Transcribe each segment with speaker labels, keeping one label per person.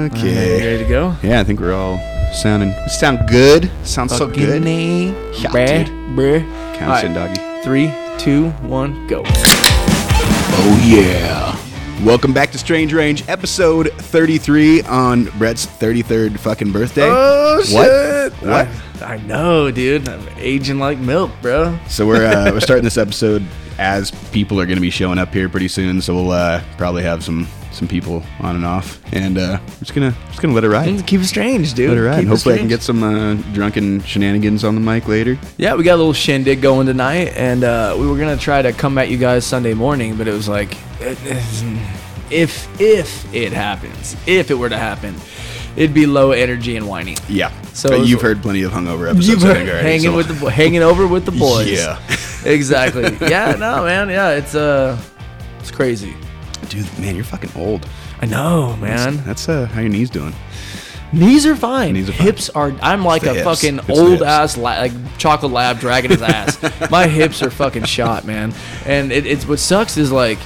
Speaker 1: Okay.
Speaker 2: Ready to go?
Speaker 1: Yeah, I think we're all sounding. We sound good. Sounds so good.
Speaker 2: Name.
Speaker 1: Yeah, dude.
Speaker 2: bruh, bruh.
Speaker 1: Count
Speaker 2: All
Speaker 1: us in,
Speaker 2: right.
Speaker 1: doggy.
Speaker 2: Three, two, one, go.
Speaker 1: Oh yeah. Welcome back to Strange Range, episode 33 on Brett's 33rd fucking birthday.
Speaker 2: Oh.
Speaker 1: What? What?
Speaker 2: I, I know, dude. I'm aging like milk, bro.
Speaker 1: So we're uh, we're starting this episode as people are going to be showing up here pretty soon. So we'll uh, probably have some some people on and off, and uh, we're just gonna just gonna let it ride.
Speaker 2: Keep it strange, dude.
Speaker 1: Let it ride.
Speaker 2: Keep it
Speaker 1: Hopefully, I can
Speaker 2: strange.
Speaker 1: get some uh, drunken shenanigans on the mic later.
Speaker 2: Yeah, we got a little shindig going tonight, and uh, we were gonna try to come at you guys Sunday morning, but it was like, if if it happens, if it were to happen, it'd be low energy and whiny.
Speaker 1: Yeah.
Speaker 2: So
Speaker 1: But
Speaker 2: it's-
Speaker 1: you've heard plenty of hungover episodes. I think, already,
Speaker 2: hanging
Speaker 1: so-
Speaker 2: with the bo- hanging over with the boys.
Speaker 1: Yeah.
Speaker 2: exactly. Yeah, no, man. Yeah, it's uh, it's crazy.
Speaker 1: Dude, man, you're fucking old.
Speaker 2: I know, man.
Speaker 1: That's uh, how your knees doing.
Speaker 2: Knees are fine.
Speaker 1: Knees are fine.
Speaker 2: hips are. I'm like
Speaker 1: the
Speaker 2: a
Speaker 1: hips.
Speaker 2: fucking
Speaker 1: It's the
Speaker 2: old
Speaker 1: hips.
Speaker 2: ass la- like chocolate lab dragging his ass. My hips are fucking shot, man. And it, it's what sucks is like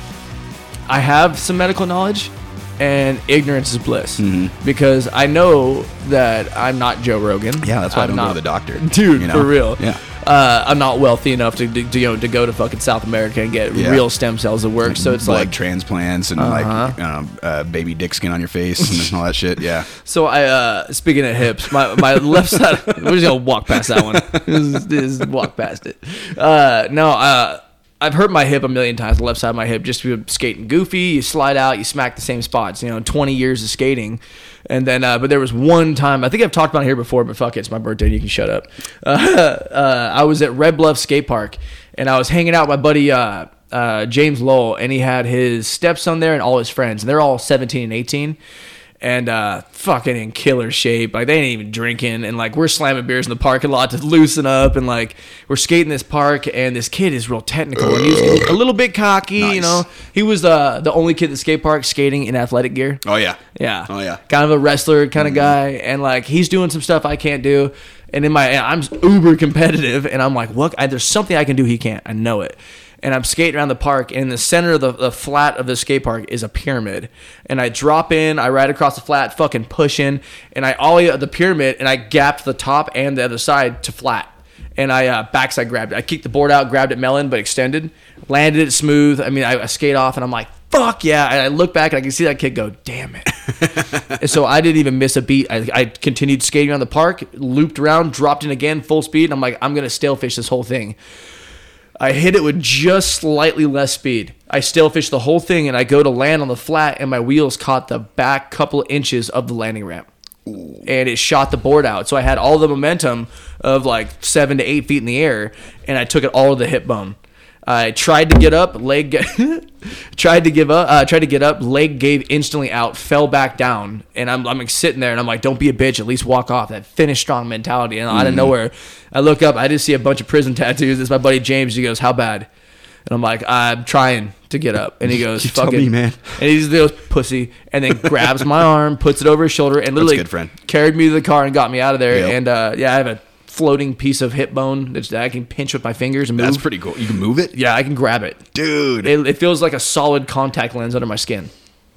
Speaker 2: I have some medical knowledge, and ignorance is bliss because I know that I'm not Joe Rogan.
Speaker 1: Yeah, that's why I'm I do
Speaker 2: I'm
Speaker 1: not go
Speaker 2: not-
Speaker 1: to the doctor,
Speaker 2: dude,
Speaker 1: you know?
Speaker 2: for real.
Speaker 1: Yeah.
Speaker 2: Uh, I'm not wealthy enough to, to, you know to go to fucking South America and get
Speaker 1: Yeah.
Speaker 2: real stem cells that work. So it's
Speaker 1: blood
Speaker 2: like Uh-huh.
Speaker 1: transplants and like um, uh, baby dick skin on your face and all that shit. Yeah.
Speaker 2: So I, uh, speaking of hips, my, my left side. We're just gonna walk past that one. Just, just walk past it. Uh, no, uh, I've hurt my hip a million times. The left side of my hip, just from skating goofy. You slide out, you smack the same spots. You know, 20 years of skating, and then. Uh, but there was one time. I think I've talked about it here before, but fuck it, it's my birthday. You can shut up. Uh, uh, I was at Red Bluff Skate Park, and I was hanging out with my buddy. Uh, uh, James Lowell, and he had his stepson there and all his friends, and they're all 17 and 18 and uh fucking in killer shape like they ain't even drinking and like we're slamming beers in the parking lot to loosen up and like we're skating this park and this kid is real technical and he's a little bit cocky you
Speaker 1: Nice.
Speaker 2: know he was uh the only kid at the skate park skating in athletic gear
Speaker 1: Oh yeah.
Speaker 2: yeah.
Speaker 1: Oh yeah. Mm-hmm.
Speaker 2: Kind of a wrestler kind of guy, and like he's doing some stuff I can't do, and in my and I'm uber competitive, and I'm like, look, I, there's something I can do he can't. I know it. And I'm skating around the park, and in the center of the, the flat of the skate park is a pyramid. And I drop in, I ride across the flat, fucking pushing, and I ollie the pyramid, and I gapped the top and the other side to flat and I uh, backside grabbed it. I kicked the board out, grabbed it melon, but extended, landed it smooth. I mean, I, I skate off, and I'm like, "Fuck yeah!" And I look back, and I can see that kid go, "Damn it!" and so I didn't even miss a beat. I, I continued skating around the park, looped around, dropped in again, full speed, and I'm like, "I'm gonna stale fish this whole thing." I hit it with just slightly less speed. I still fish the whole thing, and I go to land on the flat, and my wheels caught the back couple inches of the landing ramp, and it shot the board out. So I had all the momentum of like seven to eight feet in the air, and I took it all to the hip bone. I tried to get up, leg tried to give up, uh, tried to get up, leg gave instantly out, fell back down, and I'm I'm like sitting there, and I'm like, don't be a bitch, at least walk off. That finish strong mentality, and
Speaker 1: Mm-hmm.
Speaker 2: out of nowhere, I look up, I just see a bunch of prison tattoos. It's my buddy James. He goes, how bad? And I'm like, I'm trying to get up, and he goes,
Speaker 1: You tell
Speaker 2: fucking
Speaker 1: me, man.
Speaker 2: and he just goes pussy, and then grabs my arm, puts it over his shoulder, and literally
Speaker 1: good, friend.
Speaker 2: carried me to the car and got me out of there.
Speaker 1: Yep.
Speaker 2: And uh, yeah, I have a floating piece of hip bone that I can pinch with my fingers and move.
Speaker 1: That's pretty cool. You can move it,
Speaker 2: yeah, I can grab it.
Speaker 1: dude.
Speaker 2: It, it feels like a solid contact lens under my skin.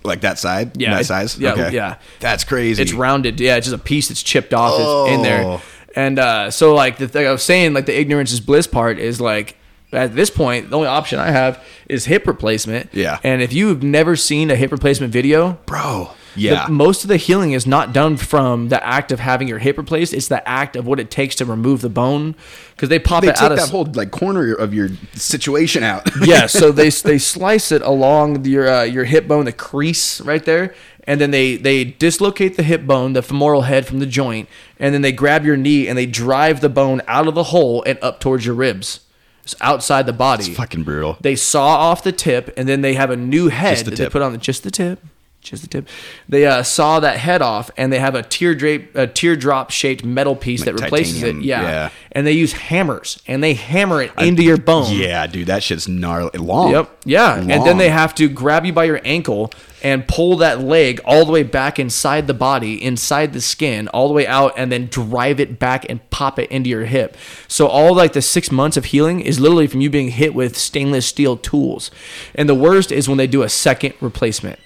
Speaker 1: like that side.
Speaker 2: Yeah,
Speaker 1: That
Speaker 2: it-
Speaker 1: size.
Speaker 2: yeah,
Speaker 1: Okay.
Speaker 2: yeah.
Speaker 1: That's crazy.
Speaker 2: It's rounded. Yeah, it's just a piece that's chipped off that's in there.
Speaker 1: Oh.
Speaker 2: And uh, so, like the thing I was saying, like the ignorance is bliss part is like at this point the only option I have is hip replacement.
Speaker 1: Yeah.
Speaker 2: And if you've never seen a hip replacement video,
Speaker 1: bro.
Speaker 2: the-
Speaker 1: Yeah.
Speaker 2: most of the healing is not done from the act of having your hip replaced. It's the act of what it takes to remove the bone because they pop
Speaker 1: they
Speaker 2: it out
Speaker 1: take
Speaker 2: of
Speaker 1: that whole like corner of your situation out.
Speaker 2: yeah, so they they slice it along your uh, your hip bone, the crease right there, and then they they dislocate the hip bone, the femoral head from the joint, and then they grab your knee and they drive the bone out of the hole and up towards your ribs, it's outside the body.
Speaker 1: fucking brutal.
Speaker 2: They saw off the tip, and then they have a new head
Speaker 1: the
Speaker 2: that they
Speaker 1: tip.
Speaker 2: put on the just the tip, just the tip. They uh, saw that head off, and they have a teardrop a teardrop shaped metal piece
Speaker 1: Like
Speaker 2: that replaces
Speaker 1: titanium,
Speaker 2: it. Yeah.
Speaker 1: yeah.
Speaker 2: and they use hammers and they hammer it into your bone.
Speaker 1: yeah, dude, that shit's gnarly. Long.
Speaker 2: Yep. Yeah. And then
Speaker 1: Long.
Speaker 2: they have to grab you by your ankle and pull that leg all the way back inside the body, inside the skin, all the way out, and then drive it back and pop it into your hip. So all like the six months of healing is literally from you being hit with stainless steel tools. And the worst is when they do a second replacement.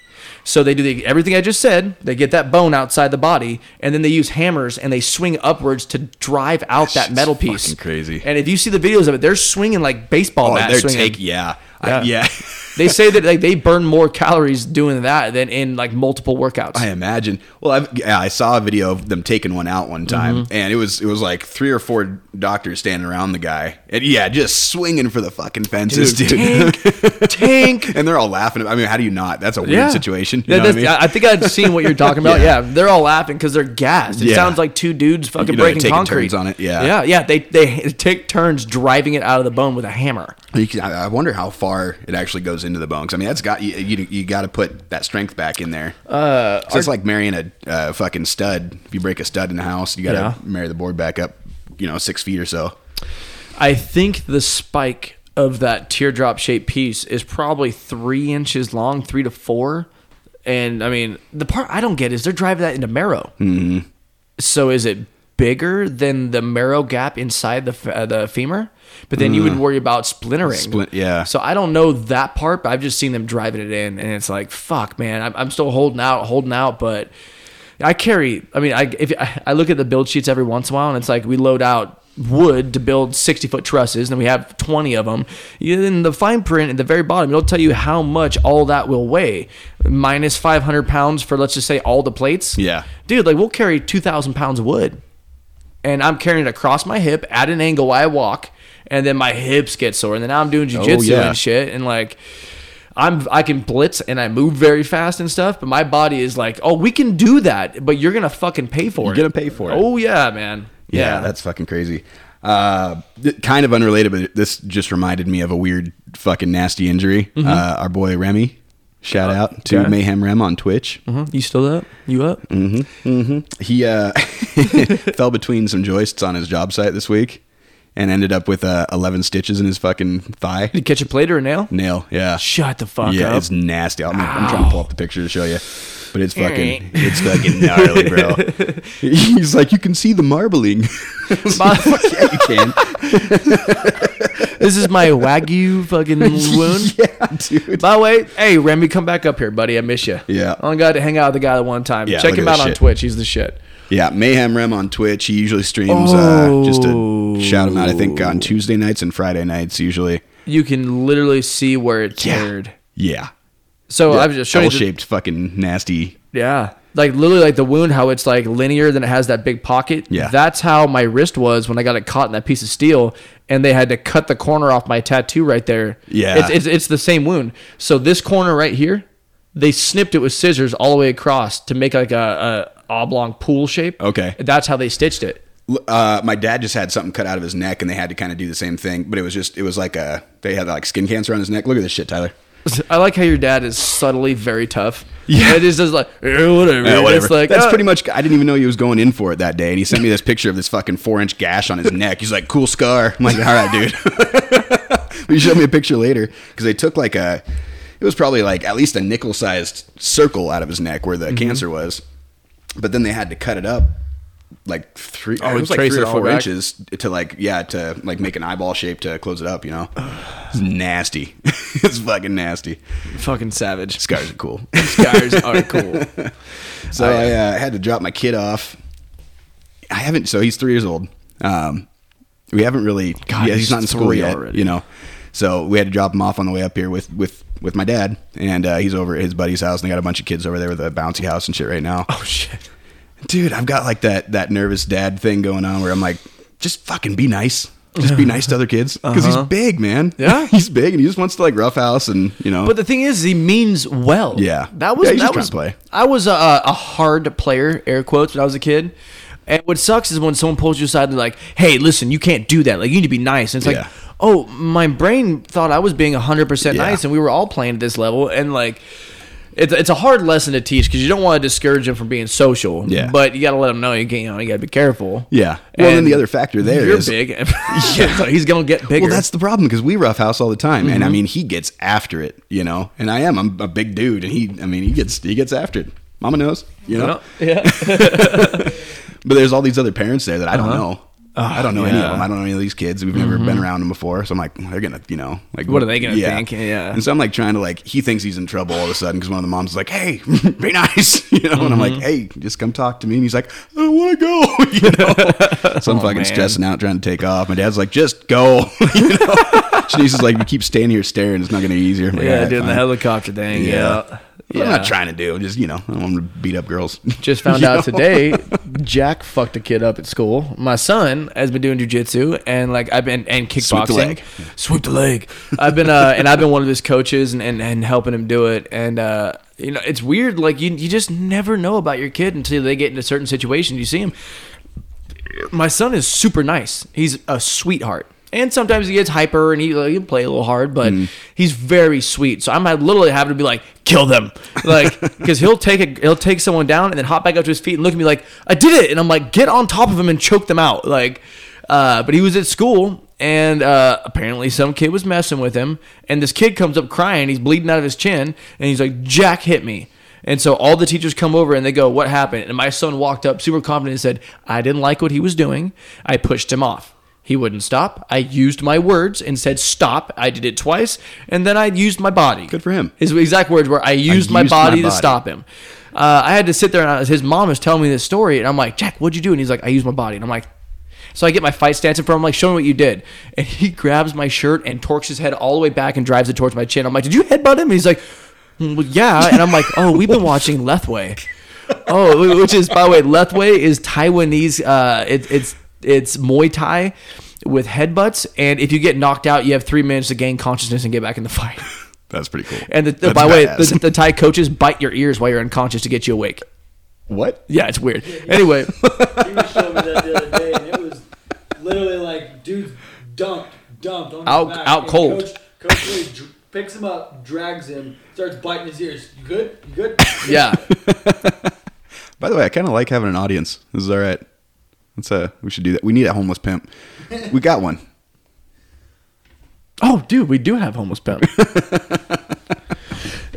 Speaker 2: So they do the, everything I just said. They get that bone outside the body, and then they use hammers and they swing upwards to drive out that
Speaker 1: shit's
Speaker 2: metal piece.
Speaker 1: fucking crazy.
Speaker 2: And if you see the videos of it, they're swinging like baseball
Speaker 1: Oh,
Speaker 2: bats.
Speaker 1: they're
Speaker 2: swinging.
Speaker 1: take yeah, I,
Speaker 2: Yeah.
Speaker 1: yeah.
Speaker 2: they say that like they burn more calories doing that than in like multiple workouts.
Speaker 1: I imagine. Well, I've, yeah, I saw a video of them taking one out one time,
Speaker 2: Mm-hmm.
Speaker 1: and it was it was like three or four doctors standing around the guy, and yeah, just swinging for the fucking fences, dude.
Speaker 2: Tank, tank.
Speaker 1: and they're all laughing. I mean, how do you not? That's a weird situation. You
Speaker 2: Yeah,
Speaker 1: know what I
Speaker 2: that's-
Speaker 1: mean?
Speaker 2: I, I think I've seen what you're talking about.
Speaker 1: Yeah.
Speaker 2: yeah. they're all laughing because they're gassed. It
Speaker 1: Yeah.
Speaker 2: sounds like two dudes fucking
Speaker 1: You know, they're
Speaker 2: breaking
Speaker 1: taking
Speaker 2: concrete
Speaker 1: turns on it, yeah.
Speaker 2: yeah, yeah. They they take turns driving it out of the bone with a hammer.
Speaker 1: You can- I I wonder how far it actually goes into the bones. I mean, that's got you. You, you got to put that strength back in there. Uh, so it's like marrying a uh, fucking stud. If you break a stud in the house, you got to
Speaker 2: Yeah.
Speaker 1: marry the board back up. You know, six feet or so.
Speaker 2: I think the spike of that teardrop shaped piece is probably three inches long, three to four. And I mean, the part I don't get is they're driving that into marrow.
Speaker 1: Mm-hmm.
Speaker 2: So is it bigger than the marrow gap inside the f- uh, the femur? But then you would worry about splintering.
Speaker 1: Mm. Splint- yeah.
Speaker 2: So I don't know that part, but I've just seen them driving it in, and it's like, fuck, man, I'm, I'm still holding out, holding out, but I carry. I mean, I if I I look at the build sheets every once in a while, and it's like we load out wood to build 60 foot trusses and we have 20 of them in the fine print at the very bottom it'll tell you how much all that will weigh minus 500 pounds for let's just say all the plates
Speaker 1: Yeah.
Speaker 2: dude like we'll carry 2000 pounds of wood and i'm carrying it across my hip at an angle while i walk and then my hips get sore and then now i'm doing jujitsu
Speaker 1: Oh, yeah.
Speaker 2: and shit and like I'm I can blitz and I move very fast and stuff, but my body is like, oh, we can do that, but you're gonna fucking pay for
Speaker 1: You're
Speaker 2: it.
Speaker 1: gonna pay for it.
Speaker 2: Oh yeah, man.
Speaker 1: Yeah, that's fucking crazy. Uh, th- kind of unrelated, but this just reminded me of a weird, fucking nasty injury. Uh, our boy Remy, shout out to
Speaker 2: Mm-hmm. okay.
Speaker 1: Mayhem Rem on Twitch.
Speaker 2: Mhm. You still up? You up?
Speaker 1: Mm. He uh, fell between some joists on his job site this week and ended up with uh, 11 stitches in his fucking thigh
Speaker 2: Did you catch a plate or a nail?
Speaker 1: nail. Yeah.
Speaker 2: Shut the fuck
Speaker 1: yeah,
Speaker 2: up.
Speaker 1: it's nasty. I'm, I'm trying to pull up the picture to show you, but it's fucking, it's fucking gnarly, bro. He's like, you can see the marbling. It's like,
Speaker 2: My-
Speaker 1: Fuck yeah, you can.
Speaker 2: this is my wagyu fucking wound.
Speaker 1: yeah, dude.
Speaker 2: By the way, hey Remy, come back up here, buddy. I miss you.
Speaker 1: Yeah.
Speaker 2: I only got to hang out with the guy that one time.
Speaker 1: Yeah,
Speaker 2: Check
Speaker 1: look
Speaker 2: him
Speaker 1: at
Speaker 2: out
Speaker 1: this
Speaker 2: on
Speaker 1: shit.
Speaker 2: Twitch. He's the shit.
Speaker 1: Yeah, Mayhem Rem on Twitch. He usually streams uh, just to shout him out. I think on Tuesday nights and Friday nights usually.
Speaker 2: You can literally see where it teared.
Speaker 1: Yeah,
Speaker 2: So I
Speaker 1: yeah.
Speaker 2: was just showing you the-
Speaker 1: shaped, fucking nasty.
Speaker 2: Yeah. Like literally like the wound, how it's like linear, then it has that big pocket.
Speaker 1: Yeah.
Speaker 2: That's how my wrist was when I got it caught in that piece of steel and they had to cut the corner off my tattoo right there.
Speaker 1: Yeah.
Speaker 2: It's it's, it's the same wound. So this corner right here, they snipped it with scissors all the way across to make like a, a oblong pool shape.
Speaker 1: Okay.
Speaker 2: That's how they stitched it.
Speaker 1: L- Uh, my dad just had something cut out of his neck, and they had to kind of do the same thing. But it was just, it was like a they had like skin cancer on his neck. Look at this shit, Tyler.
Speaker 2: I like how your dad is subtly very tough.
Speaker 1: Yeah.
Speaker 2: It is just like, "Eh, whatever.
Speaker 1: Yeah, whatever.
Speaker 2: It's like,
Speaker 1: That's
Speaker 2: "Ah."
Speaker 1: pretty much. I didn't even know he was going in for it that day, and he sent me this picture of this fucking four inch gash on his neck. He's like, "Cool scar." I'm like, "All right, dude." he showed me a picture later because they took like a, it was probably like at least a nickel sized circle out of his neck where the
Speaker 2: Mm-hmm.
Speaker 1: cancer was, but then they had to cut it up like three, oh, it
Speaker 2: and
Speaker 1: was like
Speaker 2: trace
Speaker 1: three
Speaker 2: it
Speaker 1: or
Speaker 2: all
Speaker 1: four
Speaker 2: back?
Speaker 1: inches to like yeah to like make an eyeball shape to close it up. You know, it's nasty. it's fucking nasty.
Speaker 2: fucking savage.
Speaker 1: Scars are cool.
Speaker 2: Scars are cool.
Speaker 1: So I uh, had to drop my kid off. I haven't. So he's three years old. Um, we haven't really. yeah, he's
Speaker 2: he's
Speaker 1: not in school
Speaker 2: three
Speaker 1: yet.
Speaker 2: already.
Speaker 1: You know. So we had to drop him off on the way up here with with with my dad, and uh, he's over at his buddy's house, and they got a bunch of kids over there with a bouncy house and shit right now.
Speaker 2: Oh, shit.
Speaker 1: Dude, I've got like that that nervous dad thing going on where I'm like, just fucking be nice. Just be nice to other kids because he's big, man.
Speaker 2: Uh-huh. Yeah.
Speaker 1: he's big, and he just wants to like roughhouse and you know.
Speaker 2: But the thing is, he means well.
Speaker 1: Yeah.
Speaker 2: that was
Speaker 1: Yeah, he's just
Speaker 2: that
Speaker 1: trying
Speaker 2: was
Speaker 1: to play.
Speaker 2: I was a, a hard player, air quotes, when I was a kid. And what sucks is when someone pulls you aside and they're like, "Hey, listen, you can't do that. Like, you need to be nice." And it's
Speaker 1: Yeah.
Speaker 2: like, "Oh, my brain thought I was being 100%
Speaker 1: Yeah.
Speaker 2: nice, and we were all playing at this level." And like, it's, it's a hard lesson to teach because you don't want to discourage them from being social.
Speaker 1: Yeah.
Speaker 2: but you got to let them know you can't. You, know, you got to be careful.
Speaker 1: yeah. Well, then
Speaker 2: And
Speaker 1: the other factor there
Speaker 2: You're
Speaker 1: is-
Speaker 2: big. yeah, he's gonna get bigger.
Speaker 1: Well, that's the problem because we roughhouse all the time, and I mean, he gets after it, you know. And I am, I'm a big dude, and he, I mean, he gets, he gets after it. Mama knows, you know.
Speaker 2: yeah.
Speaker 1: But there's all these other parents there that I don't know. I don't know any of
Speaker 2: Uh-huh. yeah. Mm-hmm.
Speaker 1: them. I don't know any of these kids. We've never been around them before. So I'm like, they're gonna, you know, like
Speaker 2: What are they gonna think? Yeah.
Speaker 1: And so I'm like trying to like. He thinks he's in trouble all of a sudden because one of the moms is like, "Hey, be nice," you know. And I'm
Speaker 2: Mm-hmm.
Speaker 1: like, "Hey, just come talk to me." And he's like, "I don't want to go," you know. so I'm
Speaker 2: Oh,
Speaker 1: fucking
Speaker 2: man.
Speaker 1: stressing out, trying to take off. My dad's like, "Just go," you know. Shanice is like, "You keep standing here staring. It's not gonna be easier." I'm like,
Speaker 2: Yeah,
Speaker 1: "All right,
Speaker 2: doing the
Speaker 1: fine."
Speaker 2: helicopter thing.
Speaker 1: Yeah.
Speaker 2: Yeah.
Speaker 1: What I'm not trying to do. Just you know, I don't want to beat up girls.
Speaker 2: Just found
Speaker 1: You
Speaker 2: out
Speaker 1: know?
Speaker 2: today, Jack fucked a kid up at school. My son has been doing jujitsu and like I've been and kickboxing.
Speaker 1: Sweep the leg.
Speaker 2: Sweep the leg. I've been uh, and I've been one of his coaches and, and, and helping him do it. And uh, you know, it's weird. Like you you just never know about your kid until they get into certain situations. You see him. My son is super nice. He's a sweetheart. And sometimes he gets hyper and he like, he'll play a little hard, but he's very sweet. So I might literally have to be like, "Kill them," like because he'll take a, he'll take someone down and then hop back up to his feet and look at me like, "I did it," and I'm like, "Get on top of him and choke them out." Like, uh, but he was at school and uh, apparently some kid was messing with him, and this kid comes up crying, he's bleeding out of his chin, and he's like, "Jack hit me." And so all the teachers come over and they go, What happened? And my son walked up super confident and said, I didn't like what he was doing. I pushed him off. He wouldn't stop. I used my words and said, Stop. I did it twice. And then I used my body.
Speaker 1: Good for him.
Speaker 2: His exact words were, I used, my,
Speaker 1: used my
Speaker 2: body to
Speaker 1: body.
Speaker 2: stop him. Uh, I had to sit there and I, his mom was telling me this story. And I'm like, Jack, what'd you do? And he's like, I used my body. And I'm like, so I get my fight stance in front. I'm like, show me what you did. And he grabs my shirt and torques his head all the way back and drives it towards my chin. I'm like, did you headbutt him? And he's like, "Mm, well, yeah. And I'm like, oh, we've been watching Lethway. Oh, which is by the way, Lethway is Taiwanese. Uh, it, it's it's Muay Thai with headbutts, and if you get knocked out, you have three minutes to gain consciousness and get back in the fight.
Speaker 1: That's pretty cool.
Speaker 2: And the,
Speaker 1: That's
Speaker 2: by the way,
Speaker 1: badass.
Speaker 2: the, the Thai coaches bite your ears while you're unconscious to get you awake.
Speaker 1: what?
Speaker 2: Yeah, it's weird. Anyway.
Speaker 3: He was showing me that the other day, and it was literally like dudes dumped, dumped on his
Speaker 2: Out-
Speaker 3: back,
Speaker 2: out
Speaker 3: and
Speaker 2: cold.
Speaker 3: Coach, coach Lee dr- picks him up, drags him, starts biting his ears. You good? You good?
Speaker 2: Yeah,
Speaker 1: By the way, I kind of like having an audience. This is all right. Let's uh, we should do that. We need a homeless pimp. We got one.
Speaker 2: Oh, dude, we do have homeless pimp.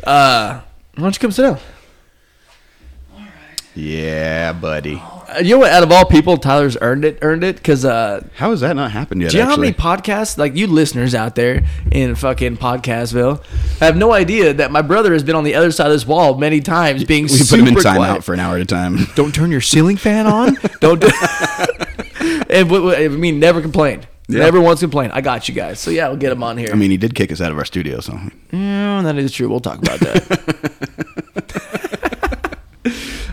Speaker 2: uh, why don't you come sit down?
Speaker 1: Yeah, buddy.
Speaker 2: Uh, you know what? Out of all people, Tyler's earned it. Earned it because uh,
Speaker 1: How has that not happened yet?
Speaker 2: do you know how
Speaker 1: actually?
Speaker 2: many podcasts, like you listeners out there in fucking Podcastville, have no idea that my brother has been on the other side of this wall many times, being
Speaker 1: we put
Speaker 2: super
Speaker 1: him in
Speaker 2: quiet.
Speaker 1: timeout for an hour at a time.
Speaker 2: Don't turn your ceiling fan on. Don't. Do- and w- w- I mean, never complained.
Speaker 1: Yeah.
Speaker 2: Never once complained. I got you guys. So yeah, we'll get him on here.
Speaker 1: I mean, he did kick us out of our studio, so
Speaker 2: Yeah, that is true. We'll talk about that.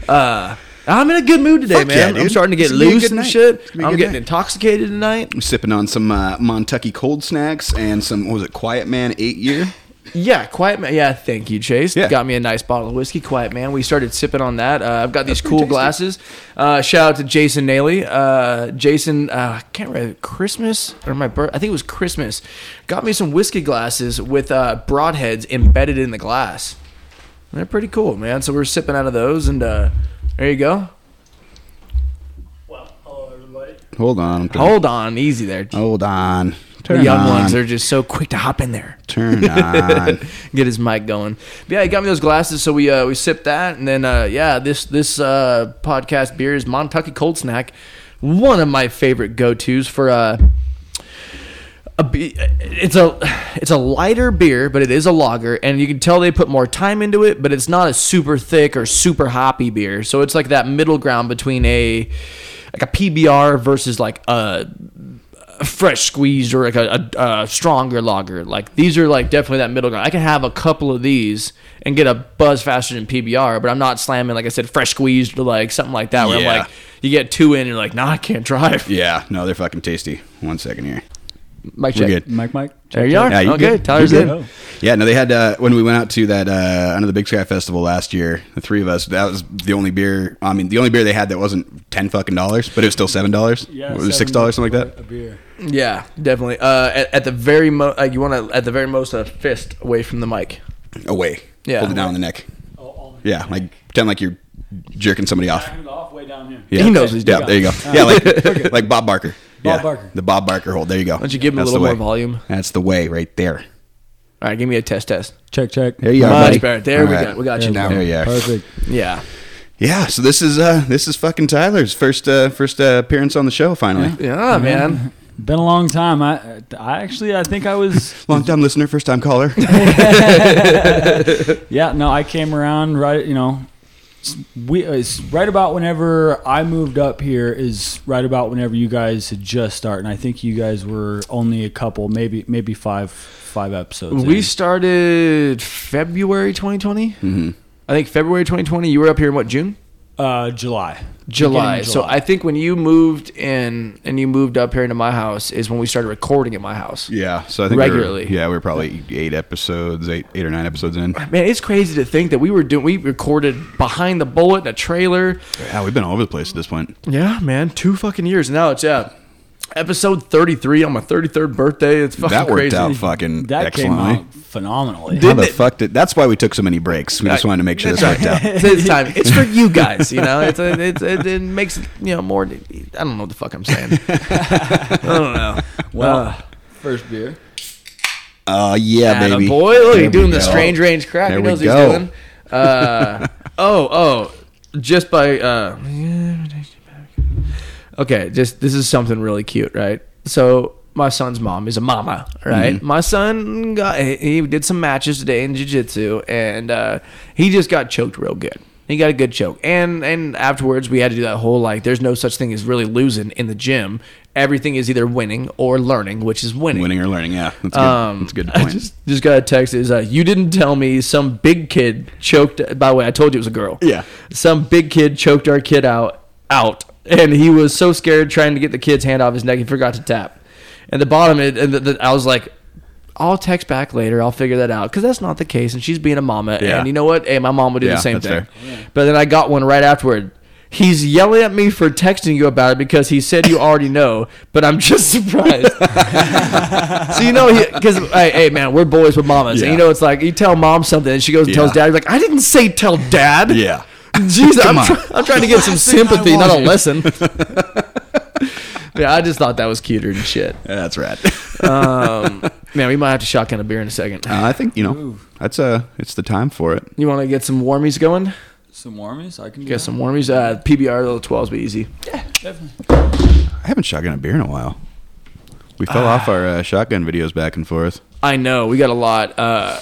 Speaker 2: uh, I'm in a good mood today,
Speaker 1: Fuck yeah,
Speaker 2: man. I'm
Speaker 1: dude.
Speaker 2: starting to
Speaker 1: It's
Speaker 2: get
Speaker 1: gonna be a
Speaker 2: loose
Speaker 1: good
Speaker 2: and
Speaker 1: night. It's
Speaker 2: shit.
Speaker 1: gonna be a
Speaker 2: I'm
Speaker 1: good
Speaker 2: getting
Speaker 1: night.
Speaker 2: intoxicated tonight.
Speaker 1: I'm sipping on some uh, Montucky cold snacks and some what was it, Quiet Man Eight Year?
Speaker 2: Yeah, Quiet Man. Yeah, thank you, Chase.
Speaker 1: Yeah.
Speaker 2: Got me a nice bottle of whiskey, Quiet Man. We started sipping on that. Uh, I've got these
Speaker 1: pretty
Speaker 2: cool
Speaker 1: tasty.
Speaker 2: glasses. Uh, shout out to Jason Naily. Uh, Jason, uh, I can't remember Christmas or my birth. I think it was Christmas. Got me some whiskey glasses with uh, broadheads embedded in the glass. They're pretty cool, man. So we're sipping out of those, and uh, there you go.
Speaker 3: Well, hello everybody.
Speaker 1: Hold on, I'm trying-
Speaker 2: Hold on, easy there.
Speaker 1: hold on.
Speaker 2: The
Speaker 1: Turn
Speaker 2: young
Speaker 1: Oh, on.
Speaker 2: ones are just so quick to hop in there.
Speaker 1: Turn on.
Speaker 2: get his mic going. But yeah, he got me those glasses, so we uh, we sipped that, and then uh, yeah, this this uh, podcast beer is Montucky Cold Snack, one of my favorite go tos for uh, a be- it's a it's a lighter beer, but it is a lager, and you can tell they put more time into it, but it's not a super thick or super hoppy beer, so it's like that middle ground between a like a PBR versus like a fresh squeezed or like a, a, a stronger lager. Like these are like definitely that middle ground. I can have a couple of these and get a buzz faster than PBR, but I'm not slamming like I said fresh squeezed or like something like that where
Speaker 1: Yeah.
Speaker 2: I'm like you get two in and you're like nah I can't drive.
Speaker 1: yeah, no, they're fucking tasty. One second here.
Speaker 2: Mic
Speaker 1: We're
Speaker 2: check.
Speaker 1: good.
Speaker 4: Mike, Mike.
Speaker 2: There you are.
Speaker 1: Yeah, you
Speaker 2: okay,
Speaker 1: good.
Speaker 2: Tyler's
Speaker 1: You
Speaker 2: in.
Speaker 1: good. Yeah, no, they had uh, when we went out to that uh, under the Big Sky Festival last year. The three of us. That was the only beer. I mean, the only beer they had that wasn't ten fucking dollars, but it was still seven dollars.
Speaker 4: Yeah,
Speaker 1: was it six dollars, something like that.
Speaker 4: A beer.
Speaker 2: Yeah, definitely. Uh, at, at the very mo, uh, you want to at the very most a fist away from the mic.
Speaker 1: Away.
Speaker 2: Yeah.
Speaker 1: Hold it down on the neck.
Speaker 4: Oh, all
Speaker 1: Yeah, like pretend like you're jerking somebody off.
Speaker 4: Backing it off way down here.
Speaker 1: Yeah.
Speaker 2: He knows what he's
Speaker 1: Yeah,
Speaker 2: doing.
Speaker 1: there you go. Yeah, like like Bob Barker.
Speaker 4: Bob
Speaker 1: yeah,
Speaker 4: Barker.
Speaker 1: The Bob Barker hold. There you go. Why
Speaker 2: don't you give him a little more volume?
Speaker 1: That's the way, right there.
Speaker 2: All right, give me a test test.
Speaker 4: Check, check.
Speaker 1: There you are,
Speaker 2: Much
Speaker 1: buddy.
Speaker 2: better. There we
Speaker 1: All
Speaker 2: go. We got you
Speaker 1: There
Speaker 2: now.
Speaker 1: you are.
Speaker 4: Perfect.
Speaker 2: Yeah.
Speaker 1: Yeah, so this is uh this is fucking Tyler's first uh first uh, appearance on the show finally.
Speaker 2: Yeah, man.
Speaker 4: Been a long time. I, I actually, I think I was.
Speaker 1: Long time listener, first time caller.
Speaker 4: Yeah, no, I came around right. You know, s- we it's right about whenever I moved up here is right about whenever you guys had just started. And I think you guys were only a couple, maybe maybe five five episodes.
Speaker 2: We
Speaker 4: in.
Speaker 2: started February 2020. Mm-hmm. I think February 2020. You were up here in what June?
Speaker 4: uh, July.
Speaker 2: July.
Speaker 4: Beginning of
Speaker 2: So I think when you moved in and you moved up here into my house is when we started recording at my house.
Speaker 1: yeah, so I think we were-
Speaker 2: Regularly.
Speaker 1: yeah, we were probably eight episodes, eight eight or nine episodes in.
Speaker 2: Man, it's crazy to think that we were doing. We recorded behind the bullet in a trailer.
Speaker 1: Yeah, we've been all over the place at this point.
Speaker 2: Yeah, man, two fucking years. Now it's yeah, episode thirty three on my thirty third birthday. It's fucking
Speaker 1: that worked
Speaker 2: crazy.
Speaker 1: out fucking
Speaker 4: that
Speaker 1: excellently.
Speaker 4: came out phenomenally.
Speaker 1: How the fuck did? That's why we took so many breaks. We just wanted to make sure this worked out.
Speaker 2: It's- it's time. It's for you guys. You know, it's, it's it, it makes it, you know more. I don't know what the fuck I'm saying.
Speaker 4: well,
Speaker 2: Uh,
Speaker 4: first beer.
Speaker 1: Oh yeah,
Speaker 2: Atta
Speaker 1: baby.
Speaker 2: boy, look,
Speaker 1: There
Speaker 2: he's doing
Speaker 1: we
Speaker 2: the
Speaker 1: go.
Speaker 2: strange range crap.
Speaker 1: There
Speaker 2: he
Speaker 1: we
Speaker 2: knows
Speaker 1: go.
Speaker 2: he's doing. Uh, oh, oh, just by. Uh, okay, just this is something really cute, right? So my son's mom is a mama, right?
Speaker 1: Mm-hmm.
Speaker 2: My son got he- he did some matches today in jiu-jitsu, and uh, he just got choked real good. He got a good choke, and and afterwards we had to do that whole like, there's no such thing as really losing in the gym. Everything is either winning or learning, which is winning.
Speaker 1: Winning or learning, yeah. That's good.
Speaker 2: Um,
Speaker 1: that's a good
Speaker 2: I
Speaker 1: point.
Speaker 2: just just got a text. Is uh, you didn't tell me some big kid choked. By the way, I told you it was a girl.
Speaker 1: Yeah.
Speaker 2: Some big kid choked our kid out out, and he was so scared trying to get the kid's hand off his neck, he forgot to tap. And the bottom, it, and the, the, I was like. I'll text back later. I'll figure that out because that's not the case, and she's being a mama.
Speaker 1: Yeah.
Speaker 2: And you know what? Hey, my mom would do
Speaker 1: Yeah,
Speaker 2: the same
Speaker 1: that's
Speaker 2: thing.
Speaker 1: fair.
Speaker 2: But then I got one right afterward. He's yelling at me for texting you about it because he said you already know, but I'm just surprised. So you know, because hey, hey, man, we're boys with mamas, and
Speaker 1: Yeah.
Speaker 2: you know, it's like you tell mom something, and she goes and tells
Speaker 1: Yeah.
Speaker 2: dad. You're like, I didn't say tell dad.
Speaker 1: yeah.
Speaker 2: Jesus, I'm,
Speaker 1: Come on.
Speaker 2: try- I'm trying to get some sympathy, not a lesson. yeah, I just thought that was cuter than shit.
Speaker 1: That's right.
Speaker 2: Um, man, we might have to shotgun a beer in a second.
Speaker 1: Uh, I think you know that's uh it's the time for it.
Speaker 2: You want to get some warmies going?
Speaker 4: Some warmies. I can do
Speaker 2: Get
Speaker 4: that.
Speaker 2: some warmies. Uh, PBR little twelves be easy.
Speaker 4: Definitely.
Speaker 1: I haven't shotgun a beer in a while. We fell off our uh, shotgun videos back and forth.
Speaker 2: I know we got a lot. Uh,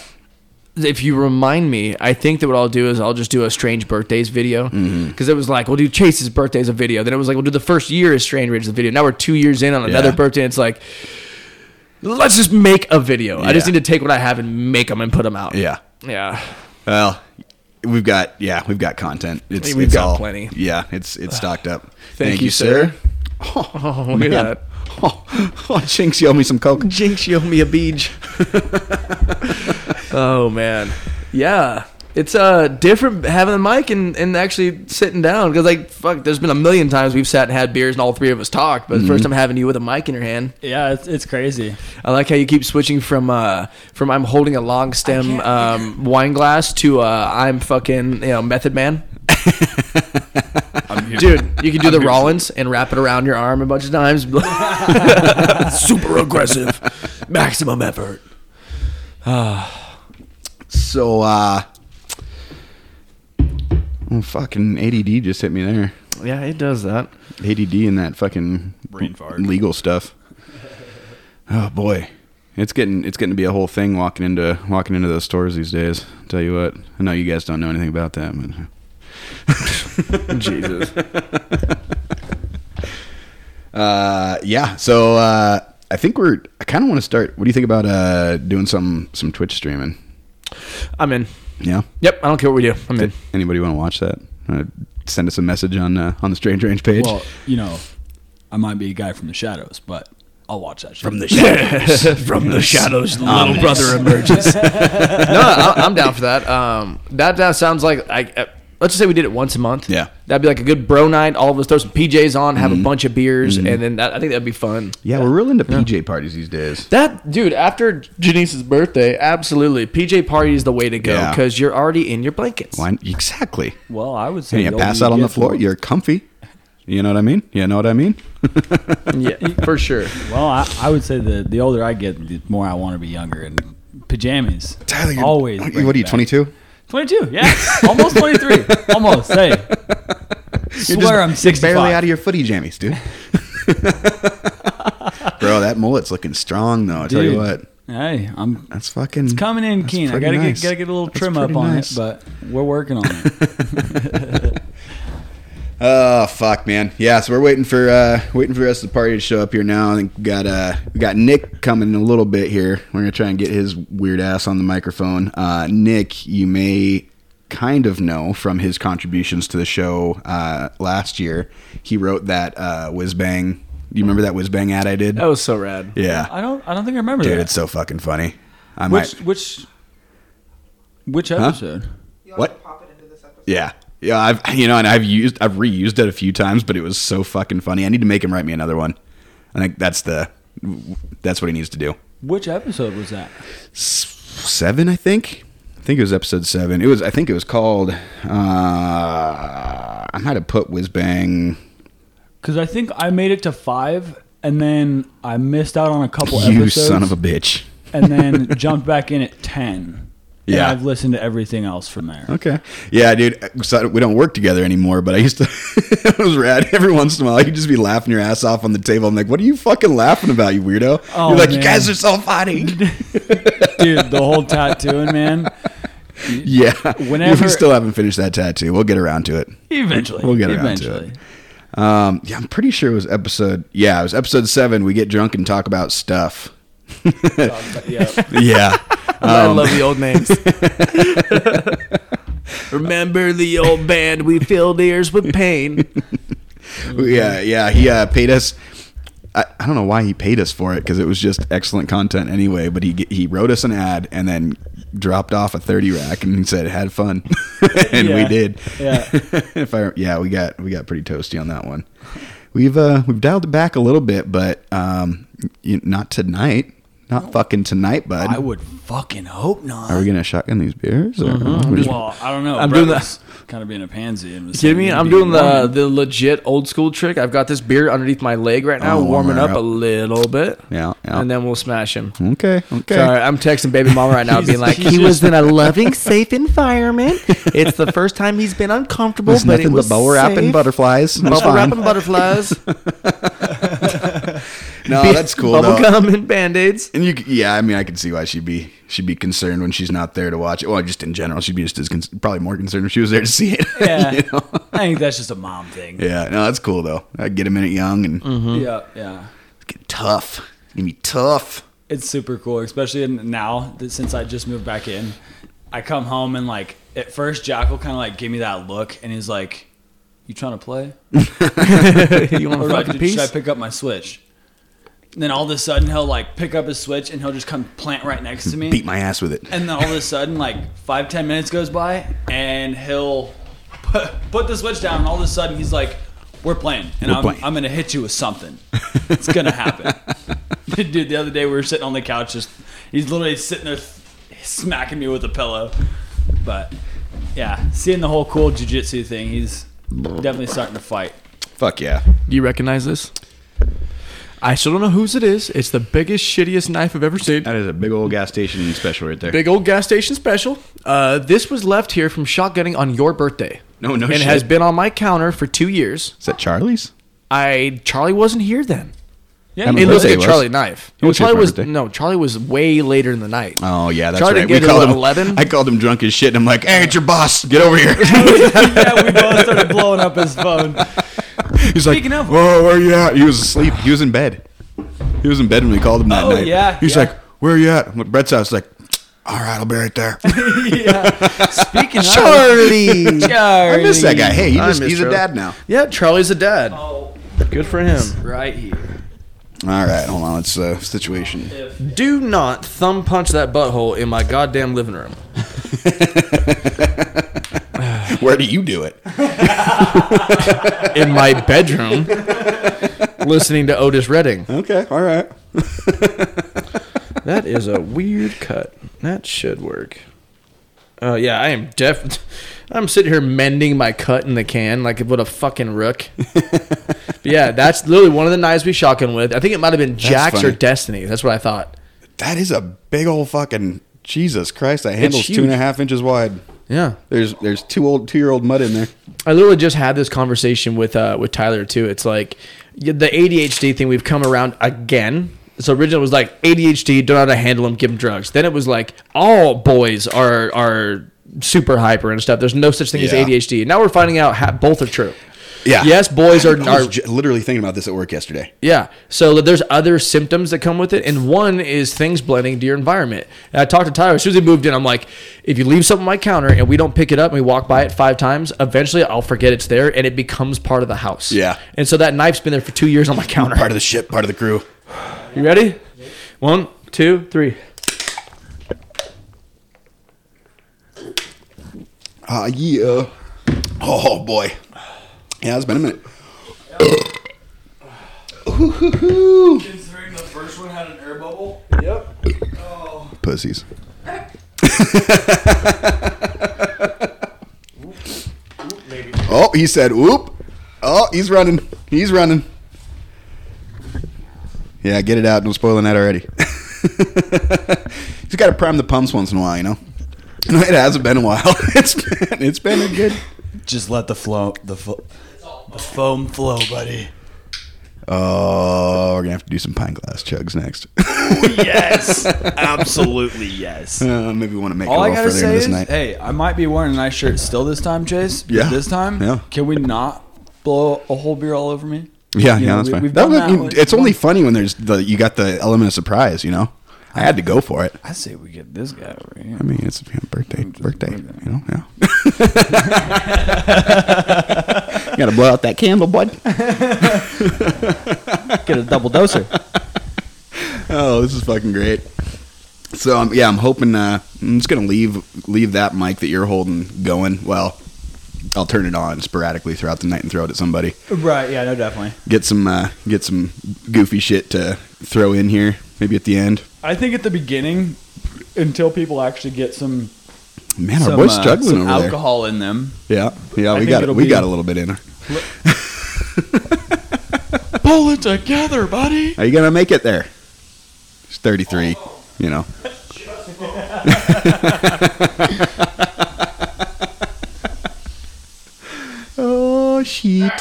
Speaker 2: if you remind me, I think that what I'll do is I'll just do a strange birthdays video because
Speaker 1: Mm-hmm.
Speaker 2: it was like we'll do Chase's birthday as a video. Then it was like we'll do the first year as strange Ridge as a video. Now we're two years in on another
Speaker 1: Yeah.
Speaker 2: birthday. And it's like let's just make a video. I just
Speaker 1: Yeah.
Speaker 2: need to take what I have and make them and put them out.
Speaker 1: Yeah.
Speaker 2: yeah.
Speaker 1: Well, we've got yeah, we've got content. It's
Speaker 2: We've
Speaker 1: it's
Speaker 2: got
Speaker 1: all-
Speaker 2: plenty. Ah.
Speaker 1: Yeah, it's it's stocked up.
Speaker 2: you, sir.
Speaker 1: Oh,
Speaker 2: Oh, look at
Speaker 1: man.
Speaker 2: that.
Speaker 1: Oh, oh, Jinx, you owe me some coke.
Speaker 2: Jinx, you owe me a beach. oh man, yeah. It's uh different having the mic and, and actually sitting down because like fuck, there's been a million times we've sat and had beers and all three of us talked, but the first time having you with a mic in your hand,
Speaker 4: Yeah, it's, it's crazy.
Speaker 2: I like how you keep switching from uh from I'm holding a long stem um, wine glass to uh I'm fucking you know Method Man, dude. You can do the Rollins and wrap it around your arm a bunch of times. Super aggressive, maximum effort.
Speaker 1: So, uh, oh, fucking ADD just hit me there.
Speaker 2: Yeah, it does that.
Speaker 1: ADD and that fucking
Speaker 4: Brain fart.
Speaker 1: legal stuff. Oh boy, it's getting it's getting to be a whole thing walking into walking into those stores these days. Tell you what, I know you guys don't know anything about that, but
Speaker 2: Jesus.
Speaker 1: Uh, yeah. So uh, I think we're. I kind of want to start. What do you think about uh, doing some some Twitch streaming?
Speaker 2: I'm in.
Speaker 1: Yeah.
Speaker 2: Yep, I don't care what we do. I'm in.
Speaker 1: Did anybody want to watch that? Uh, send us a message on uh, on the Strange Range page.
Speaker 4: Well, you know, I might be a guy from the shadows, but I'll watch that shit. From the
Speaker 2: From the shadows, little brother emerges. no, I, I'm down for that. Um, that that sounds like I. Uh, let's just say we did it once a month.
Speaker 1: Yeah.
Speaker 2: that'd be like a good bro night. All of us throw some PJs on, have a bunch of beers, and then that, I think that'd be fun.
Speaker 1: yeah, we're real into PJ parties these days.
Speaker 2: That dude, after Janice's birthday, absolutely PJ party is the way to go
Speaker 1: Yeah.
Speaker 2: because you're already in your blankets.
Speaker 1: Why? Exactly.
Speaker 4: well, I would say
Speaker 1: Hey, you
Speaker 4: the
Speaker 1: pass
Speaker 4: older
Speaker 1: out on
Speaker 4: you
Speaker 1: the
Speaker 4: get,
Speaker 1: floor.
Speaker 4: more-
Speaker 1: You're comfy. You know what I mean? You know what I mean?
Speaker 2: Yeah, for sure.
Speaker 4: Well, I, I would say the the older I get, the more I want to be younger and pajamas.
Speaker 1: Tyler, you're,
Speaker 4: always.
Speaker 1: aren't you-
Speaker 4: bring
Speaker 1: What are
Speaker 4: it
Speaker 1: you?
Speaker 4: back.
Speaker 1: Twenty two.
Speaker 4: 22, yeah. Almost 23. Almost. Hey. Swear I'm 65.
Speaker 1: barely out of your footy jammies, dude. Bro, that mullet's looking strong though. I tell you
Speaker 4: Dude.
Speaker 1: what,
Speaker 4: Hey, I'm
Speaker 1: that's fucking
Speaker 4: coming in
Speaker 1: that's
Speaker 4: keen. I
Speaker 1: pretty
Speaker 4: gotta
Speaker 1: nice.
Speaker 4: get gotta get a little
Speaker 1: That's
Speaker 4: trim up
Speaker 1: pretty
Speaker 4: on
Speaker 1: nice.
Speaker 4: it, but we're working on it.
Speaker 1: Oh fuck, man. Yeah, so we're waiting for uh waiting for the rest of the party to show up here now. I think we got uh we got Nick coming in a little bit here. We're gonna try and get his weird ass on the microphone. Uh Nick, you may kind of know from his contributions to the show uh last year. He wrote that uh whiz bang. You remember that whiz bang ad I did?
Speaker 2: That was so rad.
Speaker 1: yeah.
Speaker 4: Oh, I don't I don't think I remember
Speaker 1: Dude,
Speaker 4: that.
Speaker 1: it's so fucking funny. I
Speaker 4: which
Speaker 1: might
Speaker 4: which which episode?
Speaker 5: You'll
Speaker 1: What?
Speaker 5: have to pop it into this episode.
Speaker 1: Yeah. Yeah, I've you know, and I've used I've reused it a few times, but it was so fucking funny. I need to make him write me another one. I think that's the that's what he needs to do.
Speaker 4: Which episode was that?
Speaker 1: Seven, I think. I think it was episode seven. It was I think it was called uh I might have put whiz bang.
Speaker 4: Because I think I made it to five, and then I missed out on a couple
Speaker 1: You
Speaker 4: episodes.
Speaker 1: son of a bitch.
Speaker 4: and then jumped back in at ten. And
Speaker 1: Yeah.
Speaker 4: I've listened to everything else from there.
Speaker 1: Okay. Yeah, dude. So we don't work together anymore, but I used to. it was rad. Every once in a while, you'd just be laughing your ass off on the table. I'm like, what are you fucking laughing about, you weirdo?
Speaker 4: Oh,
Speaker 1: You're like, you
Speaker 4: man.
Speaker 1: guys are so funny.
Speaker 4: Dude, the whole tattooing, man.
Speaker 1: Yeah.
Speaker 4: Whenever-
Speaker 1: we still haven't finished that tattoo, we'll get around to it.
Speaker 4: Eventually,
Speaker 1: We'll get around to
Speaker 4: eventually.
Speaker 1: it. Um, yeah, I'm pretty sure it was episode. Yeah, it was episode seven. We get drunk and talk about stuff. yeah.
Speaker 2: I
Speaker 1: Um,
Speaker 2: love the old names. Remember the old band? We filled ears with pain.
Speaker 1: Yeah. Yeah. He uh, paid us. I, I don't know why he paid us for it because it was just excellent content anyway. But he ge- he wrote us an ad and then dropped off a thirty rack and he said, "Had fun," and we
Speaker 4: Yeah.
Speaker 1: did.
Speaker 4: Yeah.
Speaker 1: if I yeah, we got we got pretty toasty on that one. We've uh we've dialed it back a little bit, but um you, not tonight, not fucking tonight, bud.
Speaker 4: I would fucking hope not.
Speaker 1: Are we gonna shotgun these beers?
Speaker 2: Mm-hmm.
Speaker 1: Or we just-
Speaker 4: well, I don't know.
Speaker 2: I'm doing
Speaker 4: Brett's Kind of being a pansy. And was
Speaker 2: Kidding
Speaker 4: saying
Speaker 2: me?
Speaker 4: he'd
Speaker 2: I'm
Speaker 4: be
Speaker 2: doing the
Speaker 4: warming.
Speaker 2: the legit old school trick. I've got this beer underneath my leg right now,
Speaker 1: Oh, warm
Speaker 2: warming
Speaker 1: her
Speaker 2: up,
Speaker 1: up.
Speaker 2: a little bit.
Speaker 1: Yeah, yeah.
Speaker 2: And then we'll smash him.
Speaker 1: okay, okay.
Speaker 2: Sorry, I'm texting baby mama right now, being like, he was in a loving, safe environment. It's the first time he's been uncomfortable,
Speaker 1: There's
Speaker 2: but it
Speaker 1: nothing
Speaker 2: was
Speaker 1: but bubble wrap and
Speaker 2: safe.
Speaker 1: butterflies. That's
Speaker 2: Bubble wrap
Speaker 1: fine.
Speaker 2: and butterflies. Oh,
Speaker 1: No, that's cool.
Speaker 2: Bubble
Speaker 1: though.
Speaker 2: gum and band aids.
Speaker 1: And you, c- yeah, I mean, I can see why she'd be she'd be concerned when she's not there to watch it. Well, just in general, she'd be just as con- probably more concerned if she was there to see it.
Speaker 4: Yeah.
Speaker 1: you know?
Speaker 4: I think that's just a mom thing.
Speaker 1: yeah. Mm-hmm. No, that's cool though. I get a minute young and
Speaker 4: yeah, yeah.
Speaker 1: get tough. Give me tough.
Speaker 4: It's super cool, especially in, now that since I just moved back in. I come home and like at first Jack will kind of like give me that look, and he's like, "You trying to play,
Speaker 2: you want
Speaker 4: or
Speaker 2: a
Speaker 4: do I-
Speaker 2: fucking
Speaker 4: should I
Speaker 2: piece?
Speaker 4: pick up my switch?" And then all of a sudden he'll like pick up his switch and he'll just come plant right next to me.
Speaker 1: Beat my ass with it.
Speaker 4: And then all of a sudden, like five ten minutes goes by, and he'll put, put the switch down. And all of a sudden, he's like, "We're playing, and
Speaker 1: We're
Speaker 4: I'm,
Speaker 1: playing.
Speaker 4: I'm gonna hit you with something. It's gonna happen." Dude, the other day we were sitting on the couch, just he's literally sitting there smacking me with a pillow. But yeah, seeing the whole cool jujitsu thing, he's definitely starting to fight.
Speaker 1: Fuck yeah.
Speaker 2: Do you recognize this? I still don't know whose it is. It's the biggest, shittiest knife I've ever seen.
Speaker 1: That is a big old gas station special right there.
Speaker 2: Big old gas station special. Uh, this was left here from shotgunning on your birthday.
Speaker 1: No, no
Speaker 2: And it
Speaker 1: shit.
Speaker 2: has been on my counter for two years.
Speaker 1: Is that Charlie's?
Speaker 2: I Charlie wasn't here then.
Speaker 4: Yeah,
Speaker 1: I'm
Speaker 4: he
Speaker 2: It looks
Speaker 1: birthday
Speaker 2: like a
Speaker 1: was.
Speaker 2: Charlie knife.
Speaker 1: It was
Speaker 2: Charlie
Speaker 1: his
Speaker 2: was
Speaker 1: birthday.
Speaker 2: no. Charlie was way later in the night.
Speaker 1: Oh yeah, that's
Speaker 2: Tried to
Speaker 1: right.
Speaker 2: get it
Speaker 1: called
Speaker 2: at
Speaker 1: him
Speaker 2: 11.
Speaker 1: I called him drunk as shit, and I'm like, "Hey, it's your boss. Get over here."
Speaker 4: yeah, we both started blowing up his phone.
Speaker 1: He's like,
Speaker 4: Speaking of-
Speaker 1: "Whoa, where are you at?" He was asleep. He was in bed. He was in bed when we called him that
Speaker 4: Oh,
Speaker 1: night.
Speaker 4: yeah,
Speaker 1: He's
Speaker 4: yeah.
Speaker 1: like, "Where are you at?" I'm at Brett's house. Like, "All right, I'll be right there."
Speaker 4: yeah. Speaking of
Speaker 1: Charlie. I
Speaker 4: Charlie.
Speaker 1: miss that guy. Hey, he
Speaker 2: I
Speaker 1: just,
Speaker 2: miss
Speaker 1: he's a
Speaker 2: Charlie.
Speaker 1: dad now.
Speaker 2: Yeah, Charlie's a dad.
Speaker 4: Oh,
Speaker 2: Good for him.
Speaker 4: right here.
Speaker 1: All right, hold on. Let's uh, situation.
Speaker 2: Do not thumb punch that butthole in my goddamn living room.
Speaker 1: Where do you do it?
Speaker 2: In my bedroom, listening to Otis Redding.
Speaker 1: Okay, all right.
Speaker 2: That is a weird cut. That should work. Uh, yeah, I am def. I'm sitting here mending my cut in the can like what a fucking rook. but yeah, that's literally one of the knives we shotgun with. I think it might have been Jax or
Speaker 1: funny.
Speaker 2: Destiny. That's what I thought.
Speaker 1: That is a big old fucking Jesus Christ. That handle's two
Speaker 2: huge.
Speaker 1: and a half inches wide.
Speaker 2: Yeah.
Speaker 1: There's there's two old two year old mud in there.
Speaker 2: I literally just had this conversation with uh, with Tyler too. It's like y- the ADHD thing. We've come around again. So originally it was like ADHD. Don't know how to handle them. Give them drugs. Then it was like all boys are are super hyper and stuff. There's no such thing as
Speaker 1: Yeah.
Speaker 2: ADHD. Now we're finding out ha- both are true.
Speaker 1: Yeah.
Speaker 2: Yes, boys are,
Speaker 1: I was
Speaker 2: are
Speaker 1: j- literally thinking about this at work yesterday.
Speaker 2: yeah. So that there's other symptoms that come with it, and one is things blending to your environment. And I talked to Tyler as soon as he moved in. I'm like, if you leave something on my counter and we don't pick it up and we walk by it five times, eventually I'll forget it's there and it becomes part of the house.
Speaker 1: Yeah.
Speaker 2: And so that knife's been there for two years on my counter.
Speaker 1: Part of the ship, part of the crew.
Speaker 2: You ready? One, two, three.
Speaker 1: Ah yeah. Oh boy. Yeah, it's been a minute.
Speaker 4: Considering the first one had an air bubble. Oh.
Speaker 1: Pussies. oh, he said, "Whoop!" Oh, he's running. He's running. Yeah, get it out. No spoiling that already. he's got to prime the pumps once in a while, you know. No, it hasn't been a while. It's been it's been a good.
Speaker 5: Just let the flow, the, fo- the foam flow, buddy.
Speaker 1: Oh, we're gonna have to do some pine glass chugs next.
Speaker 5: Yes, absolutely yes.
Speaker 1: uh, maybe we want to make
Speaker 4: All
Speaker 1: it a
Speaker 4: I
Speaker 1: little
Speaker 4: gotta
Speaker 1: further into
Speaker 4: say
Speaker 1: this
Speaker 4: is,
Speaker 1: night.
Speaker 4: hey, I might be wearing a nice shirt still this time, Chase. but
Speaker 1: Yeah.
Speaker 4: This time,
Speaker 1: Yeah.
Speaker 4: Can we not blow a whole beer all over me?
Speaker 1: Yeah,
Speaker 4: You
Speaker 1: yeah,
Speaker 4: know,
Speaker 1: that's
Speaker 4: we-
Speaker 1: fine.
Speaker 4: we've
Speaker 1: That
Speaker 4: done
Speaker 1: was-
Speaker 4: that
Speaker 1: you-
Speaker 4: with-
Speaker 1: it's only funny when there's the you got the element of surprise. You know, I had to go for it.
Speaker 4: I say we get this guy over here.
Speaker 1: I mean, it's you know, birthday, birthday. You know, yeah. you gotta blow out that candle, bud.
Speaker 4: Get a double doser.
Speaker 1: Oh, this is fucking great. So um, yeah, I'm hoping uh, I'm just gonna leave leave that mic that you're holding going. Well, I'll turn it on sporadically throughout the night and throw it at somebody.
Speaker 4: right? Yeah. No. Definitely.
Speaker 1: Get some uh, get some goofy shit to throw in here. Maybe at the end.
Speaker 4: I think at the beginning, until people actually get some,
Speaker 1: Man, our
Speaker 4: some,
Speaker 1: boy's
Speaker 4: uh,
Speaker 1: struggling
Speaker 4: some
Speaker 1: over there.
Speaker 4: alcohol in them.
Speaker 1: Yeah, yeah,
Speaker 4: I
Speaker 1: we
Speaker 4: think
Speaker 1: got
Speaker 4: it'll
Speaker 1: we
Speaker 4: be-
Speaker 1: got a little bit in her.
Speaker 5: Pull it together, buddy.
Speaker 1: Are you gonna make it there? She's 33, you know. oh shit!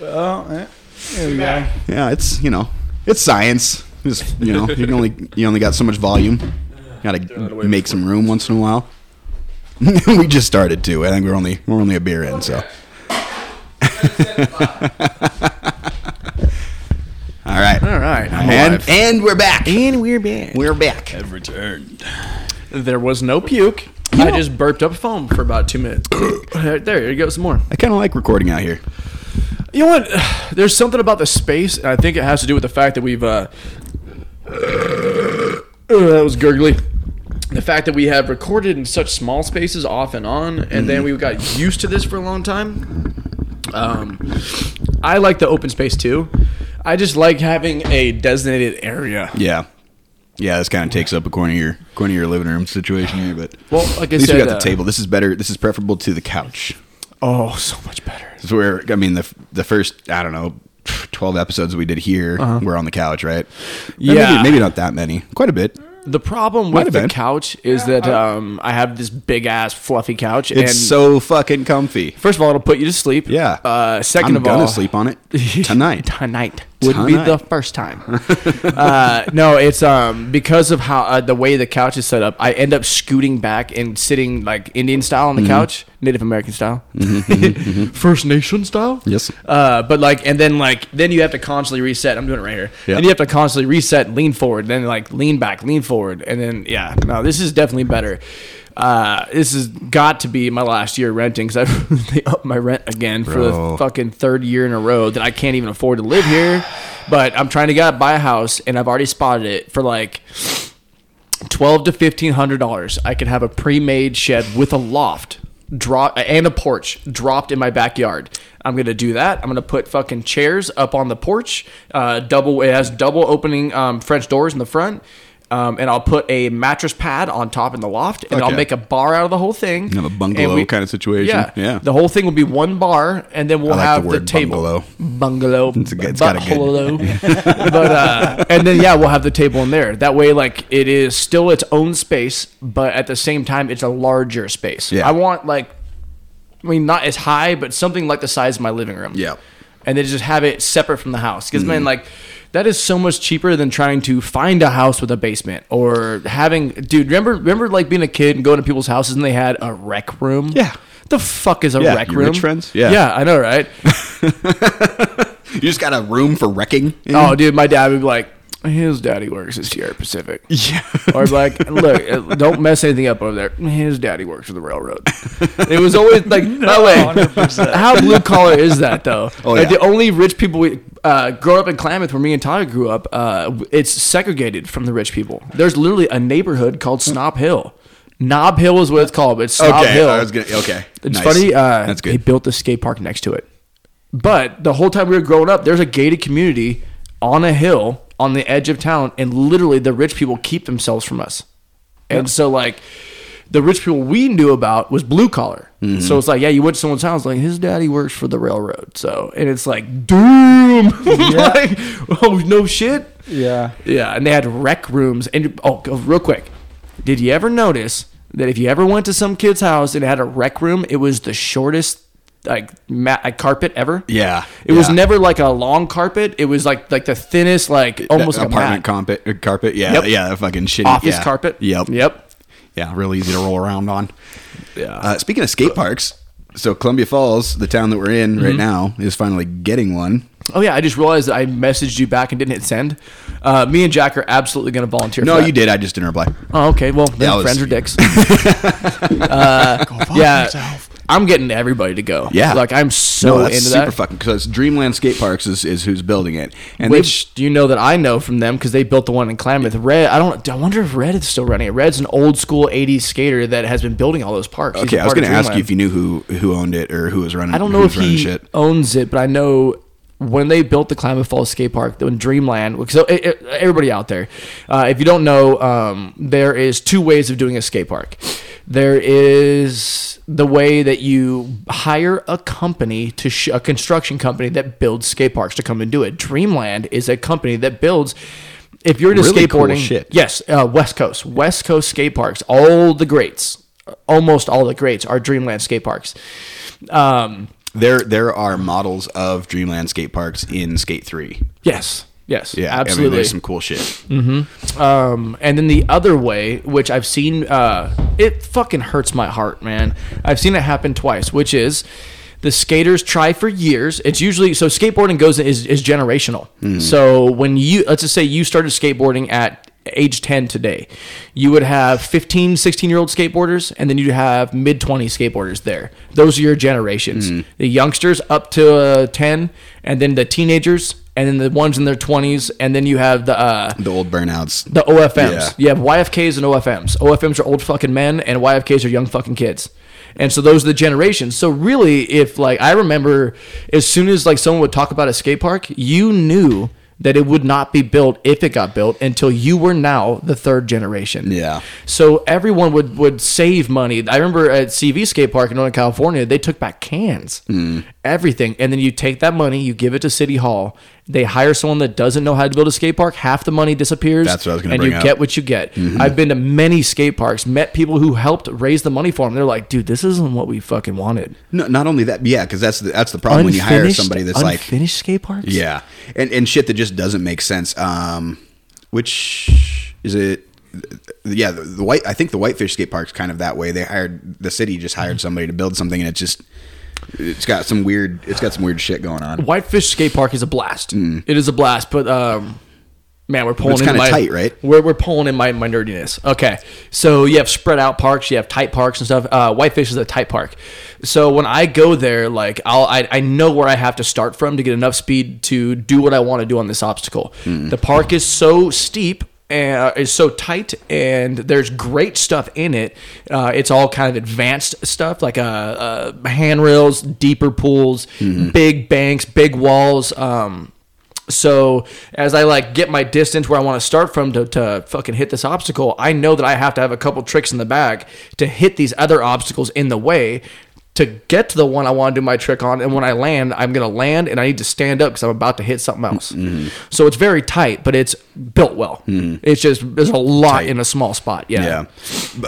Speaker 4: Oh, eh, there we go.
Speaker 1: Yeah, it's you know, it's science. It's, you know, you can only you only got so much volume. Got to make some room once in a while. we just started too. I think we're only we're only a beer in, so. All right.
Speaker 2: All right. I'm
Speaker 1: And,
Speaker 2: alive.
Speaker 1: and we're back.
Speaker 2: And we're back.
Speaker 1: We're back.
Speaker 5: I've returned.
Speaker 2: There was no puke. I just burped up foam for about two minutes. there, there you go. Some more.
Speaker 1: I kind of like recording out here.
Speaker 2: You know what? There's something about the space, and I think it has to do with the fact that we've. Uh, uh, that was gurgly. The fact that we have recorded in such small spaces off and on, and
Speaker 1: Mm-hmm.
Speaker 2: then we got used to this for a long time. Um, I like the open space too. I just like having a designated area.
Speaker 1: Yeah. Yeah, this kind of takes up a corner of your corner of your living room situation here, but
Speaker 2: Well, like I
Speaker 1: at least we
Speaker 2: said,
Speaker 1: got the
Speaker 2: uh,
Speaker 1: table. This is better. This is preferable to the couch.
Speaker 2: Oh, so much better.
Speaker 1: This is where I mean the the first I don't know twelve episodes we did here were on the couch, right?
Speaker 2: Uh-huh. Yeah.
Speaker 1: maybe, maybe not that many, quite a bit.
Speaker 2: The problem
Speaker 1: Might have
Speaker 2: with the
Speaker 1: been.
Speaker 2: couch is that um, I have this big ass fluffy couch,
Speaker 1: It's
Speaker 2: and
Speaker 1: so fucking comfy.
Speaker 2: first of all, it'll put you to sleep.
Speaker 1: Yeah.
Speaker 2: Uh, 2nd
Speaker 1: I'm
Speaker 2: of
Speaker 1: gonna
Speaker 2: all,
Speaker 1: sleep on it tonight.
Speaker 2: tonight would be
Speaker 1: Tonight.
Speaker 2: the first time. uh, no, it's um because of how uh, the way the couch is set up. I end up scooting back and sitting like Indian style on
Speaker 1: Mm-hmm.
Speaker 2: the couch, Native American style, First Nation style.
Speaker 1: Yes.
Speaker 2: Uh, but like, and then like, then you have to constantly reset. I'm doing it right here.
Speaker 1: Yeah.
Speaker 2: Then you have to constantly reset, lean forward, then like lean back, lean forward, and then yeah. No, this is definitely better. Uh, this has got to be my last year renting because I they upped my rent again for
Speaker 1: Bro.
Speaker 2: the fucking third year in a row that I can't even afford to live here. But I'm trying to get buy a house, and I've already spotted it for like twelve to fifteen hundred dollars, I could have a pre-made shed with a loft, drop and a porch dropped in my backyard. I'm gonna do that. I'm gonna put fucking chairs up on the porch. Uh, double it has double opening um, French doors in the front. Um, and I'll put a mattress pad on top in the loft, and
Speaker 1: Fuck
Speaker 2: I'll
Speaker 1: yeah.
Speaker 2: make a bar out of the whole thing.
Speaker 1: Kind of a
Speaker 2: And
Speaker 1: bungalow kind of situation.
Speaker 2: Yeah,
Speaker 1: Yeah.
Speaker 2: The whole thing will be one bar, and then we'll
Speaker 1: I like
Speaker 2: have
Speaker 1: the
Speaker 2: the,
Speaker 1: word
Speaker 2: table.
Speaker 1: bungalow.
Speaker 2: Bungalow.
Speaker 1: It's a good- it's got a good-
Speaker 2: Butthole. but uh, and then yeah, we'll have the table in there. That way, like it is still its own space, but at the same time, it's a larger space.
Speaker 1: Yeah.
Speaker 2: I want like, I mean, not as high, but something like the size of my living room.
Speaker 1: Yeah.
Speaker 2: And then just have it separate from the house. Because,
Speaker 1: Mm-hmm.
Speaker 2: man, like, that is so much cheaper than trying to find a house with a basement or having. Dude, remember, remember like being a kid and going to people's houses and they had a rec room?
Speaker 1: Yeah.
Speaker 2: The fuck is a
Speaker 1: Yeah,
Speaker 2: rec
Speaker 1: your
Speaker 2: room?
Speaker 1: rich friends? Yeah.
Speaker 2: Yeah, I know, right?
Speaker 1: You just got a room for wrecking.
Speaker 2: oh, dude, my dad would be like, his daddy works at Sierra Pacific.
Speaker 1: yeah.
Speaker 2: or like, look, don't mess anything up over there. His daddy works for the railroad. It was always like, by the way, how blue collar is that though?
Speaker 1: Oh,
Speaker 2: Like,
Speaker 1: yeah.
Speaker 2: the only rich people we uh, grow up in Klamath, where me and Tyler grew up, uh, it's segregated from the rich people. There's literally a neighborhood called Snob Hill. Knob Hill is what it's called, but it's Snob
Speaker 1: Okay.
Speaker 2: Hill.
Speaker 1: I was gonna, okay.
Speaker 2: It's
Speaker 1: Nice.
Speaker 2: funny. Uh,
Speaker 1: That's
Speaker 2: He
Speaker 1: good.
Speaker 2: built the skate park next to it. But the whole time we were growing up, there's a gated community on a hill on the edge of town, and literally the rich people keep themselves from us. And so, like, the rich people we knew about was blue collar.
Speaker 1: Mm-hmm.
Speaker 2: So it's like, yeah, you went to someone's house, like his daddy works for the railroad. So, and it's like, doom, like, oh no shit.
Speaker 4: Yeah.
Speaker 2: Yeah, and they had rec rooms. And oh, go- real quick, did you ever notice that if you ever went to some kid's house and it had a rec room, it was the shortest like mat like carpet ever?
Speaker 1: Yeah,
Speaker 2: it was
Speaker 1: yeah.
Speaker 2: never like a long carpet. It was like like the thinnest, like almost
Speaker 1: That
Speaker 2: like
Speaker 1: apartment
Speaker 2: a mat.
Speaker 1: carpet. uh, Carpet. Yeah.
Speaker 2: Yep.
Speaker 1: Yeah. That fucking shitty
Speaker 2: office
Speaker 1: yeah.
Speaker 2: carpet.
Speaker 1: Yep.
Speaker 2: yep.
Speaker 1: Yeah. Real easy to roll around on.
Speaker 2: Yeah.
Speaker 1: Uh, speaking of skate parks, so Columbia Falls, the town that we're in right
Speaker 2: Mm-hmm.
Speaker 1: now, is finally getting one.
Speaker 2: oh yeah, I just realized that I messaged you back and didn't hit send. Uh, me and Jack are absolutely going to volunteer.
Speaker 1: No,
Speaker 2: for that.
Speaker 1: you did. I just didn't reply.
Speaker 2: Oh, okay. Well, then
Speaker 1: Yeah, I was-
Speaker 2: friends are dicks. Uh, yeah, I'm getting everybody to go.
Speaker 1: Yeah.
Speaker 2: like I'm so
Speaker 1: no, that's
Speaker 2: into
Speaker 1: super
Speaker 2: that.
Speaker 1: fucking because Dreamland Skate Parks is, is who's building it, and they-
Speaker 2: Which you know that I know from them because they built the one in Klamath. Red, I don't. I wonder if Red is still running it. Red's an old school '80s skater that has been building all those parks. He's
Speaker 1: Okay,
Speaker 2: a
Speaker 1: I was
Speaker 2: part
Speaker 1: going
Speaker 2: of
Speaker 1: to ask you
Speaker 2: Dreamland.
Speaker 1: if you knew who who owned it or who was running.
Speaker 2: I don't know
Speaker 1: who
Speaker 2: if
Speaker 1: was running
Speaker 2: he
Speaker 1: shit.
Speaker 2: owns it, but I know when they built the Klamath Falls skate park, when Dreamland. So e- e- everybody out there, uh, if you don't know, um, there is two ways of doing a skate park. There is the way that you hire a company to sh- a construction company that builds skate parks to come and do it. Dreamland is a company that builds. If you're into
Speaker 1: Really cool
Speaker 2: skateboarding,
Speaker 1: shit.
Speaker 2: Yes, uh, West Coast, West Coast skate parks. All the greats, almost all the greats, are Dreamland skate parks. Um,
Speaker 1: There there are models of Dreamland skate parks in Skate Three.
Speaker 2: yes, yes,
Speaker 1: Yeah, I mean,
Speaker 2: absolutely.
Speaker 1: there's some cool shit.
Speaker 2: Um, and then the other way, which I've seen, uh, it fucking hurts my heart, man. I've seen it happen twice, which is the skaters try for years. It's usually so skateboarding goes is, is generational. So when you let's just say you started skateboarding at age 10 today you would have 15 16 year old skateboarders and then you'd have mid 20 skateboarders there those are your generations the youngsters up to uh, 10 and then the teenagers and then the ones in their 20s and then you have the uh,
Speaker 1: The old burnouts.
Speaker 2: the OFMs.
Speaker 1: Yeah.
Speaker 2: You have YFKs and OFMs. OFMs are old fucking men, and YFKs are young fucking kids. And so those are the generations. So really, if like I remember, as soon as like someone would talk about a skate park, you knew that it would not be built if it got built until you were now the third generation.
Speaker 1: Yeah.
Speaker 2: So everyone would would save money. I remember at CV Skate Park in Northern California, they took back cans,
Speaker 1: Mm.
Speaker 2: everything, and then you take that money, you give it to City Hall. They hire someone that doesn't know how to build a skate park. Half the money disappears.
Speaker 1: That's what I was gonna
Speaker 2: And
Speaker 1: bring
Speaker 2: you
Speaker 1: up. Mm-hmm.
Speaker 2: get what you get. I've been to many skate parks, met people who helped raise the money for them. They're like, dude, this isn't what we fucking wanted.
Speaker 1: No, not only that, yeah, because that's the, that's the problem Oh, when you hire somebody that's like
Speaker 2: finished skate parks.
Speaker 1: yeah, and and shit that just doesn't make sense. Um, which is it? Yeah, the, the white. I think the Whitefish skate park's kind of that way. They hired the city just
Speaker 2: Mm-hmm.
Speaker 1: hired somebody to build something, and it's just it's got some weird it's got some weird shit going on.
Speaker 2: Whitefish Skate Park is a blast.
Speaker 1: Mm.
Speaker 2: It is a blast, but um, man, we're pulling
Speaker 1: It's
Speaker 2: in
Speaker 1: kinda
Speaker 2: my-
Speaker 1: tight, right?
Speaker 2: We're, we're pulling in my, my nerdiness. Okay, so you have spread out parks, you have tight parks and stuff. Uh, Whitefish is a tight park, so when I go there, like I'll I, I know where I have to start from to get enough speed to do what I want to do on this obstacle.
Speaker 1: Mm.
Speaker 2: The park is so steep. And uh, is so tight, and there's great stuff in it. Uh, it's all kind of advanced stuff, like uh,
Speaker 1: Mm-hmm.
Speaker 2: uh, handrails, deeper pools, big banks, big walls. Um, So as I like get my distance where I want to start from to, to fucking hit this obstacle, I know that I have to have a couple tricks in the bag to hit these other obstacles in the way to get to the one I want to do my trick on. And when I land, I'm gonna land and I need to stand up because I'm about to hit something else. So it's very tight, but it's built well. It's just there's a lot in a small spot. Yeah.
Speaker 1: Yeah.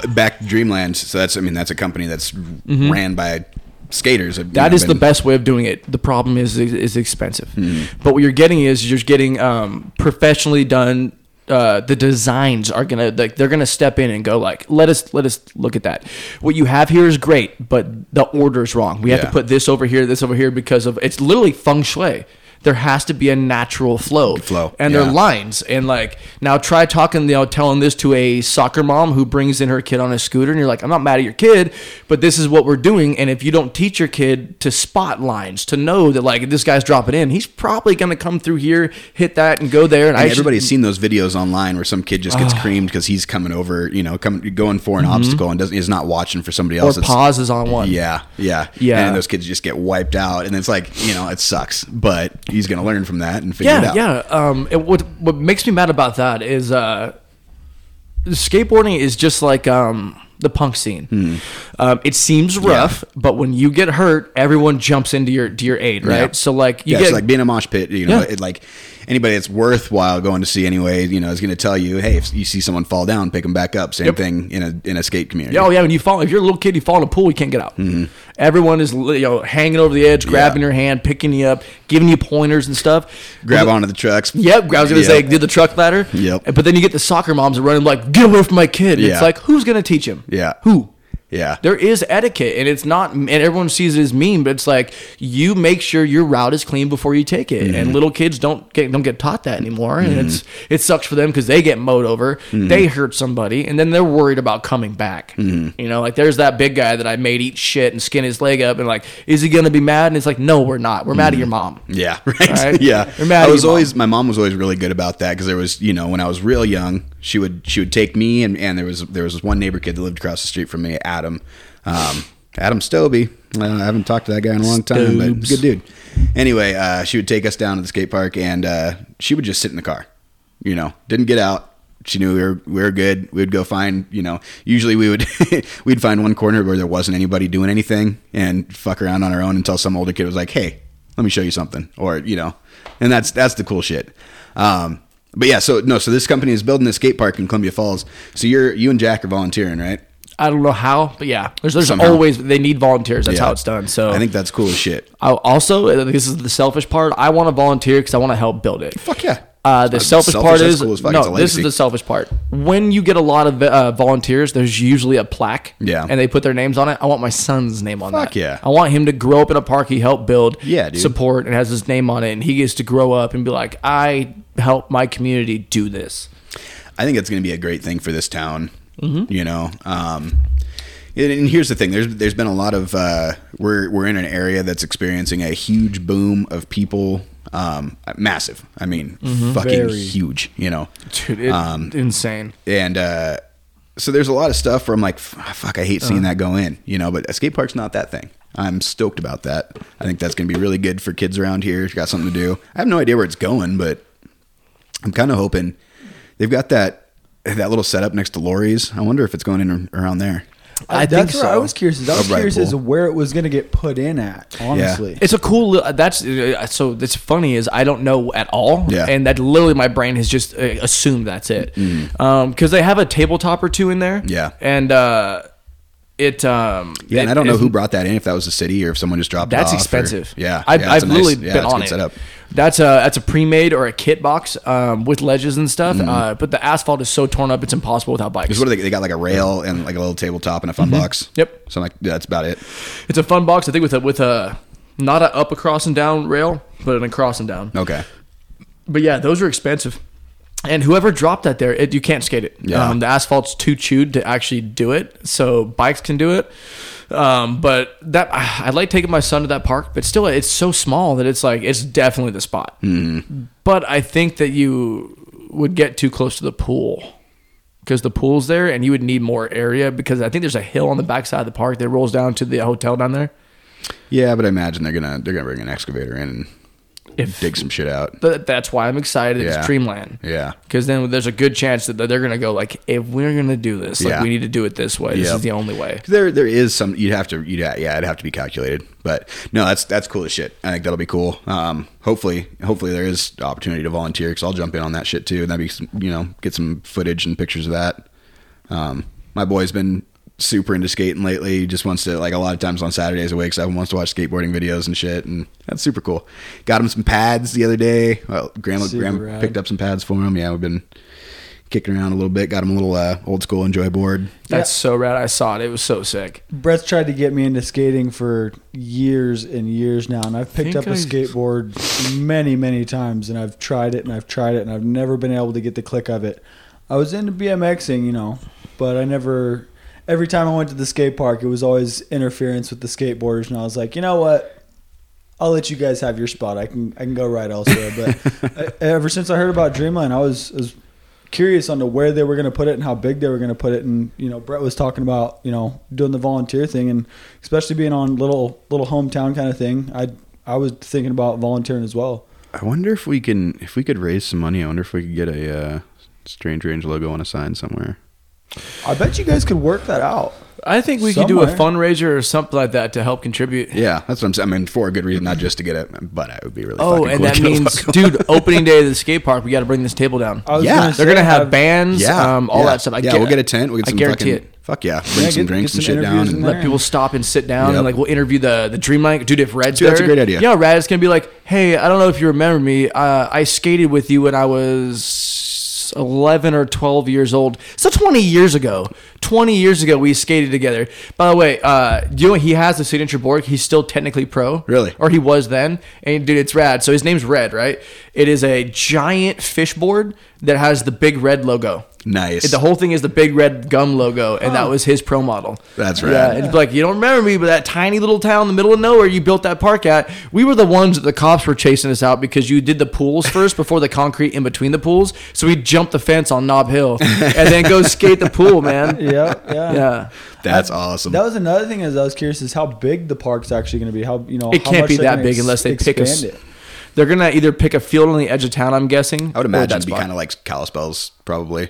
Speaker 1: B- Back to Dreamland. So that's, I mean, that's a company that's ran by skaters.
Speaker 2: Mm-hmm. That is the best way of doing it. The problem is is expensive,
Speaker 1: Mm-hmm.
Speaker 2: but what you're getting is you're getting um, professionally done. Uh, the designs are gonna like they're gonna step in and go like let us let us look at that. What you have here is great, but the order's wrong. We have
Speaker 1: Yeah.
Speaker 2: to put this over here, this over here because of it's literally feng shui. There has to be a natural flow.
Speaker 1: Flow,
Speaker 2: And they're
Speaker 1: yeah.
Speaker 2: lines and like now try talking you know telling this to a soccer mom who brings in her kid on a scooter and you're like i'm not mad at your kid but this is what we're doing and if you don't teach your kid to spot lines to know that like if this guy's dropping in he's probably going to come through here hit that and go there and, I
Speaker 1: And
Speaker 2: should-
Speaker 1: everybody's seen those videos online where some kid just gets creamed because he's coming over, you know, coming going for an obstacle and doesn't is not watching for somebody
Speaker 2: Mm-hmm. or
Speaker 1: else. It's-
Speaker 2: pauses on one
Speaker 1: Yeah, yeah,
Speaker 2: Yeah.
Speaker 1: And those kids just get wiped out, and it's like you know it sucks, but he's gonna learn from that and figure it
Speaker 2: yeah
Speaker 1: out.
Speaker 2: yeah um it, what what makes me mad about that is uh skateboarding is just like um the punk scene.
Speaker 1: Hmm.
Speaker 2: Um, it seems rough, but when you get hurt, everyone jumps into your to your aid, right?
Speaker 1: Yeah.
Speaker 2: So like you
Speaker 1: yeah,
Speaker 2: get
Speaker 1: it's like being a mosh pit. You know,
Speaker 2: Yeah.
Speaker 1: it, like anybody that's worthwhile going to see anyway, you know, is going to tell you, hey, if you see someone fall down, pick them back up. Same
Speaker 2: Yep.
Speaker 1: thing in a in a skate community.
Speaker 2: Yeah, Oh yeah, when you fall, if you're a little kid, you fall in a pool, you can't get out.
Speaker 1: Mm-hmm.
Speaker 2: Everyone is li- you know hanging over the edge, grabbing your hand, picking you up, giving you pointers and stuff.
Speaker 1: grab
Speaker 2: Well,
Speaker 1: onto the trucks.
Speaker 2: Yep, I was gonna
Speaker 1: Yeah.
Speaker 2: say do the truck ladder.
Speaker 1: Yep.
Speaker 2: But then you get the soccer moms running like, get away from my kid. And
Speaker 1: Yeah.
Speaker 2: It's like who's gonna teach him?
Speaker 1: Yeah.
Speaker 2: Who?
Speaker 1: yeah,
Speaker 2: There is etiquette, and it's not, and everyone sees it as mean, but it's like you make sure your route is clean before you take it,
Speaker 1: Mm-hmm.
Speaker 2: and little kids don't get don't get taught that anymore, and it's it sucks for them because they get mowed over,
Speaker 1: Mm-hmm.
Speaker 2: they hurt somebody, and then they're worried about coming back.
Speaker 1: Mm-hmm.
Speaker 2: You know, like there's that big guy that I made eat shit and skin his leg up, and like, is he gonna be mad? And it's like, no, we're not. We're mad at your mom.
Speaker 1: Mm-hmm. Yeah, right.
Speaker 2: Right?
Speaker 1: Yeah,
Speaker 2: You're
Speaker 1: I
Speaker 2: mad at
Speaker 1: was
Speaker 2: your mom.
Speaker 1: always my mom was always really good about that because there was you know when I was real young she would she would take me and and there was there was this one neighbor kid that lived across the street from me Adam um, Adam Stobie uh, I haven't talked to that guy in a long time but
Speaker 2: Stobes.
Speaker 1: good dude anyway uh, she would take us down to the skate park and uh, she would just sit in the car you know didn't get out. She knew we were we were good. We would go find you know. Usually we would we'd find one corner where there wasn't anybody doing anything and fuck around on our own until some older kid was like, "Hey, let me show you something or you know and that's that's the cool shit um but yeah so no so this company is building a skate park in columbia falls so you're you and jack are volunteering right
Speaker 2: I don't know how, but yeah, there's there's
Speaker 1: Somehow.
Speaker 2: always they need volunteers. That's
Speaker 1: Yeah.
Speaker 2: how it's done. So
Speaker 1: i think that's cool as shit
Speaker 2: I also, uh, this is the selfish part. I want to volunteer because I want to help build it.
Speaker 1: Fuck yeah.
Speaker 2: Uh, the
Speaker 1: That's
Speaker 2: selfish,
Speaker 1: selfish,
Speaker 2: part
Speaker 1: that's
Speaker 2: is
Speaker 1: cool as fuck. It's a
Speaker 2: no. This
Speaker 1: legacy.
Speaker 2: is the selfish part. When you get a lot of uh, volunteers, there's usually a plaque.
Speaker 1: Yeah.
Speaker 2: And they put their names on it. I want my son's name on
Speaker 1: Fuck
Speaker 2: that.
Speaker 1: yeah.
Speaker 2: I want him to grow up in a park he helped build.
Speaker 1: Yeah, dude.
Speaker 2: Support and has his name on it, and he gets to grow up and be like, I help my community do this.
Speaker 1: i think it's going to be a great thing for this town you know um and, and here's the thing there's there's been a lot of uh we're we're in an area that's experiencing a huge boom of people um massive i mean fucking
Speaker 4: Very.
Speaker 1: huge you know
Speaker 2: Dude, it,
Speaker 1: Um,
Speaker 2: insane.
Speaker 1: and uh, so there's a lot of stuff where I'm like, "F- fuck, I hate
Speaker 2: Uh-huh.
Speaker 1: seeing that go in, you know. But a skate park's not that thing. I'm stoked about that. I think that's going to be really good for kids around here. It's got something to do. I have no idea where it's going, but I'm kind of hoping they've got that that little setup next to Lori's. I wonder if it's going in around there.
Speaker 2: I
Speaker 4: that's
Speaker 2: think
Speaker 4: where I
Speaker 2: so.
Speaker 4: was curious. I was
Speaker 1: Upright
Speaker 4: curious as to
Speaker 1: pull.
Speaker 4: where it was going to get put in at. Honestly,
Speaker 2: It's a cool. li- That's uh, so. That's funny is I don't know at all.
Speaker 1: Yeah.
Speaker 2: And that literally my brain has just uh, assumed that's it. Because they have a tabletop or two in there.
Speaker 1: Mm. Yeah.
Speaker 2: And uh, it. Um,
Speaker 1: Yeah, and
Speaker 2: it
Speaker 1: I don't know
Speaker 2: is-
Speaker 1: who brought that in. If that was the city or if someone just dropped it.
Speaker 2: That's
Speaker 1: off or-
Speaker 2: expensive.
Speaker 1: yeah,
Speaker 2: I've,
Speaker 1: yeah,
Speaker 2: I've
Speaker 1: it's a nice-
Speaker 2: literally
Speaker 1: yeah,
Speaker 2: been
Speaker 1: it's a
Speaker 2: on
Speaker 1: good
Speaker 2: it.
Speaker 1: setup.
Speaker 2: That's a that's a pre-made or a kit box um, with ledges and stuff.
Speaker 1: Mm-hmm.
Speaker 2: Uh, but the asphalt is so torn up, it's impossible without bikes.
Speaker 1: Because what do they? They got like a rail and like a little tabletop and a fun box.
Speaker 2: Mm-hmm. Yep.
Speaker 1: So I'm like, yeah, that's about it.
Speaker 2: It's a fun box, I think, with a with a not a up across and down rail, but an across and down.
Speaker 1: Okay.
Speaker 2: But yeah, those are expensive. And whoever dropped that there, it, you can't skate it.
Speaker 1: Yeah.
Speaker 2: Um, the asphalt's too chewed to actually do it. So bikes can do it. Um, but that I I like taking my son to that park, but still, it's so small that it's like it's definitely the spot.
Speaker 1: Mm-hmm.
Speaker 2: But I think that you would get too close to the pool because the pool's there, and you would need more area because I think there's a hill on the backside of the park that rolls down to the hotel down there.
Speaker 1: Yeah, but I imagine they're gonna they're gonna bring an excavator in and
Speaker 2: If
Speaker 1: dig some shit out.
Speaker 2: but that's why I'm excited.
Speaker 1: Yeah.
Speaker 2: It's Dreamland.
Speaker 1: Yeah.
Speaker 2: Because then there's a good chance that they're gonna go like, if we're gonna do this, like
Speaker 1: Yeah.
Speaker 2: we need to do it this way. This
Speaker 1: Yep.
Speaker 2: is the only way.
Speaker 1: There, there is some. You'd have to. You'd ha- yeah, it'd have to be calculated. But no, that's that's cool as shit. I think that'll be cool. Um, hopefully, hopefully there is opportunity to volunteer because I'll jump in on that shit too, and that'd be some, you know get some footage and pictures of that. Um, my boy's been super into skating lately. He just wants to like a lot of times on Saturdays awake. So wants to watch skateboarding videos and shit, and that's super cool. Got him some pads the other day. Well, grandma,
Speaker 4: Super
Speaker 1: grandma
Speaker 4: rad.
Speaker 1: picked up some pads for him. Yeah, we've been kicking around a little bit. Got him a little uh, old school enjoy board.
Speaker 2: That's so rad. I saw it. It was so sick.
Speaker 4: Brett's tried to get me into skating for years and years now, and I've picked
Speaker 2: Think
Speaker 4: up a
Speaker 2: I-
Speaker 4: skateboard many, many times, and I've tried it and I've tried it, and I've never been able to get the click of it. I was into BMXing, you know, but I never. Every time I went to the skate park, it was always interference with the skateboarders, and I was like, you know what? I'll let you guys have your spot. I can I can go ride elsewhere. But I, ever since I heard about Dreamline, I was, I was curious on to where they were going to put it and how big they were going to put it. And you know, Brett was talking about you know doing the volunteer thing, and especially being on little little hometown kind of thing. I I was thinking about volunteering as well.
Speaker 1: I wonder if we can if we could raise some money. I wonder if we could get a uh, Strange Range logo on a sign somewhere.
Speaker 4: I bet you guys could work that out.
Speaker 2: I think we could do a
Speaker 4: Somewhere.
Speaker 2: fundraiser or something like that to help contribute.
Speaker 1: Yeah, that's what I'm saying. I mean, for a good reason, not just to get it, but it would be really.
Speaker 2: Oh,
Speaker 1: fucking
Speaker 2: and
Speaker 1: cool
Speaker 2: that
Speaker 1: to get a
Speaker 2: means,
Speaker 1: logo.
Speaker 2: dude, opening day of the skate park, we got to bring this table down.
Speaker 4: I was
Speaker 1: Yeah,
Speaker 4: gonna
Speaker 2: They're
Speaker 4: say,
Speaker 2: gonna have
Speaker 4: I've-
Speaker 2: bands,
Speaker 1: yeah,
Speaker 2: um,
Speaker 1: yeah.
Speaker 2: all that stuff. I
Speaker 1: yeah,
Speaker 2: get-
Speaker 1: we'll get a tent. We'll get
Speaker 2: I
Speaker 1: some
Speaker 2: guarantee
Speaker 1: fucking.
Speaker 2: it.
Speaker 1: Fuck yeah, bring some
Speaker 4: get-
Speaker 1: drinks
Speaker 4: get
Speaker 1: and
Speaker 4: some
Speaker 1: shit down.
Speaker 4: interviews in
Speaker 1: And,
Speaker 4: there.
Speaker 2: Let people stop and sit down,
Speaker 1: Yep.
Speaker 2: and like we'll interview the the Dreamline dude. If Red's
Speaker 1: Dude,
Speaker 2: there,
Speaker 1: that's a great idea.
Speaker 2: Yeah, Red is gonna be like, hey, I don't know if you remember me. Uh, I skated with you when I was eleven or twelve years old. So twenty years ago, twenty years ago, we skated together. By the way, uh, do you know what he has the signature board? He's still technically pro,
Speaker 1: Really?
Speaker 2: or he was then. And dude, it's rad. So his name's Red, right? It is a giant fish board that has the big red logo.
Speaker 1: Nice.
Speaker 2: The whole thing is the big red gum logo, and that was his pro model.
Speaker 1: That's
Speaker 2: Yeah,
Speaker 1: rad.
Speaker 2: and it's like you don't remember me, but that tiny little town in the middle of nowhere you built that park at, we were the ones that the cops were chasing us out because you did the pools first before the concrete in between the pools. So we jumped the fence on Knob Hill and then go skate the pool, man.
Speaker 4: Yeah, yeah.
Speaker 2: Yeah.
Speaker 1: that's awesome.
Speaker 4: That was another thing as I was curious is how big the park's actually going to be. How you know
Speaker 2: It
Speaker 4: how
Speaker 2: can't
Speaker 4: much
Speaker 2: be
Speaker 4: they're
Speaker 2: that
Speaker 4: gonna
Speaker 2: big
Speaker 4: ex-
Speaker 2: unless they pick a s-
Speaker 4: expand it.
Speaker 2: They're gonna either pick a field on the edge of town, I'm guessing.
Speaker 1: I would
Speaker 2: or
Speaker 1: imagine
Speaker 2: that
Speaker 1: it'd be
Speaker 2: spot.
Speaker 1: kind of like Kalispell's probably.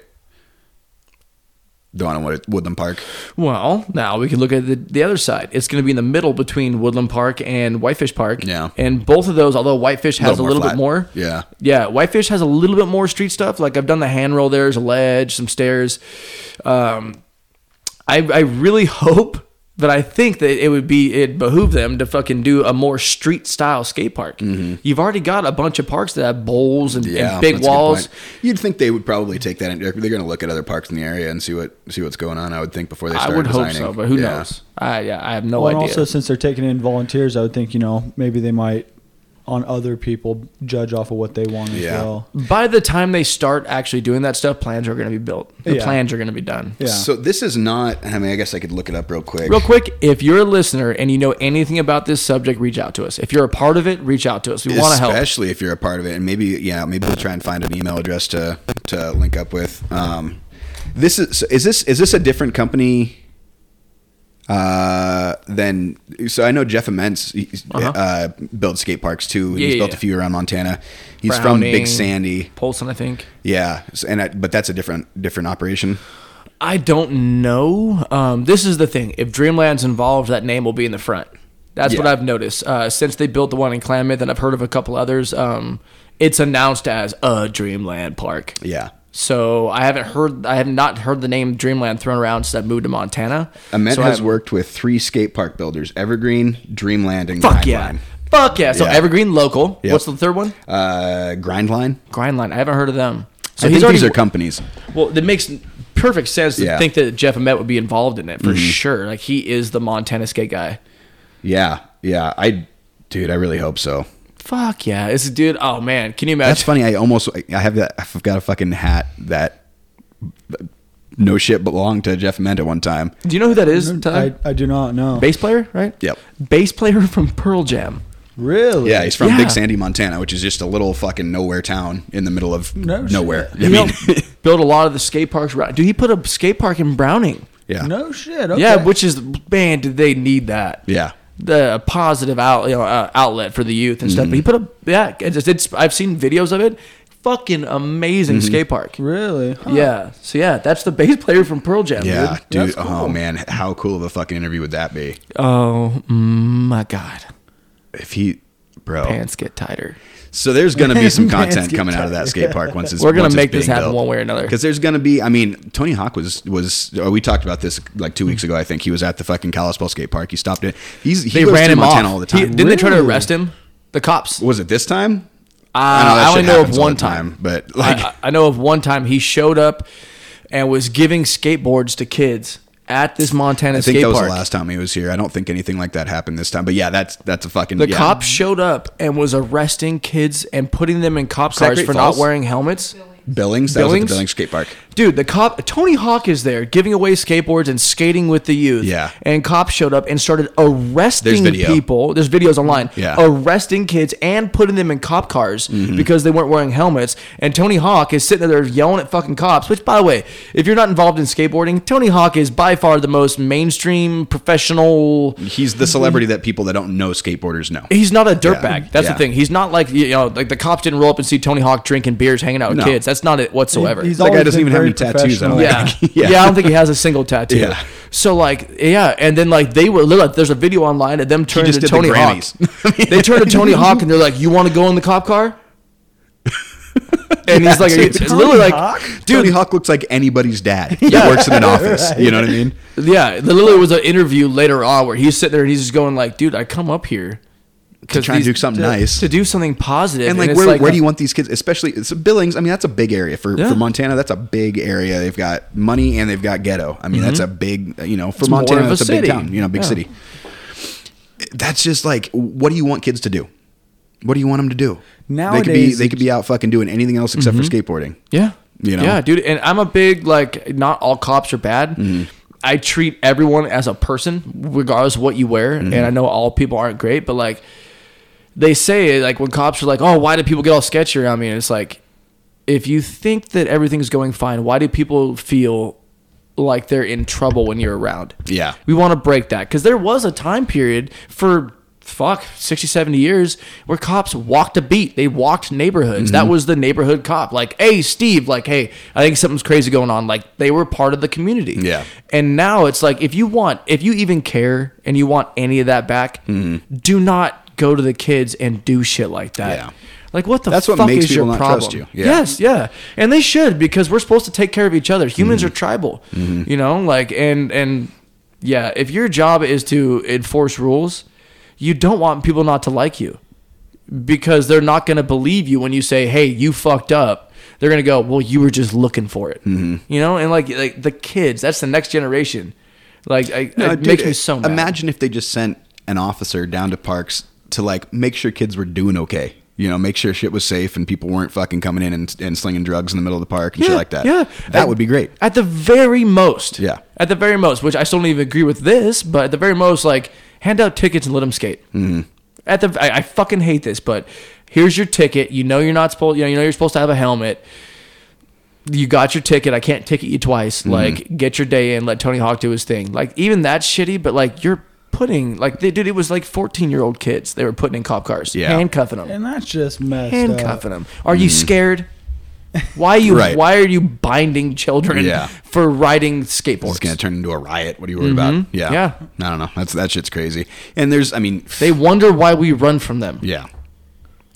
Speaker 1: The one in Wood- Woodland Park.
Speaker 2: Well, now we can look at the, the other side. It's going to be in the middle between Woodland Park and Whitefish Park.
Speaker 1: Yeah.
Speaker 2: And both of those, although Whitefish has a
Speaker 1: more
Speaker 2: little
Speaker 1: flat.
Speaker 2: bit more.
Speaker 1: Yeah.
Speaker 2: Yeah. Whitefish has a little bit more street stuff. Like I've done the hand roll there's a ledge, some stairs. Um, I, I really hope that I think that it would be, it behoove them to fucking do a more street style skate park. You've already got a bunch of parks that have bowls and, and
Speaker 1: Mm-hmm. Yeah,
Speaker 2: big
Speaker 1: that's a good
Speaker 2: walls.
Speaker 1: point. You'd think they would probably take that. Into, they're going to look at other parks in the area and see what see what's going on. I would think before they
Speaker 2: I
Speaker 1: start
Speaker 2: would hope
Speaker 1: designing.
Speaker 2: so, but who
Speaker 1: Yeah.
Speaker 2: knows? I, yeah, I have no
Speaker 4: Well, and
Speaker 2: idea.
Speaker 4: also since they're taking in volunteers, I would think you know maybe they might on other people judge off of what they want as
Speaker 1: Yeah.
Speaker 4: well.
Speaker 2: By the time they start actually doing that stuff, plans are going to be built. The
Speaker 4: Yeah.
Speaker 2: plans are going to be done.
Speaker 4: Yeah.
Speaker 1: So this is not. I mean, I guess I could look it up real quick.
Speaker 2: Real quick, if you're a listener and you know anything about this subject, reach out to us. If you're a part of it, reach out to us. We want to help.
Speaker 1: especially if you're a part of it, and maybe yeah, maybe we'll try and find an email address to to link up with. Um, this is so is this is this a different company? Uh, than so I know Jeff Immense he's, uh builds skate parks too.
Speaker 2: Uh-huh. Yeah,
Speaker 1: he's
Speaker 2: yeah,
Speaker 1: built
Speaker 2: yeah.
Speaker 1: a few around Montana. He's from
Speaker 2: Browning.
Speaker 1: Big Sandy.
Speaker 2: Polson, I think.
Speaker 1: Yeah, so- and I, but that's a different different operation.
Speaker 2: I don't know. Um, this is the thing. If Dreamland's involved, that name will be in the front. That's what
Speaker 1: Yeah.
Speaker 2: I've noticed uh, since they built the one in Klamath, and I've heard of a couple others. Um, it's announced as a Dreamland Park.
Speaker 1: Yeah.
Speaker 2: So I haven't heard. I have not heard the name Dreamland thrown around since I moved to Montana.
Speaker 1: Ament
Speaker 2: so
Speaker 1: has
Speaker 2: I'm-
Speaker 1: worked with three skate park builders: Evergreen, Dreamland, and
Speaker 2: Fuck
Speaker 1: Grindline.
Speaker 2: yeah. Fuck yeah. So
Speaker 1: Yeah.
Speaker 2: Evergreen Local.
Speaker 1: Yep.
Speaker 2: What's the third one?
Speaker 1: Uh, Grindline.
Speaker 2: Grindline. I haven't heard of them. So
Speaker 1: I think
Speaker 2: he's already,
Speaker 1: these are companies.
Speaker 2: well, that makes perfect sense to
Speaker 1: Yeah.
Speaker 2: think that Jeff Emmett would be involved in it for sure. Like he is the Montana skate guy.
Speaker 1: Yeah, yeah. I, dude, I really hope so.
Speaker 2: Fuck yeah. It's a dude. Oh man. Can you imagine?
Speaker 1: That's funny. I almost, I have that. I've got a fucking hat that, no shit, belonged to Jeff Mend at one time.
Speaker 2: Do you know who that is?
Speaker 4: I,
Speaker 2: Tyler?
Speaker 4: I do not know.
Speaker 2: Bass player, right?
Speaker 1: Yep.
Speaker 2: Bass player from Pearl Jam.
Speaker 4: Really?
Speaker 1: Yeah, he's from
Speaker 2: Yeah.
Speaker 1: Big Sandy, Montana, which is just a little fucking nowhere town in the middle of
Speaker 4: No shit.
Speaker 1: nowhere. I
Speaker 2: You
Speaker 1: mean,
Speaker 2: know, built a lot of the skate parks. around- Dude, he put a skate park in Browning.
Speaker 1: yeah,
Speaker 4: No shit. Okay.
Speaker 2: Yeah, which is man, did they need that?
Speaker 1: yeah.
Speaker 2: the positive out you know uh, outlet for the youth and stuff. But he
Speaker 1: Mm-hmm.
Speaker 2: put up yeah, it's, just- it's I've seen videos of it. Fucking amazing
Speaker 1: Mm-hmm.
Speaker 2: skate park.
Speaker 4: Really?
Speaker 2: Yeah. So yeah, that's the bass player from Pearl Jam. dude.
Speaker 1: Yeah, dude.
Speaker 4: That's
Speaker 1: Oh man, how cool of a fucking interview would that be?
Speaker 2: Oh my god.
Speaker 1: If he, bro.
Speaker 2: Pants get tighter.
Speaker 1: So there's gonna be some content
Speaker 4: Manscaped
Speaker 1: coming out of that skate park once it's
Speaker 2: We're gonna make this happen one way or another.
Speaker 1: Because there's gonna be, I mean, Tony Hawk was was oh, we talked about this like two weeks ago. I think he was at the fucking Kalispell skate park. He stopped it. He's he
Speaker 2: They
Speaker 1: goes
Speaker 2: ran
Speaker 1: to
Speaker 2: him
Speaker 1: Montana
Speaker 2: off
Speaker 1: all the time.
Speaker 2: He- didn't they try to
Speaker 4: Really?
Speaker 2: arrest him? The cops.
Speaker 1: was it this time?
Speaker 2: Uh,
Speaker 1: that
Speaker 2: I
Speaker 1: shit
Speaker 2: only know of
Speaker 1: happens all
Speaker 2: one
Speaker 1: the
Speaker 2: time. Uh,
Speaker 1: but like
Speaker 2: I, I know of one time he showed up and was giving skateboards to kids at this Montana
Speaker 1: I think
Speaker 2: skate
Speaker 1: that was
Speaker 2: park.
Speaker 1: the last time he was here. I don't think anything like that happened this time. But yeah, that's that's a fucking
Speaker 2: the
Speaker 1: yeah.
Speaker 2: cops showed up and was arresting kids and putting them in cop
Speaker 1: that
Speaker 2: cars
Speaker 1: Great
Speaker 2: for
Speaker 1: Falls?
Speaker 2: not wearing helmets.
Speaker 1: Billings. That was at the
Speaker 2: Billings?
Speaker 1: Billings skate park.
Speaker 2: Dude, the cop Tony Hawk is there giving away skateboards and skating with the youth.
Speaker 1: Yeah.
Speaker 2: And cops showed up and started arresting
Speaker 1: video.
Speaker 2: people. There's videos online.
Speaker 1: Yeah. Mm-hmm.
Speaker 2: Arresting kids and putting them in cop cars because they weren't wearing helmets. And Tony Hawk is sitting there yelling at fucking cops, which by the way, if you're not involved in skateboarding, Tony Hawk is by far the most mainstream professional
Speaker 1: He's the celebrity that people that don't know skateboarders know.
Speaker 2: He's not a dirtbag.
Speaker 1: Yeah.
Speaker 2: That's
Speaker 1: Yeah.
Speaker 2: the thing. He's not like you know, like the cops didn't roll up and see Tony Hawk drinking beers, hanging out with
Speaker 1: No.
Speaker 2: kids. That's not it whatsoever.
Speaker 4: He's
Speaker 1: That guy
Speaker 4: always
Speaker 1: doesn't
Speaker 4: been
Speaker 1: even have
Speaker 4: very
Speaker 1: any tattoos, I don't
Speaker 4: professional.
Speaker 1: think.
Speaker 2: yeah.
Speaker 1: Yeah.
Speaker 2: yeah, I don't think he has a single tattoo.
Speaker 1: Yeah.
Speaker 2: So like, yeah, and then like they were literally, there's a video online of them turning
Speaker 1: just
Speaker 2: to
Speaker 1: did the
Speaker 2: Tony Hawk.
Speaker 1: Grammys.
Speaker 2: they turn to Tony Hawk and they're like, "You want to go in the cop car?" And he's like,
Speaker 1: dude.
Speaker 2: it's literally like,
Speaker 4: Hawk?
Speaker 2: dude,
Speaker 1: Tony Hawk looks like anybody's dad that works in an office. You know what I mean?
Speaker 2: Yeah, there literally was an interview later on where he's sitting there and he's just going like, "Dude, I come up here to
Speaker 1: try and do something nice."
Speaker 2: to do something positive."
Speaker 1: And like,
Speaker 2: it's
Speaker 1: where, where do you want these kids? Especially it's Billings. I mean, that's a big area for,
Speaker 2: Yeah.
Speaker 1: for Montana. That's a big area. They've got money and they've got ghetto. I mean, that's a big you know for
Speaker 2: Mm-hmm. more
Speaker 1: Montana.
Speaker 2: of a
Speaker 1: That's a big
Speaker 2: city.
Speaker 1: town. You know, big
Speaker 2: Yeah.
Speaker 1: city. That's just like, what do you want kids to do? What do you want them to do? they could be
Speaker 4: Nowadays,
Speaker 1: they could be out fucking doing anything else except
Speaker 2: Mm-hmm.
Speaker 1: for skateboarding.
Speaker 2: Yeah.
Speaker 1: You know?
Speaker 2: Yeah, dude. And I'm a big like not all cops are bad.
Speaker 1: Mm-hmm.
Speaker 2: I treat everyone as a person, regardless of what you wear.
Speaker 1: Mm-hmm.
Speaker 2: And I know all people aren't great, but like they say like when cops are like, Oh, why do people get all sketchy around me? And it's like if you think that everything's going fine, why do people feel like they're in trouble when you're around?
Speaker 1: Yeah.
Speaker 2: We want to break that because there was a time period for fuck 60 70 years where cops walked a beat they walked neighborhoods that
Speaker 1: Mm-hmm.
Speaker 2: was the neighborhood cop like hey steve like hey i think something's crazy going on like they were part of the community
Speaker 1: Yeah.
Speaker 2: and now it's like if you want if you even care and you want any of that back do not go to the kids and do shit like that
Speaker 1: Mm-hmm. Yeah.
Speaker 2: like what the
Speaker 1: That's what
Speaker 2: fuck
Speaker 1: makes
Speaker 2: is your
Speaker 1: people not
Speaker 2: problem
Speaker 1: trust you. Yeah.
Speaker 2: yes yeah and they should because we're supposed to take care of each other humans
Speaker 1: Mm-hmm.
Speaker 2: are tribal you know like and and yeah if your job is to enforce rules you don't want people not to like you because they're not going to believe you when you say, "Hey, you fucked up." They're going to go, "Well, you were just looking for it,"
Speaker 1: Mm-hmm.
Speaker 2: you know. And like, like the kids, that's the next generation. Like, I,
Speaker 1: No,
Speaker 2: it
Speaker 1: dude,
Speaker 2: makes me so mad.
Speaker 1: Imagine if they just sent an officer down to parks to like make sure kids were doing okay. You know, make sure shit was safe and people weren't fucking coming in and, and slinging drugs in the middle of the park and shit like that.
Speaker 2: Yeah,
Speaker 1: that
Speaker 2: At-
Speaker 1: would be great.
Speaker 2: At the very most,
Speaker 1: Yeah.
Speaker 2: At the very most, which I still don't even agree with this, but at the very most, like hand out tickets and let them skate. Mm-hmm. At the, I, I fucking hate this, but here's your ticket. You know you're not supposed. You know you know you're supposed to have a helmet. You got your ticket. I can't ticket you twice.
Speaker 1: Mm-hmm.
Speaker 2: Like get your day in. Let Tony Hawk do his thing. Like even that's shitty, but like you're putting like they, dude, it was like 14 year old kids they were putting in cop cars,
Speaker 1: Yeah.
Speaker 2: handcuffing them
Speaker 4: And that's just messed up.
Speaker 2: handcuffing them. Are you scared? Why you?
Speaker 1: Mm-hmm. Right.
Speaker 2: Why are you binding children
Speaker 1: Yeah.
Speaker 2: for riding
Speaker 1: It's
Speaker 2: skateboards?
Speaker 1: gonna turn into a riot. What do you worry about? Yeah,
Speaker 2: Mm-hmm. Yeah.
Speaker 1: I don't know. That's that shit's crazy. And there's, I mean,
Speaker 2: they wonder why we run from them.
Speaker 1: yeah,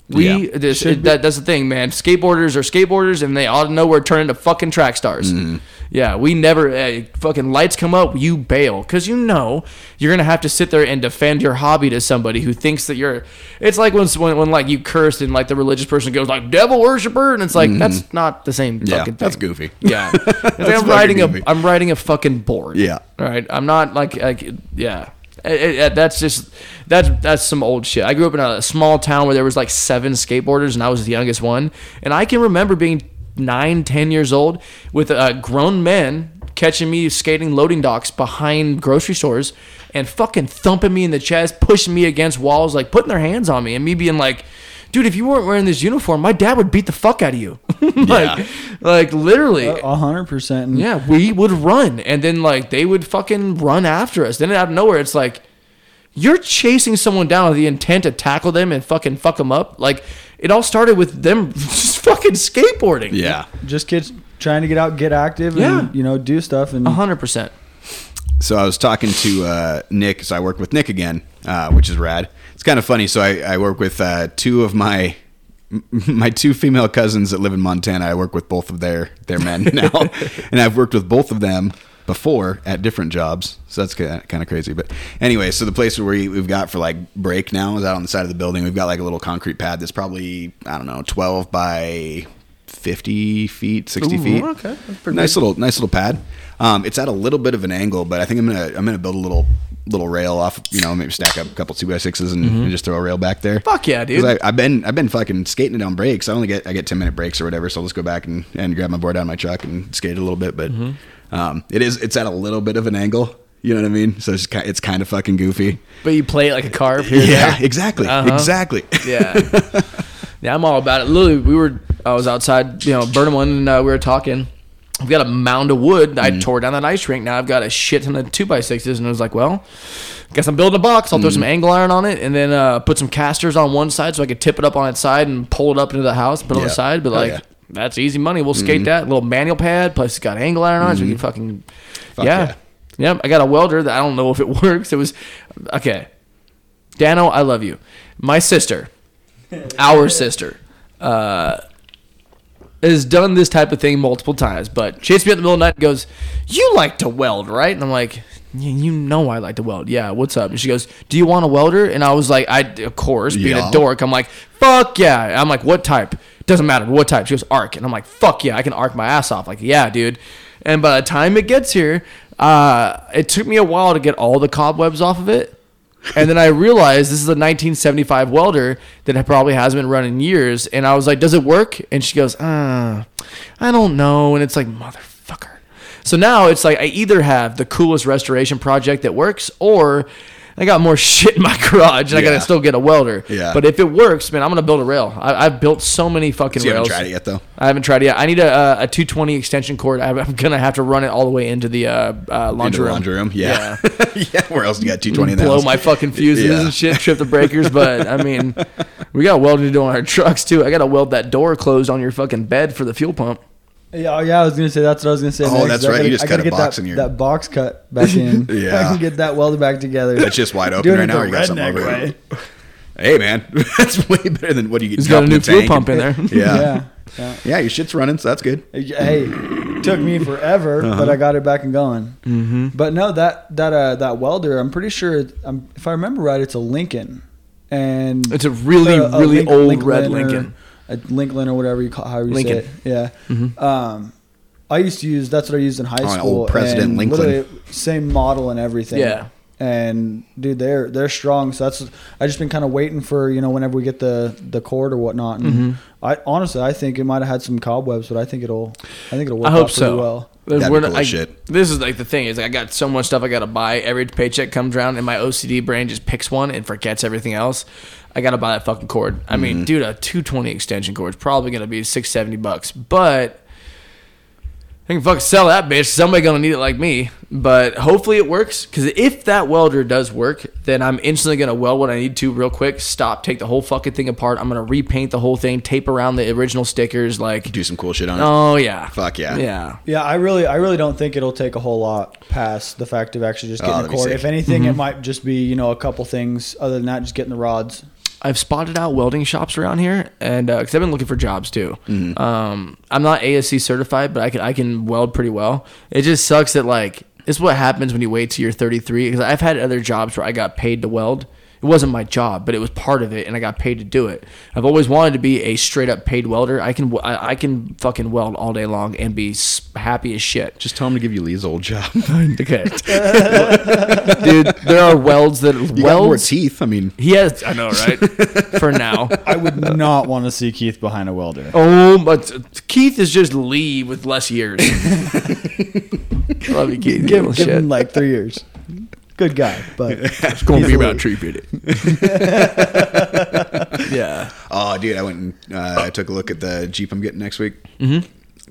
Speaker 2: We
Speaker 1: Yeah.
Speaker 2: this, it, that, that's the thing, man. Skateboarders are skateboarders, and they ought to know we're turning to fucking track stars.
Speaker 1: Mm-hmm.
Speaker 2: Yeah, we never eh, fucking lights come up, you bail because you know you're gonna have to sit there and defend your hobby to somebody who thinks that you're. It's like when when, when like you cursed and like the religious person goes like devil worshiper, and it's like that's not the same
Speaker 1: Mm-hmm. yeah.
Speaker 2: fucking thing.
Speaker 1: That's goofy.
Speaker 2: Yeah, It's like I'm
Speaker 1: fucking
Speaker 2: riding a
Speaker 1: goofy.
Speaker 2: I'm riding a fucking board.
Speaker 1: Yeah.
Speaker 2: All right. I'm not like like yeah. It- it- it- that's just that's that's some old shit. I grew up in a small town where there was like seven skateboarders, and I was the youngest one. And I can remember being nine, ten years old with uh, grown men catching me skating loading docks behind grocery stores and fucking thumping me in the chest, pushing me against walls, like putting their hands on me, and me being like, "Dude, if you weren't wearing this uniform, my dad would beat the fuck out of you." like, like literally,
Speaker 4: A hundred percent. and
Speaker 2: yeah, we would run, and then like they would fucking run after us. Then out of nowhere, it's like, You're chasing someone down with the intent to tackle them and fucking fuck them up. Like it all started with them just fucking skateboarding.
Speaker 1: Yeah.
Speaker 4: Just kids trying to get out, get active,
Speaker 2: Yeah.
Speaker 4: and you know, do stuff. And
Speaker 2: a hundred percent.
Speaker 1: So I was talking to uh, Nick. So I work with Nick again, uh, which is rad. It's kind of funny. So I, I work with uh, two of my my two female cousins that live in Montana. I work with both of their their men now, and I've worked with both of them before at different jobs. So that's kind of crazy. But anyway, so the place where we, we've got for like break now is out on the side of the building. We've got like a little concrete pad that's probably I don't know twelve by 50 feet, 60 feet. Okay. Nice little, nice little pad. Um, it's at a little bit of an angle, but I think I'm going to, I'm going to build a little, little rail off, you know, maybe stack up a couple two by sixes and,
Speaker 2: Mm-hmm.
Speaker 1: and just throw a rail back there.
Speaker 2: Fuck yeah, dude.
Speaker 1: 'Cause I, I've been, I've been fucking skating it on breaks. I only get, I get 10 minute breaks or whatever. So I'll just go back and, and grab my board out of my truck and skate a little bit. But,
Speaker 2: Mm-hmm.
Speaker 1: um, it is, it's at a little bit of an angle. You know what I mean? So it's, ki- it's kind of fucking goofy.
Speaker 2: But you play it like a carp. Here and
Speaker 1: Yeah,
Speaker 2: there.
Speaker 1: exactly.
Speaker 2: Uh-huh.
Speaker 1: Exactly.
Speaker 2: Yeah. yeah, I'm all about it. Literally, we were, I was outside, you know, burning one, and uh, we were talking. I've got a mound of wood.
Speaker 1: Mm-hmm.
Speaker 2: I tore down that ice rink. Now I've got a shit ton of two by sixes, and I was like, well, guess I'm building a box.
Speaker 1: Mm-hmm.
Speaker 2: I'll throw some angle iron on it, and then uh, put some casters on one side so I could tip it up on its side and pull it up into the house, put it on the
Speaker 1: Yeah.
Speaker 2: side. But
Speaker 1: Oh,
Speaker 2: like,
Speaker 1: yeah.
Speaker 2: that's easy money. We'll skate
Speaker 1: Mm-hmm.
Speaker 2: that little manual pad. Plus, it's got angle iron on it, so you can fucking, yeah.
Speaker 1: yeah.
Speaker 2: Yep, I got a welder that I don't know if it works. It was okay. Dano, I love you. My sister, our sister, uh, has done this type of thing multiple times, but she hits me up in the middle of the night and goes, You like to weld, right? And I'm like, "Y- You know I like to weld. Yeah, what's up? And she goes, Do you want a welder? And I was like, I, of course, being
Speaker 1: Yeah.
Speaker 2: a dork, I'm like, Fuck yeah. I'm like, What type? Doesn't matter. What type? She goes, Arc. And I'm like, Fuck yeah. I can arc my ass off. Like, yeah, dude. And by the time it gets here, uh, it took me a while to get all the cobwebs off of it. And then I realized this is a 1975 welder that had- probably hasn't been run in years. And I was like, does it work? And she goes, uh, I don't know. And it's like, motherfucker. So now it's like I either have the coolest restoration project that works or I got more shit in my garage and I got
Speaker 1: Yeah.
Speaker 2: to still get a welder.
Speaker 1: Yeah.
Speaker 2: But if it works, man, I'm going to build a rail. I, I've built so many fucking
Speaker 1: So you haven't
Speaker 2: rails.
Speaker 1: tried it yet though?
Speaker 2: I haven't tried it yet. I need a, uh, a 220 extension cord. I- I'm going to have to run it all the way into the uh, uh, laundry
Speaker 1: Into the
Speaker 2: room.
Speaker 1: laundry room. Yeah. Yeah. Where else do you got 220 in the
Speaker 2: blow
Speaker 1: house?
Speaker 2: my fucking fuses
Speaker 1: Yeah.
Speaker 2: and shit, trip the breakers. But I mean, we got welding to do on our trucks too. I got to weld that door closed on your fucking bed for the fuel pump.
Speaker 4: yeah, oh, yeah, I was gonna say that's what I was gonna say.
Speaker 1: Oh,
Speaker 4: next.
Speaker 1: that's
Speaker 4: I
Speaker 1: right, you
Speaker 4: gotta-
Speaker 1: just
Speaker 4: I
Speaker 1: cut
Speaker 4: gotta
Speaker 1: a
Speaker 4: get
Speaker 1: box
Speaker 4: that,
Speaker 1: in your-
Speaker 4: that box cut back in.
Speaker 1: Yeah.
Speaker 4: I can get that welded back together.
Speaker 1: That's just wide open
Speaker 4: Doing
Speaker 1: right
Speaker 4: it
Speaker 1: now,
Speaker 4: the
Speaker 1: or you got something
Speaker 4: redneck
Speaker 1: over
Speaker 4: way.
Speaker 1: it? Hey man, that's way better than what do you get.
Speaker 2: He's got a
Speaker 1: dropping
Speaker 2: new
Speaker 1: the
Speaker 2: fuel
Speaker 1: tank
Speaker 2: pump in
Speaker 1: and-
Speaker 2: there.
Speaker 1: Yeah. yeah,
Speaker 4: Yeah. yeah.
Speaker 1: your shit's running, so that's good.
Speaker 4: Hey, took me forever,
Speaker 2: Uh-huh.
Speaker 4: but I got it back and going. Mm-hmm. But no, that that uh, that welder, I'm pretty sure. it- I'm, if I remember right, it's a Lincoln, and
Speaker 2: It's a really, really old red
Speaker 4: or
Speaker 2: Lincoln.
Speaker 4: a Lincoln or whatever you call how you
Speaker 2: Lincoln. Mm-hmm.
Speaker 4: say it. Yeah. Um, I used to use that's what I used in high
Speaker 1: Oh, an
Speaker 4: school.
Speaker 1: old President
Speaker 4: and
Speaker 1: Lincoln.
Speaker 4: literally Same model and everything.
Speaker 2: Yeah.
Speaker 4: And dude, they're they're strong. So that's I just been kind of waiting for you know whenever we get the the cord or whatnot. And
Speaker 2: Mm-hmm.
Speaker 4: I honestly I think it might have had some cobwebs, but I think it'll I think it'll work
Speaker 2: I hope
Speaker 4: out pretty
Speaker 2: so.
Speaker 4: well.
Speaker 2: There's-
Speaker 1: That'd be
Speaker 2: we're not-
Speaker 1: cool as
Speaker 2: I-
Speaker 1: shit.
Speaker 2: This is like the thing is like I got so much stuff I got to buy. Every paycheck comes around and my OCD brain just picks one and forgets everything else. I got to buy that fucking cord. I
Speaker 1: Mm-hmm.
Speaker 2: mean, dude, a 220 extension cord's probably going to be 670 bucks, but I can fucking sell that bitch. Somebody gonna need it like me. But hopefully it works. Cause if that welder does work, then I'm instantly gonna weld what I need to real quick. Stop, take the whole fucking thing apart. I'm gonna repaint the whole thing, tape around the original stickers. Like,
Speaker 1: Do some cool shit on it.
Speaker 2: oh yeah,
Speaker 1: Fuck yeah.
Speaker 2: yeah.
Speaker 4: Yeah, I really, I really don't think it'll take a whole lot past the fact of actually just
Speaker 1: Oh,
Speaker 4: getting the
Speaker 1: that'd be
Speaker 4: cord.
Speaker 1: sick.
Speaker 4: If anything,
Speaker 2: Mm-hmm.
Speaker 4: it might just be you know a couple things other than that, just getting the rods.
Speaker 2: I've spotted out welding shops around here, and because I've been looking for jobs too.
Speaker 1: Mm-hmm.
Speaker 2: Um, I'm not ASC certified, but I can I can weld pretty well. It just sucks that like it's what happens when you wait till you're 33. Because I've had other jobs where I got paid to weld. It wasn't my job, but it was part of it, and I got paid to do it. I've always wanted to be a straight up paid welder. I can I, I can fucking weld all day long and be s- happy as shit.
Speaker 1: Just tell him to give you Lee's old job.
Speaker 2: Okay, dude, there are welds that
Speaker 1: You got more
Speaker 2: welds.
Speaker 1: teeth. I mean,
Speaker 2: He has, I know, right? For now,
Speaker 4: I would
Speaker 5: Not want to see Keith behind a welder.
Speaker 2: Oh, but Keith is just Lee with less years. Love you, Keith.
Speaker 4: give,
Speaker 2: Give
Speaker 4: give
Speaker 2: shit.
Speaker 4: him like three years. Good guy, but
Speaker 2: it's gonna
Speaker 4: be he's about
Speaker 2: treatment. yeah,
Speaker 4: Mm-hmm.
Speaker 1: oh dude, I went and uh, I took a look at the Jeep I'm getting next week.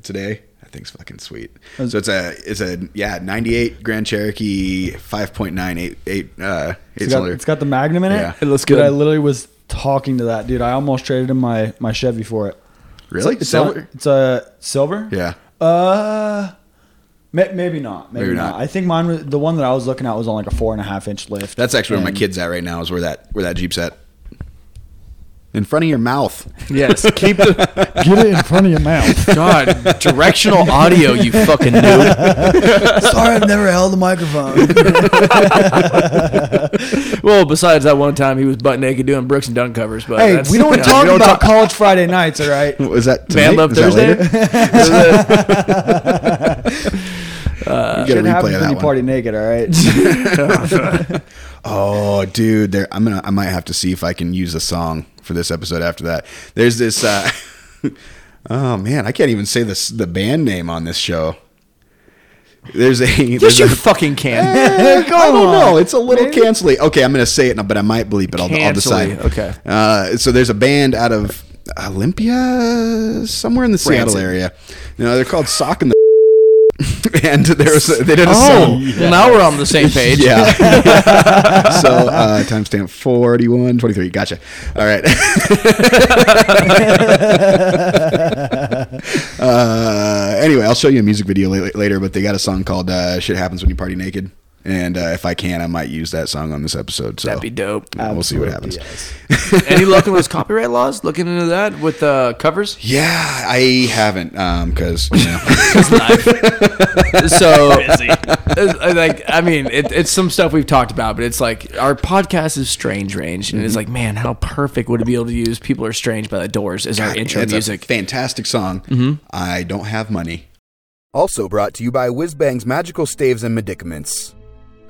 Speaker 1: today. That thing's fucking sweet.
Speaker 4: Uh,
Speaker 1: So it's a it's a yeah ninety eight Grand Cherokee five point nine eight eight uh eight
Speaker 4: It's got,
Speaker 1: cylinder.
Speaker 4: it's got the Magnum in it.
Speaker 1: Yeah. It
Speaker 2: looks
Speaker 4: Dude,
Speaker 2: good.
Speaker 4: I literally was talking to that dude. I almost traded him my my Chevy for it.
Speaker 1: really
Speaker 4: It's
Speaker 1: silver.
Speaker 4: A, it's a silver.
Speaker 1: yeah,
Speaker 4: Uh, may, maybe not. Maybe,
Speaker 1: Maybe
Speaker 4: not.
Speaker 1: not.
Speaker 4: I think mine was the one that I was looking at was on like a four and a half inch lift.
Speaker 1: that's actually where my
Speaker 4: And-
Speaker 1: kids at right now is where that where that Jeep's at. In front of your mouth.
Speaker 2: Yes, keep the
Speaker 4: Get it in front of your mouth.
Speaker 2: God directional audio. You fucking noob.
Speaker 4: Sorry, I've never held a microphone.
Speaker 2: Well, besides that one time he was butt naked doing Brooks and Dunn covers, but
Speaker 4: hey,
Speaker 2: that's-
Speaker 4: we don't
Speaker 2: you know,
Speaker 4: talk
Speaker 2: don't talk-
Speaker 4: about college Friday nights, all right?
Speaker 1: Was that
Speaker 2: Man
Speaker 1: tonight?
Speaker 2: Love
Speaker 1: Is that
Speaker 2: Thursday.
Speaker 1: later? You
Speaker 4: Shit
Speaker 1: get a replay
Speaker 4: happens
Speaker 1: of
Speaker 4: when
Speaker 1: that
Speaker 4: you
Speaker 1: one.
Speaker 4: party naked, all right?
Speaker 1: Oh, dude, there. I'm gonna. I might have to see if I can use a song for this episode. After that, there's this. Uh, oh man, I can't even say this. The band name on this show. There's a.
Speaker 2: Yes,
Speaker 1: there's
Speaker 2: you
Speaker 1: a
Speaker 2: fucking can.
Speaker 1: Eh, I don't
Speaker 4: on.
Speaker 1: know. It's a little cancely. Okay, I'm gonna say it, but I might bleep it. I'll, I'll decide.
Speaker 2: Cancely, okay.
Speaker 1: Uh, so there's a band out of Olympia, somewhere in the Seattle
Speaker 2: Branson.
Speaker 1: area. You know, they're called Sock and the. and there was a, they did a
Speaker 2: Oh,
Speaker 1: song.
Speaker 2: well, now we're on the same page.
Speaker 1: Yeah. so uh, timestamp 41, 23. Gotcha. All right. uh, anyway, I'll show you a music video la- later, but they got a song called uh, Shit Happens When You Party Naked. And uh, if I can, I might use that song on this episode. So
Speaker 2: That'd be dope.
Speaker 1: uh, we'll see what happens.
Speaker 2: Any luck on those copyright laws? Looking into that with uh, covers.
Speaker 1: Yeah, I haven't because you know,
Speaker 2: so it's uh, like i mean it, it's some stuff we've talked about but it's like our podcast is strange range and
Speaker 1: Mm-hmm.
Speaker 2: it's like man how perfect would it be able to use people are strange by the doors as our intro
Speaker 1: it's a
Speaker 2: music Mm-hmm.
Speaker 1: fantastic song. I don't have money.
Speaker 6: Also brought to you by Whizbang's Magical Staves and Medicaments.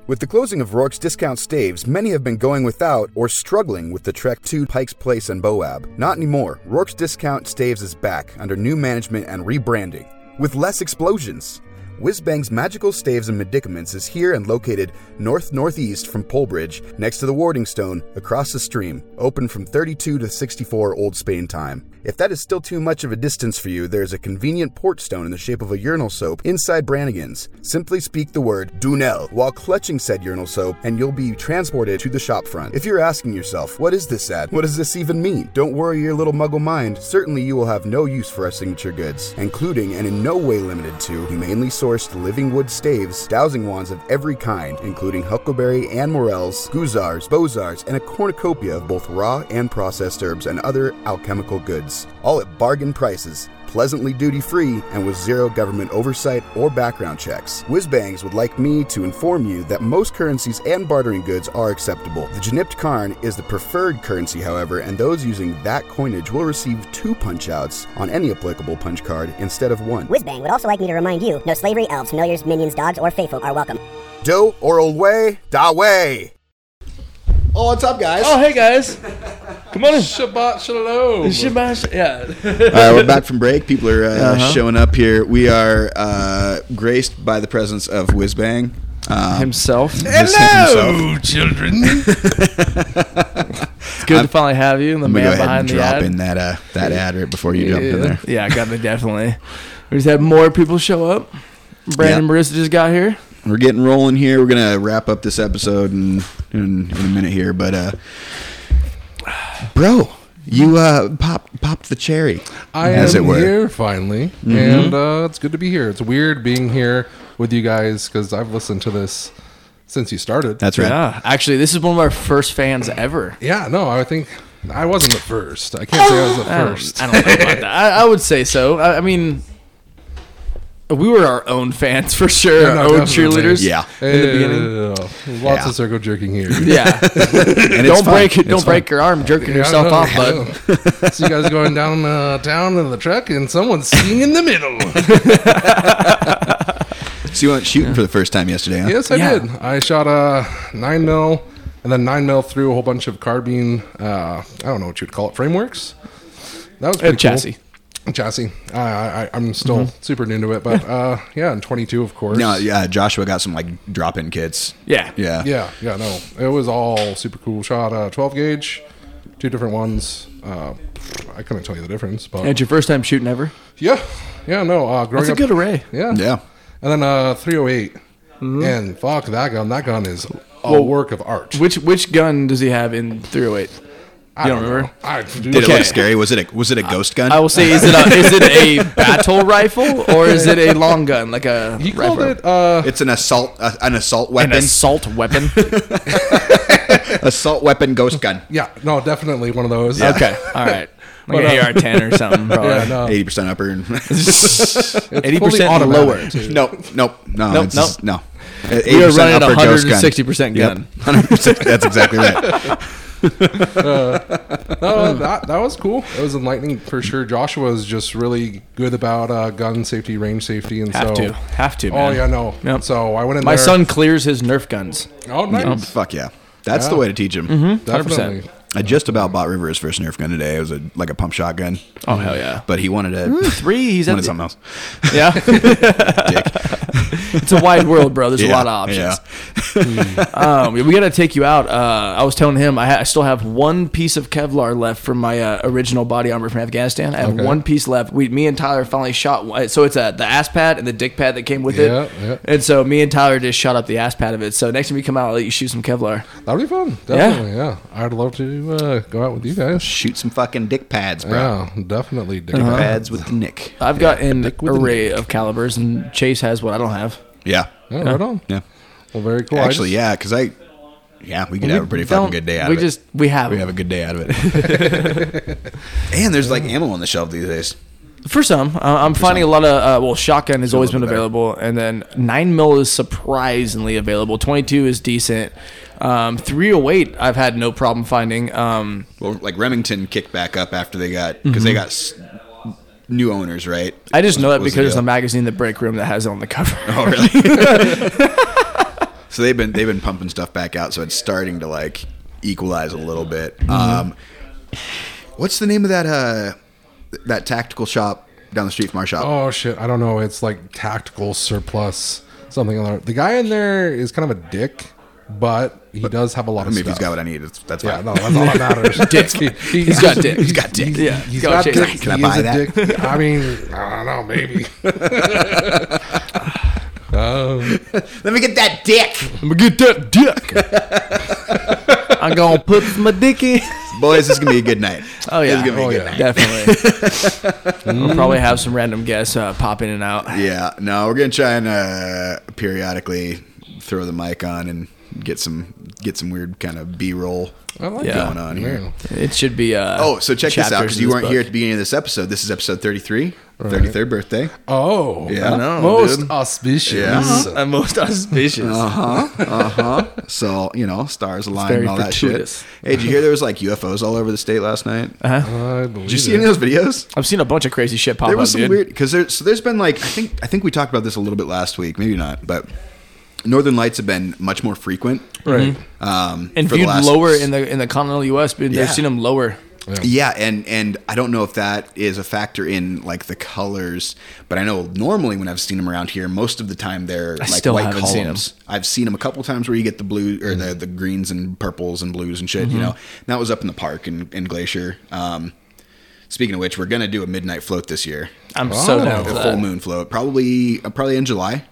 Speaker 6: With the closing of Rourke's Discount Staves, many have been going without or struggling with the trek to Pike's Place and Boab. Not anymore. Rourke's Discount Staves is back under new management and rebranding, with less explosions. Whizbang's Magical Staves and Medicaments is here and located north northeast from Polebridge, next to the Warding Stone, across the stream, open from 32 to 64 Old Spain time. If that is still too much of a distance for you, there is a convenient port stone in the shape of a urinal soap inside Brannigan's. Simply speak the word Dunel while clutching said urinal soap, and you'll be transported to the shop front. If you're asking yourself, what is this ad? What does this even mean? Don't worry your little muggle mind. Certainly, you will have no use for our signature goods, including and in no way limited to humanely sourced living wood staves, dowsing wands of every kind, including huckleberry and morels, guzars, bozars, and a cornucopia of both raw and processed herbs and other alchemical goods, all at bargain prices pleasantly duty free, and with zero government oversight or background checks. Whizbangs would like me to inform you that most currencies and bartering goods are acceptable. The Janipt Karn is the preferred currency, however, and those using that coinage will receive two punch outs on any applicable punch card instead of one.
Speaker 7: Whizbang would also like me to remind you no slavery, elves, familiars, minions, dogs, or faithful are welcome.
Speaker 6: Do or old way, da way!
Speaker 1: Oh, what's up, guys?
Speaker 2: oh hey guys come on in
Speaker 5: Shabbat shalom.
Speaker 2: Shabash- yeah
Speaker 1: All right, Uh, we're back from break. People are uh,
Speaker 2: Uh-huh.
Speaker 1: showing up here. We are uh, graced by the presence of Whizbang. Um,
Speaker 2: himself
Speaker 1: his- himself.
Speaker 5: children.
Speaker 2: it's good to finally have you the
Speaker 1: I'm gonna
Speaker 2: man
Speaker 1: go ahead and
Speaker 2: behind the
Speaker 1: drop
Speaker 2: ad
Speaker 1: in that uh, that ad right before you jump in
Speaker 2: yeah,
Speaker 1: there.
Speaker 2: yeah got me definitely we just had more people show up brandon
Speaker 1: Yeah.
Speaker 2: marissa just got here
Speaker 1: We're getting rolling here. We're gonna wrap up this episode in in, in a minute here, but uh, bro, you uh, pop popped the cherry,
Speaker 8: I
Speaker 1: as
Speaker 8: am
Speaker 1: it were. Mm-hmm.
Speaker 8: here finally, and uh, it's good to be here. It's weird being here with you guys because I've listened to this since you started.
Speaker 1: That's right.
Speaker 2: yeah actually this is one of our first fans ever
Speaker 8: yeah, no, I think I wasn't the first. I can't say I was the
Speaker 2: Oh, I don't-
Speaker 8: first.
Speaker 2: I don't know about that. I, I would say so. I, I mean, we were our own fans for sure,
Speaker 8: no,
Speaker 2: our own
Speaker 8: definitely.
Speaker 2: cheerleaders.
Speaker 1: Yeah.
Speaker 2: in the beginning.
Speaker 8: Ew. Lots
Speaker 1: Yeah.
Speaker 8: of circle jerking here.
Speaker 2: Yeah,
Speaker 1: And it's
Speaker 2: don't
Speaker 1: fun.
Speaker 2: break it.
Speaker 1: It's
Speaker 2: Don't
Speaker 1: fun.
Speaker 2: break your arm jerking
Speaker 8: Yeah,
Speaker 2: yourself
Speaker 8: I
Speaker 2: off,
Speaker 8: know,
Speaker 2: bud.
Speaker 8: I know. See you guys going down uh, town in the truck, and someone's singing in the middle.
Speaker 1: So you went shooting for the first time yesterday, huh?
Speaker 8: yes, I
Speaker 2: Yeah.
Speaker 8: did. I shot a nine mil, and then nine mil through a whole bunch of carbine. Uh, I don't know what you'd call it. Frameworks. That was pretty cool.
Speaker 2: chassis.
Speaker 8: Chassis. I, I, I'm still
Speaker 2: Mm-hmm.
Speaker 8: super new to it, but uh, yeah, and 22, of course.
Speaker 1: No, yeah. Joshua got some like drop-in kits.
Speaker 2: Yeah.
Speaker 1: Yeah.
Speaker 8: Yeah, yeah, no. It was all super cool. Shot uh, 12 gauge, two different ones. Uh, I couldn't tell you the difference, but
Speaker 2: And it's your first time shooting ever.
Speaker 8: yeah, yeah, no. Uh, growing
Speaker 2: That's a
Speaker 8: up,
Speaker 2: good array. Mm-hmm.
Speaker 8: Yeah,
Speaker 1: Yeah.
Speaker 8: And then uh, 308, and fuck that gun. That gun is a work of art.
Speaker 2: Which which gun does he have in 308?
Speaker 8: I
Speaker 2: don't remember?
Speaker 8: know. I do.
Speaker 1: Did it
Speaker 2: Okay. Uh,
Speaker 1: look scary? Was it a was it a ghost gun?
Speaker 2: I will say, is it a, is it a battle rifle or is it a long gun like a?
Speaker 8: He
Speaker 2: rifle?
Speaker 8: called it. Uh,
Speaker 1: it's an assault uh, an assault
Speaker 2: an
Speaker 1: weapon.
Speaker 2: assault weapon.
Speaker 1: assault weapon ghost gun.
Speaker 8: yeah, no, definitely one of those.
Speaker 2: Okay, all right, like
Speaker 8: But,
Speaker 2: an
Speaker 8: uh,
Speaker 2: AR-10 or something, probably.
Speaker 8: Yeah, no.
Speaker 1: Eighty percent upper. And
Speaker 2: Eighty
Speaker 8: fully
Speaker 2: percent
Speaker 8: automatic.
Speaker 2: lower.
Speaker 1: no, nope, no,
Speaker 2: Nope,
Speaker 1: it's just- no.
Speaker 2: We are
Speaker 1: 80%
Speaker 2: running
Speaker 1: upper
Speaker 2: a
Speaker 1: ghost
Speaker 2: hundred
Speaker 1: gun.
Speaker 2: and sixty percent
Speaker 1: Yep.
Speaker 2: gun.
Speaker 1: 100%. That's exactly right.
Speaker 8: No, Uh, that that was cool. It was enlightening for sure. Joshua is just really good about uh, gun safety, range safety, and
Speaker 2: Have
Speaker 8: so
Speaker 2: to, have to.
Speaker 8: Oh
Speaker 2: Man.
Speaker 8: yeah, no.
Speaker 2: Yep.
Speaker 8: So I went in
Speaker 2: My
Speaker 8: there-
Speaker 2: son clears his Nerf guns.
Speaker 8: Oh, nice.
Speaker 1: Fuck yeah. That's the way to teach him. Mm-hmm.
Speaker 8: Definitely.
Speaker 1: I just about bought River his first Nerf gun today. It was a like a pump shotgun,
Speaker 2: Oh hell yeah! Mm,
Speaker 1: but he wanted a
Speaker 2: Three, he's at
Speaker 1: wanted
Speaker 2: the-
Speaker 1: something else.
Speaker 2: yeah.
Speaker 1: Dick.
Speaker 2: It's a wide world, bro. There's a
Speaker 1: Yeah,
Speaker 2: lot of options.
Speaker 1: yeah.
Speaker 2: um, we gotta take you out. Uh, I was telling him I, ha- I still have one piece of Kevlar left from my uh, original body armor from Afghanistan. I have one piece left. We, me and Tyler finally shot. one- So it's uh, the ass pad and the dick pad that came with
Speaker 8: Yeah,
Speaker 2: it.
Speaker 8: yeah.
Speaker 2: And so me and Tyler just shot up the ass pad of it. So next time you come out, I'll let you shoot some Kevlar.
Speaker 8: That'd be fun. Definitely. Yeah. I'd love to uh, go out with you guys.
Speaker 1: Shoot some fucking dick pads, bro.
Speaker 8: Yeah, definitely. Dick
Speaker 2: Uh-huh.
Speaker 1: Pads with the nick.
Speaker 2: I've got an
Speaker 8: dick with the
Speaker 2: array of calibers, and Chase has what I don't have.
Speaker 1: Yeah.
Speaker 8: Yeah, right on.
Speaker 1: Yeah.
Speaker 8: Well, very cool. I
Speaker 1: Actually,
Speaker 8: just-
Speaker 1: yeah, because I, yeah, we could have a pretty
Speaker 2: Don't-
Speaker 1: fucking good day out
Speaker 2: we
Speaker 1: of it.
Speaker 2: just we have
Speaker 1: we have a good day out of it. and there's like ammo on the shelf these days.
Speaker 2: For some, uh, I'm finding a lot of uh, well, shotgun has always
Speaker 1: little
Speaker 2: been
Speaker 1: bit better.
Speaker 2: available, and then nine mil is surprisingly available. Twenty two is decent. Um, 308, I've had no problem finding. Um,
Speaker 1: Well, like Remington kicked back up after they got because
Speaker 8: Mm-hmm.
Speaker 1: they got s- new owners, right?
Speaker 2: I just
Speaker 1: Was-
Speaker 2: know that
Speaker 1: was
Speaker 2: because
Speaker 1: the
Speaker 2: there's
Speaker 1: deal.
Speaker 2: a magazine, The Break Room, that has it on the cover.
Speaker 1: Oh, really? so they've been they've been pumping stuff back out, so it's starting to like equalize a little bit.
Speaker 8: Mm-hmm.
Speaker 1: Um, what's the name of that uh that tactical shop down the street from our shop?
Speaker 8: Oh shit! I don't know. It's like tactical surplus, something like that. The guy in there is kind of a dick, but he does have a lot
Speaker 1: I
Speaker 8: of.
Speaker 1: mean, if
Speaker 8: stuff.
Speaker 1: he's got what I need, it's, that's
Speaker 8: Yeah,
Speaker 1: fine.
Speaker 8: no, that's all that matters.
Speaker 2: Dick. He's got dick.
Speaker 1: He's got dick.
Speaker 2: Yeah,
Speaker 8: He's
Speaker 2: Go,
Speaker 8: got
Speaker 2: Chase.
Speaker 8: dick.
Speaker 1: Can I
Speaker 8: he
Speaker 1: buy
Speaker 8: is a
Speaker 1: that?
Speaker 8: dick. I mean, I don't know. Maybe.
Speaker 1: Let me get that dick.
Speaker 2: I'm gonna get that dick. I'm gonna put my dick in.
Speaker 1: Boys, this is gonna be a good night.
Speaker 2: Oh
Speaker 1: This is
Speaker 2: yeah,
Speaker 1: gonna be a good
Speaker 8: Oh, yeah.
Speaker 1: night.
Speaker 2: definitely. we'll probably have some random guests uh, pop in and out.
Speaker 1: Yeah, no, we're gonna try and uh, periodically throw the mic on and get some get some weird kind of B roll
Speaker 8: I
Speaker 2: Oh,
Speaker 8: like
Speaker 2: Yeah.
Speaker 1: going on here.
Speaker 8: Yeah.
Speaker 2: It should be. Uh,
Speaker 1: Oh, so check this out because
Speaker 2: chapters in
Speaker 1: you
Speaker 2: this
Speaker 1: weren't
Speaker 2: book.
Speaker 1: here at the beginning of this episode. This is episode 33, 33rd birthday.
Speaker 8: Oh,
Speaker 1: Yeah. I know,
Speaker 8: most
Speaker 1: dude.
Speaker 8: auspicious.
Speaker 1: Yeah.
Speaker 2: I'm most auspicious.
Speaker 1: So, you know, stars aligned
Speaker 2: very
Speaker 1: and all that
Speaker 2: fortuitous. Uh-huh.
Speaker 1: shit. Hey, did you hear there was like UFOs all over the state last night?
Speaker 8: Uh-huh. I believe
Speaker 1: Did you see any of those videos?
Speaker 2: I've seen a bunch of crazy shit pop
Speaker 1: there
Speaker 2: up.
Speaker 1: was some
Speaker 2: dude.
Speaker 1: weird because there's so there's been like I think I think we talked about this a little bit last week, maybe not, but northern lights have been much more frequent.
Speaker 8: Right.
Speaker 1: Um,
Speaker 2: Mm. and
Speaker 1: for the
Speaker 2: viewed
Speaker 1: last-
Speaker 2: lower in the in the continental U.S. But
Speaker 1: Yeah.
Speaker 2: they've seen them lower.
Speaker 1: Yeah, and and I don't know if that is a factor in like the colors, but I know normally when I've seen them around here, most of the time they're like
Speaker 2: still
Speaker 1: white
Speaker 2: haven't
Speaker 1: columns.
Speaker 2: seen 'em.
Speaker 1: I've seen them a couple times where you get the blue or the, the greens and purples and blues and
Speaker 2: Mm-hmm.
Speaker 1: shit. You know, and that was up in the park in, in Glacier. Um, speaking of which, we're gonna do a midnight float this year,
Speaker 2: I'm so
Speaker 8: Oh.
Speaker 2: down for
Speaker 1: a
Speaker 2: that.
Speaker 1: full moon float, probably uh, probably in July.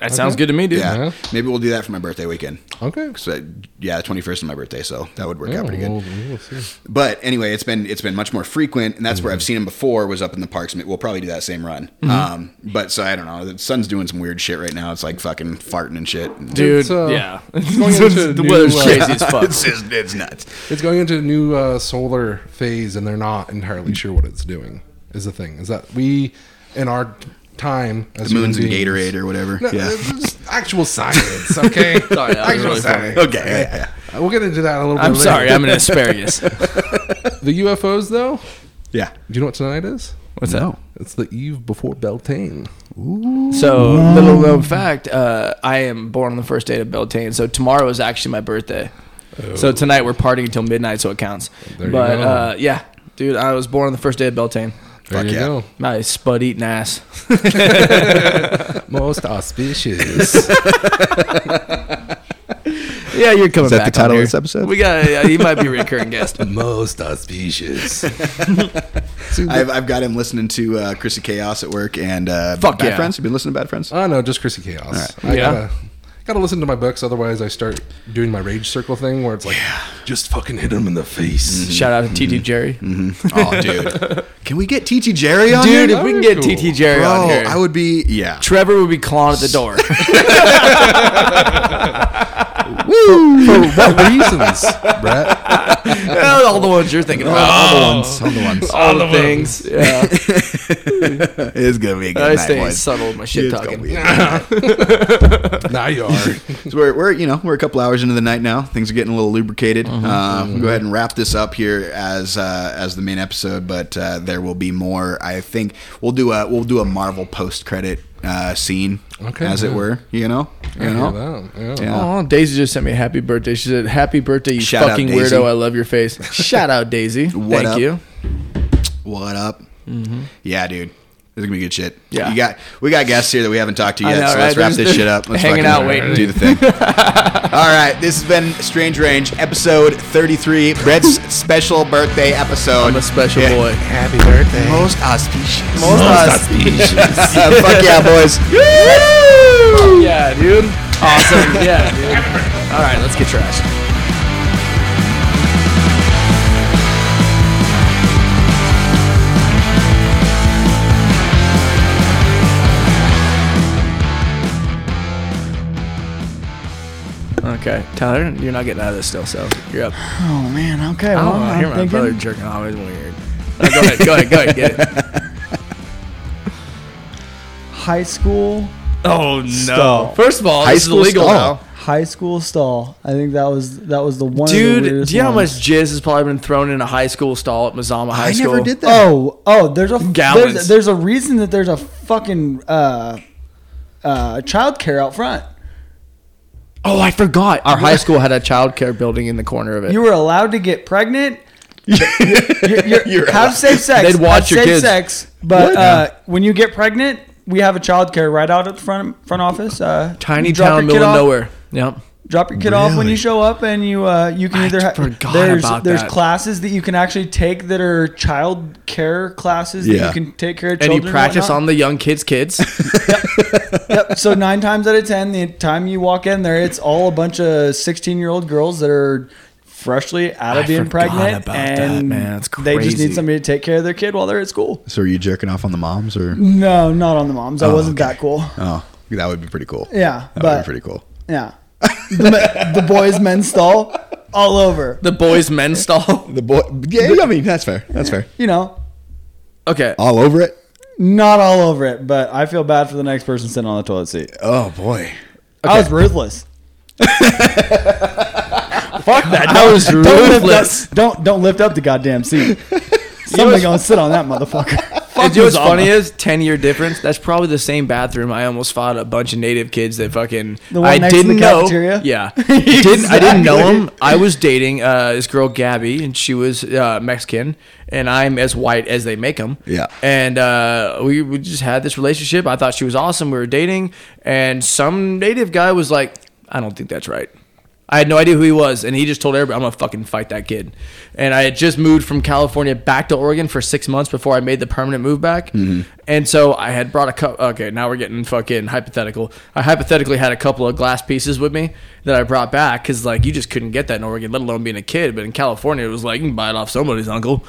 Speaker 2: That sounds good to me, dude.
Speaker 1: Yeah,
Speaker 8: Yeah.
Speaker 1: maybe we'll do that for my birthday weekend.
Speaker 8: Okay.
Speaker 1: So yeah, the twenty first is my birthday, so that would work
Speaker 8: Yeah,
Speaker 1: out pretty good.
Speaker 8: we'll- we'll see.
Speaker 1: But anyway, it's been it's been much more frequent, and that's where I've seen him before. Was up in the parks. We'll probably do that same run. Um, but so I don't know. The sun's doing some weird shit right now. It's like fucking farting and shit.
Speaker 2: Dude,
Speaker 8: It's, uh,
Speaker 2: yeah.
Speaker 8: it's going into
Speaker 2: the
Speaker 8: new,
Speaker 2: weather's
Speaker 8: uh,
Speaker 2: crazy as fuck.
Speaker 1: it's just, it's nuts.
Speaker 8: It's going into a new uh, solar phase, and they're not entirely sure what it's doing. Is the thing is that we, in our time, as
Speaker 1: The moon's in
Speaker 8: human
Speaker 1: Gatorade
Speaker 8: beings-
Speaker 1: or whatever.
Speaker 8: No,
Speaker 1: yeah. Oh,
Speaker 8: it's just actual science.
Speaker 2: Sorry,
Speaker 8: Okay,
Speaker 2: that was
Speaker 8: actual
Speaker 2: really funny.
Speaker 8: science.
Speaker 1: Okay. Yeah, yeah.
Speaker 8: Uh, We'll get into that in a little
Speaker 2: I'm
Speaker 8: bit.
Speaker 2: sorry,
Speaker 8: later.
Speaker 2: I'm an asparagus.
Speaker 8: the UFOs though.
Speaker 1: yeah.
Speaker 8: Do you know what tonight is?
Speaker 2: What's that?
Speaker 8: It's the eve before Beltane.
Speaker 2: So, little known fact: uh, I am born on the first day of Beltane, so tomorrow is actually my birthday. So tonight we're partying until midnight, so it counts.
Speaker 8: Oh. There you
Speaker 2: but
Speaker 8: go.
Speaker 2: uh, yeah, dude, I was born on the first day of Beltane.
Speaker 8: There
Speaker 1: Fuck
Speaker 8: you
Speaker 1: yeah.
Speaker 8: go.
Speaker 2: My spud eating ass.
Speaker 8: Most auspicious.
Speaker 2: Yeah, you're coming
Speaker 1: Is that
Speaker 2: back
Speaker 1: the title
Speaker 2: on
Speaker 1: of
Speaker 2: here.
Speaker 1: this episode?
Speaker 2: We got. Yeah, you might be a recurring guest.
Speaker 5: Most auspicious.
Speaker 1: I've, I've got him listening to uh, Chrissy Chaos at work and uh,
Speaker 2: Fuck
Speaker 1: Bad
Speaker 2: yeah.
Speaker 1: Friends. You've been listening to Bad Friends?
Speaker 8: Uh, no, just Chrissy Chaos. I
Speaker 2: Yeah.
Speaker 8: gotta, gotta listen to my books, otherwise I start doing my rage circle thing where it's like, just fucking hit him in the face.
Speaker 2: Shout out to TT Jerry,
Speaker 1: oh, dude. Can we get TT Jerry on
Speaker 2: dude.
Speaker 1: here?
Speaker 2: If we can get
Speaker 8: cool.
Speaker 2: TT Jerry
Speaker 1: Bro,
Speaker 2: on here,
Speaker 1: I would be, yeah.
Speaker 2: Trevor would be clawing at the door.
Speaker 8: For what reasons, Brett?
Speaker 2: all the ones you're thinking about. All the ones. All the ones. All, the things. Yeah.
Speaker 1: It's going to be a good
Speaker 2: I
Speaker 1: night,
Speaker 2: stay
Speaker 1: boys.
Speaker 2: subtle with my shit
Speaker 1: It's gonna
Speaker 2: talking.
Speaker 1: be a good night.
Speaker 8: now you are.
Speaker 1: So we're, we're you know we're a couple hours into the night now. Things are getting a little lubricated.
Speaker 2: Mm-hmm.
Speaker 1: Uh, We'll go ahead and wrap this up here as uh, as the main episode, but uh, there will be more. I think we'll do a we'll do a Marvel post credit uh, scene,
Speaker 8: Okay,
Speaker 1: as it
Speaker 8: yeah.
Speaker 1: were. You know, you know.
Speaker 8: Yeah, yeah.
Speaker 1: Yeah.
Speaker 2: Oh, Daisy just sent me a happy birthday. She said, "Happy birthday, you
Speaker 1: Shout out,
Speaker 2: fucking
Speaker 1: Daisy.
Speaker 2: weirdo! I love your face." Shout out, Daisy. Thank
Speaker 1: up?
Speaker 2: you.
Speaker 1: What up? Yeah, dude. This is gonna be good shit.
Speaker 2: Mm-hmm. Yeah.
Speaker 1: you got we got guests here that we haven't talked to
Speaker 2: I
Speaker 1: yet,
Speaker 2: know,
Speaker 1: so
Speaker 2: right?
Speaker 1: let's wrap
Speaker 2: They're
Speaker 1: this
Speaker 2: just
Speaker 1: shit up. Let's
Speaker 2: hanging
Speaker 1: fucking
Speaker 2: out waiting.
Speaker 1: do the thing. All right, this has been Strange Range episode thirty three, Brett's special birthday episode.
Speaker 2: I'm a special
Speaker 1: Yeah.
Speaker 2: boy.
Speaker 5: Happy birthday.
Speaker 1: Most auspicious. Uh,
Speaker 2: Most aus-
Speaker 5: auspicious.
Speaker 1: Fuck yeah, boys.
Speaker 2: yeah, dude. Awesome. Yeah, dude. All right, let's get trashed. Okay, Tyler, you're not getting out of this still, so you're up.
Speaker 4: Oh man,
Speaker 2: I
Speaker 4: okay. Well,
Speaker 2: don't know. I
Speaker 4: I'm
Speaker 2: hear my
Speaker 4: thinking-
Speaker 2: brother jerking off. It's weird. Uh, go ahead, go ahead, go ahead, get it.
Speaker 4: high school,
Speaker 2: Oh no!
Speaker 4: Stall.
Speaker 2: First of all,
Speaker 1: High
Speaker 2: this is
Speaker 1: school
Speaker 2: illegal
Speaker 1: stall.
Speaker 2: now.
Speaker 4: high school stall. I think that was that was the one. of the
Speaker 2: Dude,
Speaker 4: weirdest
Speaker 2: do you know how much
Speaker 4: ones.
Speaker 2: jizz has probably been thrown in a high school stall at Mazama High
Speaker 1: I
Speaker 2: School?
Speaker 1: never did that.
Speaker 4: Oh, oh, there's a
Speaker 2: Gallons.
Speaker 4: There's, there's a reason that there's a fucking uh, uh, childcare out front.
Speaker 2: Oh, I forgot. Our high school had a child care building in the corner of it.
Speaker 4: You were allowed to get pregnant. you're, you're, have safe sex.
Speaker 2: They'd watch
Speaker 4: have
Speaker 2: your
Speaker 4: safe
Speaker 2: kids.
Speaker 4: sex, but uh, when you get pregnant, we have a childcare right out at the front front office. Uh,
Speaker 2: Tiny
Speaker 4: you drop
Speaker 2: town,
Speaker 4: your
Speaker 2: middle
Speaker 4: kid
Speaker 2: of
Speaker 4: off-
Speaker 2: nowhere. Yep.
Speaker 4: Drop your kid off when you show up, and you uh, you can
Speaker 2: I
Speaker 4: either ha-
Speaker 2: forgot
Speaker 4: there's
Speaker 2: about
Speaker 4: there's
Speaker 2: that.
Speaker 4: classes that you can actually take that are child care classes
Speaker 1: Yeah.
Speaker 4: that you can take care of
Speaker 2: And
Speaker 4: children.
Speaker 2: you practice
Speaker 4: whatnot.
Speaker 2: on the young kids' kids.
Speaker 4: Yep. So nine times out of ten, the time you walk in there, it's all a bunch of sixteen-year-old girls that are freshly out of
Speaker 2: I
Speaker 4: being
Speaker 2: forgot
Speaker 4: pregnant,
Speaker 2: about that,
Speaker 4: and
Speaker 2: man. That's
Speaker 4: they just
Speaker 2: crazy.
Speaker 4: need somebody to take care of their kid while they're at school.
Speaker 1: So are you jerking off on the moms or?
Speaker 2: Mm.
Speaker 4: No, not on the moms. I
Speaker 1: Oh,
Speaker 4: wasn't
Speaker 1: okay.
Speaker 4: that cool.
Speaker 1: Oh, that would be pretty cool.
Speaker 4: Yeah,
Speaker 1: that would
Speaker 4: but-
Speaker 1: be pretty cool.
Speaker 4: Yeah, the, me- the boys' men's stall, all over.
Speaker 2: the boys' men's stall.
Speaker 1: The boy, yeah, I mean that's fair. That's fair.
Speaker 4: You know,
Speaker 2: Okay.
Speaker 4: Oh,
Speaker 1: All over it.
Speaker 4: not all over it, but I feel bad for the next person sitting on the toilet seat.
Speaker 1: Oh boy.
Speaker 4: I was ruthless.
Speaker 2: Fuck that. That was
Speaker 4: Don't
Speaker 2: ruthless.
Speaker 4: lift, up, don't don't lift up the goddamn seat. Somebody gonna sit on that motherfucker.
Speaker 2: And you know what's funny is ten year difference. That's probably the same bathroom. I almost fought a bunch of native kids that fucking.
Speaker 4: The one
Speaker 2: I
Speaker 4: next to the
Speaker 2: didn't know.
Speaker 4: cafeteria?
Speaker 2: Yeah, I didn't I didn't know him. I was dating uh, this girl Gabby, and she was uh, Mexican, and I'm as white as they make them.
Speaker 1: Yeah.
Speaker 2: and uh, we we just had this relationship. I thought she was awesome. We were dating, and some native guy was like, "I don't think that's right." I had no idea who he was, and he just told everybody, "I'm gonna fucking fight that kid." And I had just moved from California back to Oregon for six months before I made the permanent move back, and so I had brought a cup. Okay, now we're getting fucking hypothetical. I hypothetically had a couple of glass pieces with me that I brought back because like you just couldn't get that in Oregon, let alone being a kid. But in California, it was like you can buy it off somebody's uncle.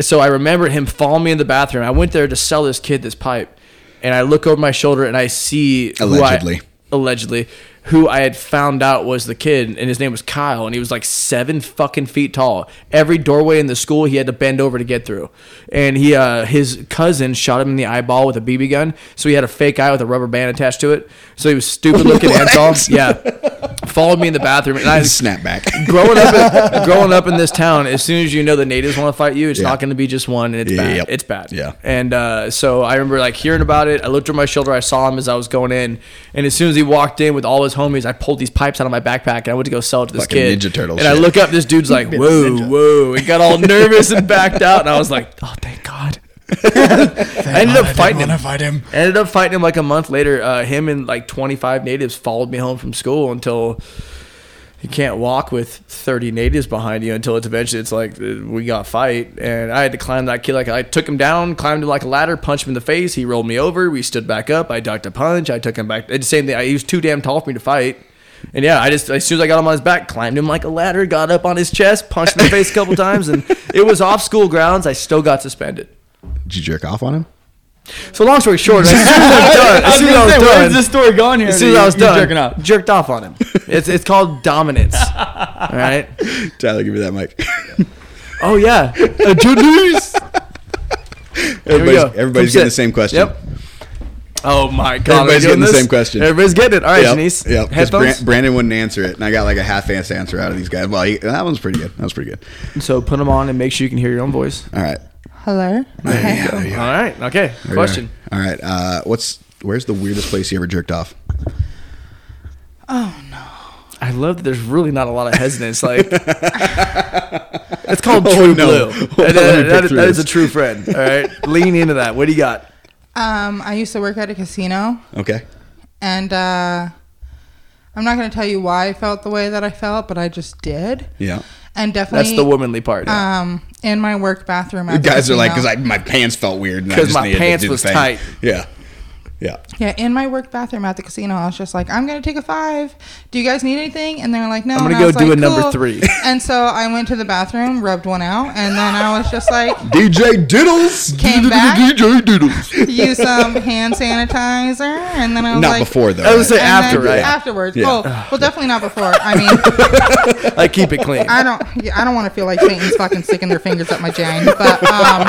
Speaker 2: So I remembered him following me in the bathroom. I went there to sell this kid this pipe, and I look over my shoulder and I see who I-
Speaker 1: Allegedly.
Speaker 2: allegedly, who I had found out was the kid, and his name was Kyle, and he was like seven fucking feet tall. Every doorway in the school, he had to bend over to get through. And he, uh, his cousin shot him in the eyeball with a BB gun, so he had a fake eye with a rubber band attached to it. So he was stupid looking and tall. Yeah, followed me in the bathroom, and I
Speaker 1: Snap back.
Speaker 2: growing up in, growing up in this town as soon as you know the natives want to fight you it's
Speaker 1: Yeah.
Speaker 2: not going to be just one and it's
Speaker 1: Yeah,
Speaker 2: bad
Speaker 1: yep.
Speaker 2: it's bad
Speaker 1: Yeah.
Speaker 2: and uh, so i remember like hearing about it i looked over my shoulder i saw him as i was going in and as soon as he walked in with all his homies i pulled these pipes out of my backpack and i went to go sell it to this
Speaker 1: Fucking
Speaker 2: kid
Speaker 1: Ninja Turtle
Speaker 2: and i
Speaker 1: shit.
Speaker 2: look up this dude's like whoa whoa he got all nervous and backed out and i was like oh thank god I ended up fighting him. Ended up fighting him like a month later. Uh, him and like 25 natives followed me home from school until you can't walk with 30 natives behind you until it's eventually it's like uh, we got a fight and i had to climb that kid like i took him down climbed him like a ladder punched him in the face he rolled me over we stood back up i ducked a punch i took him back it's the same thing I, he was too damn tall for me to fight and yeah i just as soon as i got him on his back climbed him like a ladder got up on his chest punched him in the face a couple times and it was off school grounds i still got suspended
Speaker 1: Did you jerk off on him?
Speaker 2: so long story short as soon as i was done as soon as i was
Speaker 4: Where is
Speaker 2: done
Speaker 4: this story going here?
Speaker 2: as soon as I was
Speaker 4: You're
Speaker 2: done,
Speaker 4: jerking off.
Speaker 2: jerked off on him. It's it's called dominance. All right.
Speaker 1: Tyler, give me that mic.
Speaker 2: Oh yeah, a Judas.
Speaker 1: everybody's everybody's getting the same question.
Speaker 2: Yep. Oh my god, are we
Speaker 1: Everybody's
Speaker 2: doing
Speaker 1: getting the
Speaker 2: this?
Speaker 1: same question.
Speaker 2: Everybody's getting it. All right,
Speaker 1: Yep,
Speaker 2: Janice.
Speaker 1: Yep. 'cause
Speaker 2: Headphones.
Speaker 1: Bran- Brandon wouldn't answer it, and I got like a half-assed answer out of these guys. Well, he, that one's pretty good. That was pretty good.
Speaker 2: so put them on and make sure you can hear your own voice.
Speaker 1: All right.
Speaker 9: Hello.
Speaker 1: Yeah, there you
Speaker 2: All right. Okay.
Speaker 1: are.
Speaker 2: question.
Speaker 1: All right. Uh, what's where's the weirdest place you ever jerked off?
Speaker 9: Um,
Speaker 2: I love that. There's really not a lot of hesitance. Like it's called true
Speaker 1: Oh, no.
Speaker 2: blue.
Speaker 1: Hold on, let
Speaker 2: That-
Speaker 1: me
Speaker 2: that-
Speaker 1: pick through
Speaker 2: that is a
Speaker 1: this.
Speaker 2: true friend. All right. Lean into that. What do you got?
Speaker 9: Um, I used to work at a casino,
Speaker 1: Okay.
Speaker 9: and uh, I'm not going to tell you why I felt the way that I felt, but I just did,
Speaker 1: Yeah.
Speaker 9: and definitely
Speaker 2: That's the womanly part.
Speaker 9: Um, in my work bathroom, at
Speaker 1: You
Speaker 9: the
Speaker 1: guys are like, because
Speaker 9: casino.
Speaker 1: I my pants felt weird. and I
Speaker 2: 'Cause
Speaker 1: just
Speaker 2: my
Speaker 1: needed to
Speaker 2: pants
Speaker 1: do the
Speaker 2: was
Speaker 1: thing.
Speaker 2: tight.
Speaker 1: Yeah. Yeah.
Speaker 9: yeah, in my work bathroom at the casino, I was just like, I'm going to take a five. Do you guys need anything? And they were like, No.
Speaker 2: I'm gonna
Speaker 9: And I
Speaker 2: go
Speaker 9: was
Speaker 2: do
Speaker 9: like,
Speaker 2: a number
Speaker 9: "Cool."
Speaker 2: three.
Speaker 9: And so I went to the bathroom, rubbed one out, and then I was just like,
Speaker 1: DJ Diddles.
Speaker 9: Came back.
Speaker 1: DJ Diddles.
Speaker 9: use some hand sanitizer, and then I was
Speaker 1: Not
Speaker 9: like,
Speaker 1: before though.
Speaker 2: I was
Speaker 1: right?
Speaker 2: like-
Speaker 9: and
Speaker 2: After,
Speaker 9: then
Speaker 2: right?
Speaker 9: Afterwards.
Speaker 1: Yeah.
Speaker 9: Oh, well, definitely not before. I mean.
Speaker 2: I keep it clean.
Speaker 9: I don't. Yeah, I don't want to feel like Satan's fucking sticking their fingers up my jang. But um,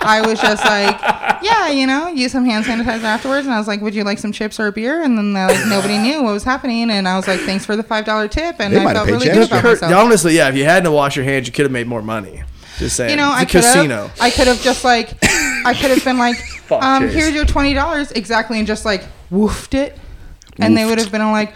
Speaker 9: I was just like, yeah, you know, use some hand sanitizer afterwards. And I was like, would you like some chips or a beer? And then uh, like nobody knew what was happening. And I was like, thanks for the five dollar tip. And
Speaker 1: They
Speaker 9: I
Speaker 1: might have
Speaker 9: felt
Speaker 1: paid
Speaker 9: really
Speaker 1: you
Speaker 9: good
Speaker 1: extra.
Speaker 9: about
Speaker 2: Kurt,
Speaker 9: myself.
Speaker 2: honestly, yeah. If you hadn't washed your hands, you could have made more money. Just saying.
Speaker 9: you know,
Speaker 2: It's a
Speaker 9: I could
Speaker 2: casino.
Speaker 9: have. I could have just like, I could have been like, um,
Speaker 2: cheers.
Speaker 9: here's your twenty dollars exactly, and just like woofed it, and they would have been like,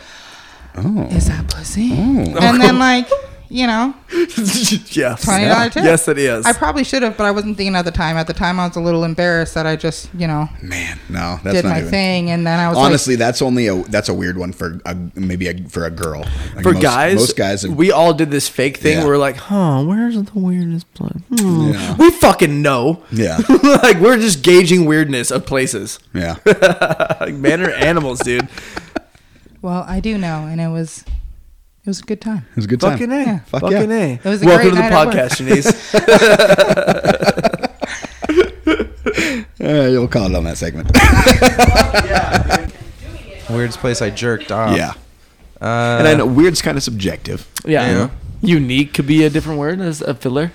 Speaker 1: Oh.
Speaker 9: is that pussy? And then like, you know,
Speaker 2: yes.
Speaker 9: Twenty dollar tip.
Speaker 2: Yes, it is.
Speaker 9: I probably should have, but I wasn't thinking at the time. At the time, I was a little embarrassed that I just, you know,
Speaker 1: Man, no, that's
Speaker 9: did
Speaker 1: not
Speaker 9: my
Speaker 1: even.
Speaker 9: thing, and then I was
Speaker 1: Honestly, that's only a that's a weird one for a, maybe a, for a girl. Like
Speaker 2: for
Speaker 1: most-
Speaker 2: guys,
Speaker 1: most guys, have-
Speaker 2: we all did this fake thing
Speaker 1: Yeah.
Speaker 2: where we're like, huh, where's the weirdest place? Hmm.
Speaker 1: Yeah.
Speaker 2: We fucking know.
Speaker 1: Yeah.
Speaker 2: like, we're just gauging weirdness of places.
Speaker 1: yeah,
Speaker 2: Like, man or animals, dude.
Speaker 9: like, well, I do know, and it was, it was a good time.
Speaker 1: it was a good time.
Speaker 2: Fucking A.
Speaker 1: Fuck
Speaker 2: fucking
Speaker 1: yeah.
Speaker 2: A.
Speaker 9: It was a
Speaker 2: Welcome to the
Speaker 9: great night at work.
Speaker 2: podcast, Janice.
Speaker 1: Uh, you'll call it on that segment.
Speaker 5: Weirdest place I jerked off.
Speaker 1: yeah,
Speaker 5: Uh,
Speaker 1: and I know weird's kind of subjective.
Speaker 2: yeah.
Speaker 5: Yeah.
Speaker 2: Unique could be a different word as a filler.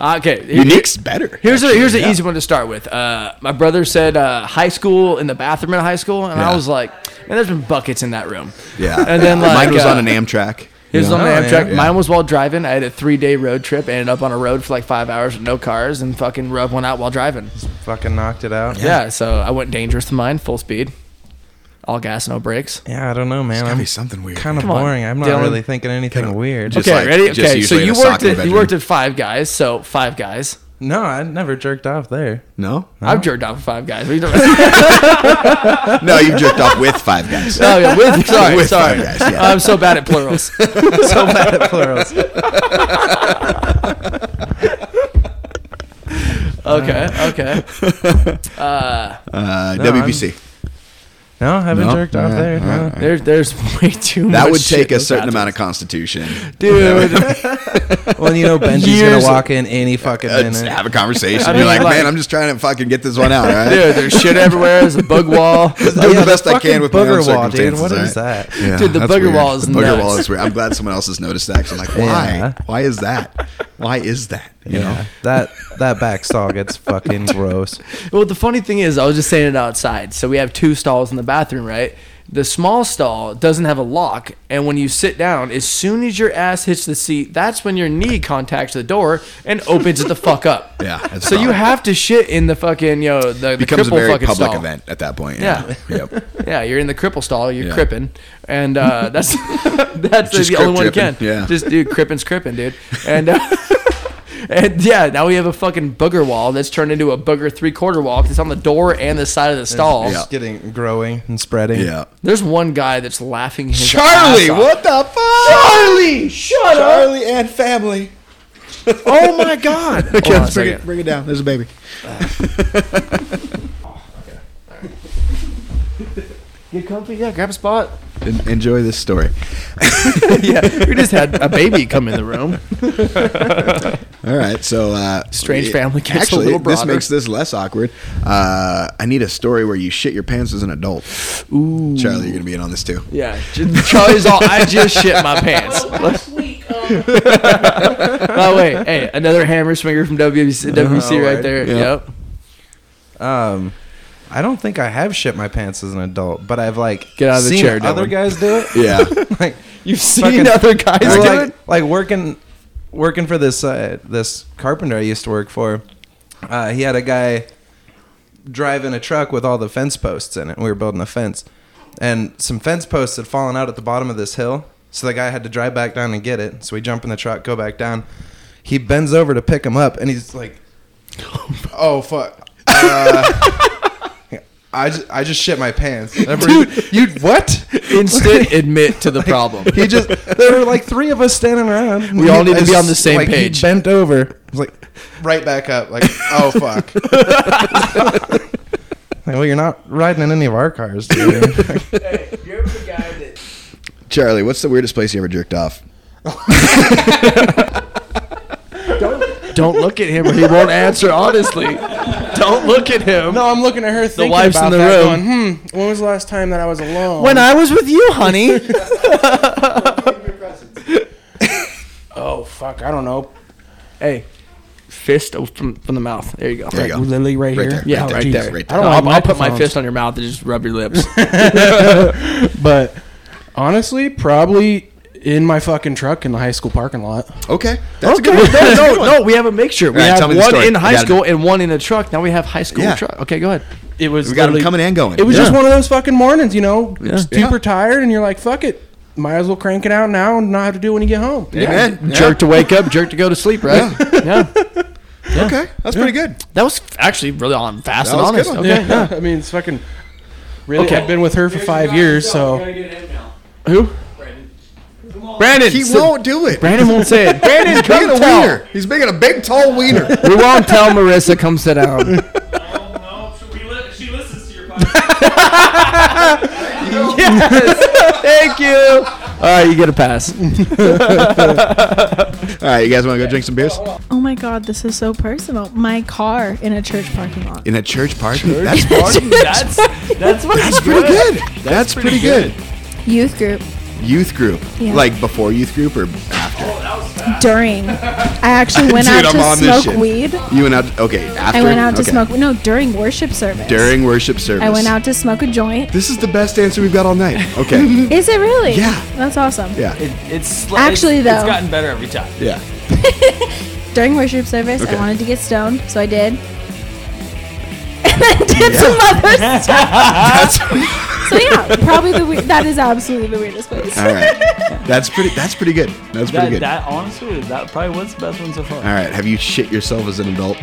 Speaker 2: Uh, okay. here-
Speaker 1: Unique's better.
Speaker 2: Here's a
Speaker 1: actually,
Speaker 2: here's an
Speaker 1: yeah.
Speaker 2: easy one to start with. Uh, my brother said uh, high school in the bathroom in high school, and I
Speaker 1: Yeah.
Speaker 2: was like, man, there's been buckets in that room.
Speaker 1: Yeah,
Speaker 2: And then, like,
Speaker 1: mine was
Speaker 2: uh,
Speaker 1: on an Amtrak.
Speaker 2: His was on
Speaker 5: Oh,
Speaker 2: the
Speaker 5: yeah,
Speaker 2: Amtrak.
Speaker 5: yeah.
Speaker 2: Mine was while driving. I had a three day road trip. Ended up on a road for like five hours with no cars and fucking rubbed one out while driving.
Speaker 5: fucking knocked it out.
Speaker 2: Yeah, so I went dangerous to mine, full speed, all gas, no brakes.
Speaker 5: Yeah, I don't know, man.
Speaker 1: Gotta
Speaker 5: I'm
Speaker 1: be something weird.
Speaker 5: kind of
Speaker 2: Come on,
Speaker 5: boring. I'm not
Speaker 2: Dylan.
Speaker 5: really thinking anything
Speaker 1: on.
Speaker 5: weird.
Speaker 1: Just
Speaker 2: okay,
Speaker 1: like-
Speaker 2: ready?
Speaker 1: just
Speaker 2: okay, so
Speaker 1: usually in
Speaker 2: you
Speaker 1: a sock
Speaker 2: worked
Speaker 1: in the
Speaker 2: at you
Speaker 1: bedroom.
Speaker 2: worked at Five Guys, so Five Guys.
Speaker 5: no, I never jerked off there.
Speaker 1: no,
Speaker 2: I've jerked off with Five Guys. What are you talking about?
Speaker 1: no, you jerked off with five guys.
Speaker 2: oh yeah, with, sorry,
Speaker 1: With
Speaker 2: sorry. Um,
Speaker 1: Five Guys, yeah.
Speaker 2: I'm so bad at plurals.
Speaker 5: so bad at plurals.
Speaker 2: Okay, okay.
Speaker 1: Uh,
Speaker 5: I'm-
Speaker 1: WBC.
Speaker 5: No, I haven't
Speaker 1: No?
Speaker 5: jerked off
Speaker 1: Yeah,
Speaker 5: there.
Speaker 1: all
Speaker 5: no.
Speaker 1: right, all right.
Speaker 2: There's there's way too much.
Speaker 1: That would
Speaker 2: shit
Speaker 1: take
Speaker 2: in
Speaker 1: a
Speaker 2: those
Speaker 1: certain
Speaker 2: bathrooms.
Speaker 1: amount of constitution.
Speaker 2: Dude,
Speaker 5: Well, you know, Benji's
Speaker 2: Years-
Speaker 5: gonna walk in any fucking
Speaker 1: Uh, just
Speaker 5: minute.
Speaker 1: have a conversation.
Speaker 2: don't
Speaker 1: You're like,
Speaker 2: like-
Speaker 1: man, I'm just trying to fucking get this one out. All right?
Speaker 2: dude, there's shit everywhere. There's a bug wall.
Speaker 1: doing
Speaker 5: Yeah,
Speaker 1: the best I
Speaker 5: fucking
Speaker 1: can with my own
Speaker 5: booger wall, dude.
Speaker 1: circumstances.
Speaker 5: What
Speaker 1: all
Speaker 5: is
Speaker 1: right?
Speaker 5: that?
Speaker 1: Yeah,
Speaker 2: Dude, the
Speaker 1: that's
Speaker 2: bugger
Speaker 1: weird.
Speaker 2: wall is
Speaker 1: the bugger
Speaker 2: nuts.
Speaker 1: wall is weird. I'm glad someone else has noticed that. 'cause I'm like, why?
Speaker 5: Yeah.
Speaker 1: Why is that? Why is that? You know,
Speaker 5: That that back stall gets fucking gross.
Speaker 2: Well, the funny thing is, I was just saying it outside. So we have two stalls in the bathroom, right? The small stall doesn't have a lock, and when you sit down, as soon as your ass hits the seat, that's when your knee contacts the door and opens it the fuck up.
Speaker 1: Yeah, that's
Speaker 2: So you
Speaker 1: wrong.
Speaker 2: have to shit in the fucking you know the, the
Speaker 1: becomes a
Speaker 2: cripple
Speaker 1: very
Speaker 2: fucking
Speaker 1: public
Speaker 2: stall.
Speaker 1: event at that point.
Speaker 2: Yeah.
Speaker 1: yep.
Speaker 2: Yeah, you're in the cripple stall. You're
Speaker 1: Yeah.
Speaker 2: crippin', and uh, that's that's
Speaker 1: Just
Speaker 2: the only
Speaker 1: crip
Speaker 2: one you
Speaker 1: trippin',
Speaker 2: can.
Speaker 1: yeah.
Speaker 2: Just dude, crippin's crippin', dude. And uh, And yeah, now we have a fucking booger wall that's turned into a booger three quarter wall because it's on the door and the side of the stall.
Speaker 5: It's getting growing and spreading.
Speaker 1: Yeah.
Speaker 2: There's one guy that's laughing his
Speaker 5: Charlie,
Speaker 2: ass off.
Speaker 5: what the fuck?
Speaker 2: Charlie, shut up!
Speaker 5: Charlie and family.
Speaker 2: Oh my god! Hold on a second.
Speaker 1: bring it down. There's a baby.
Speaker 2: Get comfy, yeah. Grab a spot.
Speaker 1: En- enjoy this story.
Speaker 2: yeah, we just had a baby come in the room.
Speaker 1: All right, so uh,
Speaker 2: Strange
Speaker 1: it-
Speaker 2: family gets a
Speaker 1: Actually,
Speaker 2: little
Speaker 1: this
Speaker 2: broader.
Speaker 1: makes this less awkward. Uh, I need a story where you shit your pants as an adult. Ooh, Charlie, you're gonna be in on this too.
Speaker 2: Yeah, j- Charlie's all. I just shit my pants.
Speaker 3: Last week, um,
Speaker 2: oh wait, hey, another hammer swinger from WC, WC right,
Speaker 5: right.
Speaker 2: there.
Speaker 1: Yeah.
Speaker 2: Yep.
Speaker 5: Um, I don't think I have shit my pants as an adult, but I've like
Speaker 2: Get out of the
Speaker 5: seen
Speaker 2: chair,
Speaker 5: other
Speaker 2: Dylan.
Speaker 5: guys do it.
Speaker 1: Yeah,
Speaker 5: like
Speaker 2: You've
Speaker 5: fucking-
Speaker 2: seen other guys
Speaker 5: I
Speaker 2: do
Speaker 5: like,
Speaker 2: it.
Speaker 5: like working working for this uh, this carpenter I used to work for. Uh, he had a guy driving a truck with all the fence posts in it. We were building a fence, and some fence posts had fallen out at the bottom of this hill. So the guy had to drive back down and get it. So we jump in the truck, go back down. He bends over to pick him up, and he's like, "Oh fuck." Uh, I just, I just shit my pants. Dude, you what?
Speaker 2: Instant admit to the problem.
Speaker 5: He just there were like three of us standing around.
Speaker 2: We all need to
Speaker 5: I
Speaker 2: be on
Speaker 5: just,
Speaker 2: the same
Speaker 5: like, he
Speaker 2: page.
Speaker 5: bent over. I was like right back up. Like oh fuck. Like, well, you're not riding in any of our cars. Dude.
Speaker 2: You're the guy that.
Speaker 1: Charlie, what's the weirdest place you ever jerked off?
Speaker 2: Don't look at him or he won't answer honestly. Don't look at him.
Speaker 5: no, I'm looking at her.
Speaker 2: the wife's in the room.
Speaker 5: hmm. When was the last time that I was alone?
Speaker 2: When I was with you, honey.
Speaker 5: oh fuck, I don't know.
Speaker 2: hey, fist from, from the mouth. There you go.
Speaker 1: There you go.
Speaker 5: Lily right,
Speaker 1: Right there.
Speaker 2: Yeah,
Speaker 1: right,
Speaker 2: right
Speaker 1: there.
Speaker 2: there.
Speaker 1: Right
Speaker 5: I
Speaker 1: there.
Speaker 5: don't
Speaker 2: I'll,
Speaker 5: like
Speaker 2: I'll put my
Speaker 5: microphones.
Speaker 2: fist on your mouth and just rub your lips.
Speaker 10: But honestly, probably in my fucking truck in the high school parking lot.
Speaker 1: Okay, that's a
Speaker 2: Okay,
Speaker 1: good one. That's a
Speaker 2: no,
Speaker 1: good one.
Speaker 2: no, no, we have a mixture. We
Speaker 1: All right,
Speaker 2: have
Speaker 1: tell me the
Speaker 2: one
Speaker 1: story.
Speaker 2: in
Speaker 1: I
Speaker 2: high
Speaker 1: got it.
Speaker 2: school and one in a truck. Now we have high school
Speaker 1: Yeah.
Speaker 2: truck. Okay, go ahead.
Speaker 10: It was
Speaker 1: We got him
Speaker 10: literally-
Speaker 1: coming and going.
Speaker 10: It was just
Speaker 1: Yeah.
Speaker 10: one of those fucking mornings, you know,
Speaker 2: Yeah.
Speaker 10: super tired, and you're like, "Fuck it, might as well crank it out now and not have to do it when you get home."
Speaker 1: Amen. Yeah.
Speaker 2: Jerk to wake up, jerk to go to sleep, right? Yeah.
Speaker 1: Okay, that's pretty good.
Speaker 2: That was actually really on fast
Speaker 1: That
Speaker 2: and
Speaker 1: was a good
Speaker 2: honest.
Speaker 1: one.
Speaker 2: Okay.
Speaker 10: Yeah, I mean, it's fucking. Really,
Speaker 2: Okay.
Speaker 10: I've been with her for five years, so
Speaker 2: Who? Brandon.
Speaker 1: He
Speaker 2: so-
Speaker 1: won't do it.
Speaker 2: Brandon won't say it. Brandon,
Speaker 1: He's making
Speaker 2: come
Speaker 1: a
Speaker 2: tell.
Speaker 1: wiener. He's making a big, tall wiener.
Speaker 2: We won't tell Marissa. Come sit down.
Speaker 3: oh, no, she, we li- she listens to your podcast.
Speaker 2: yes. Thank you. All right, you get a pass.
Speaker 1: All right, you guys want to go drink some beers
Speaker 11: Oh my god, this is so personal. My car in a church parking lot.
Speaker 1: in a church party? That's party.
Speaker 2: that's that's
Speaker 1: That's pretty good. That's, pretty, good.
Speaker 11: Youth group
Speaker 1: Youth group,
Speaker 11: Yeah.
Speaker 1: like before youth group or after?
Speaker 11: during. I actually went
Speaker 1: Dude,
Speaker 11: out
Speaker 1: I'm on
Speaker 11: to
Speaker 1: this
Speaker 11: smoke
Speaker 1: shit.
Speaker 11: weed.
Speaker 1: You went out. Okay, after.
Speaker 11: I went out to
Speaker 1: Okay.
Speaker 11: smoke no during worship service.
Speaker 1: during worship service.
Speaker 11: I went out to smoke a joint.
Speaker 1: This is the best answer we've got all night. Okay.
Speaker 11: Is it really?
Speaker 1: Yeah.
Speaker 11: That's awesome.
Speaker 1: yeah.
Speaker 2: It's
Speaker 11: Actually, it's- it's though- gotten
Speaker 2: better every time.
Speaker 1: Yeah.
Speaker 11: During worship service,
Speaker 1: Okay.
Speaker 11: I wanted to get stoned, so I did. And I did some other stuff. so yeah, probably the we- that is absolutely the weirdest place.
Speaker 1: All right. That's pretty. That's pretty good. That's pretty good.
Speaker 4: that honestly, that probably was the best one so
Speaker 1: all
Speaker 4: far.
Speaker 1: right. Have you shit yourself as an adult?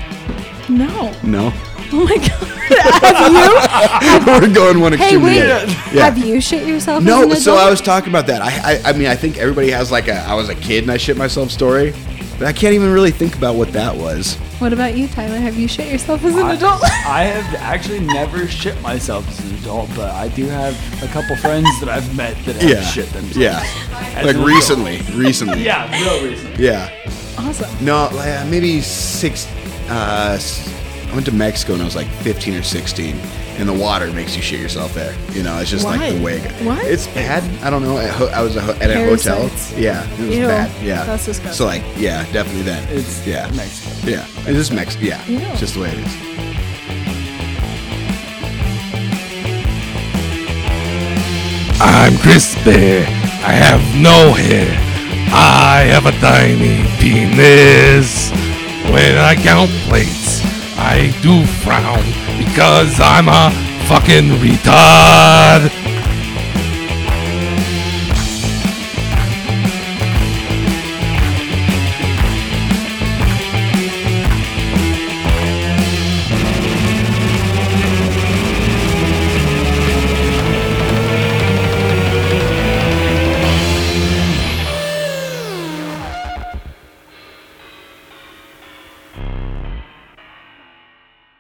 Speaker 11: No.
Speaker 1: No.
Speaker 11: Oh my god. Have you?
Speaker 1: We're going one
Speaker 11: Hey,
Speaker 1: extreme.
Speaker 11: wait.
Speaker 1: Yeah.
Speaker 11: Have you shit yourself? as
Speaker 1: No.
Speaker 11: an
Speaker 1: So
Speaker 11: adult?
Speaker 1: I was talking about that. I, I. I mean, I think everybody has like a I was a kid and I shit myself story, but I can't even really think about what that was.
Speaker 11: What about you, Tyler? Have you shit yourself as an
Speaker 4: I,
Speaker 11: adult?
Speaker 4: I have actually never shit myself as an adult, but I do have a couple friends that I've met that have
Speaker 1: Yeah.
Speaker 4: shit themselves.
Speaker 1: Yeah.
Speaker 4: As
Speaker 1: Like
Speaker 4: an adult.
Speaker 1: recently. Recently.
Speaker 4: Yeah, real reason.
Speaker 1: Yeah.
Speaker 11: awesome.
Speaker 1: No, like, uh, maybe six. Uh, s- I went to Mexico when I was like 15 or 16, and the water makes you shit yourself there. You know, it's just like the
Speaker 11: Why?
Speaker 1: way.
Speaker 11: What?
Speaker 1: It's bad. I don't know. I, ho- I was a ho- at a hotel.
Speaker 11: Parasites.
Speaker 1: Yeah, it was
Speaker 11: Ew,
Speaker 1: bad. Yeah,
Speaker 11: that's disgusting.
Speaker 1: So like, yeah, definitely then.
Speaker 4: It's
Speaker 1: yeah,
Speaker 4: Mexico.
Speaker 1: Yeah, it is Mexico. Yeah,
Speaker 11: Ew.
Speaker 1: it's just the way it is.
Speaker 8: I'm crispy. I have no hair. I have a tiny penis. When I count plates, I do frown because I'm a fucking retard.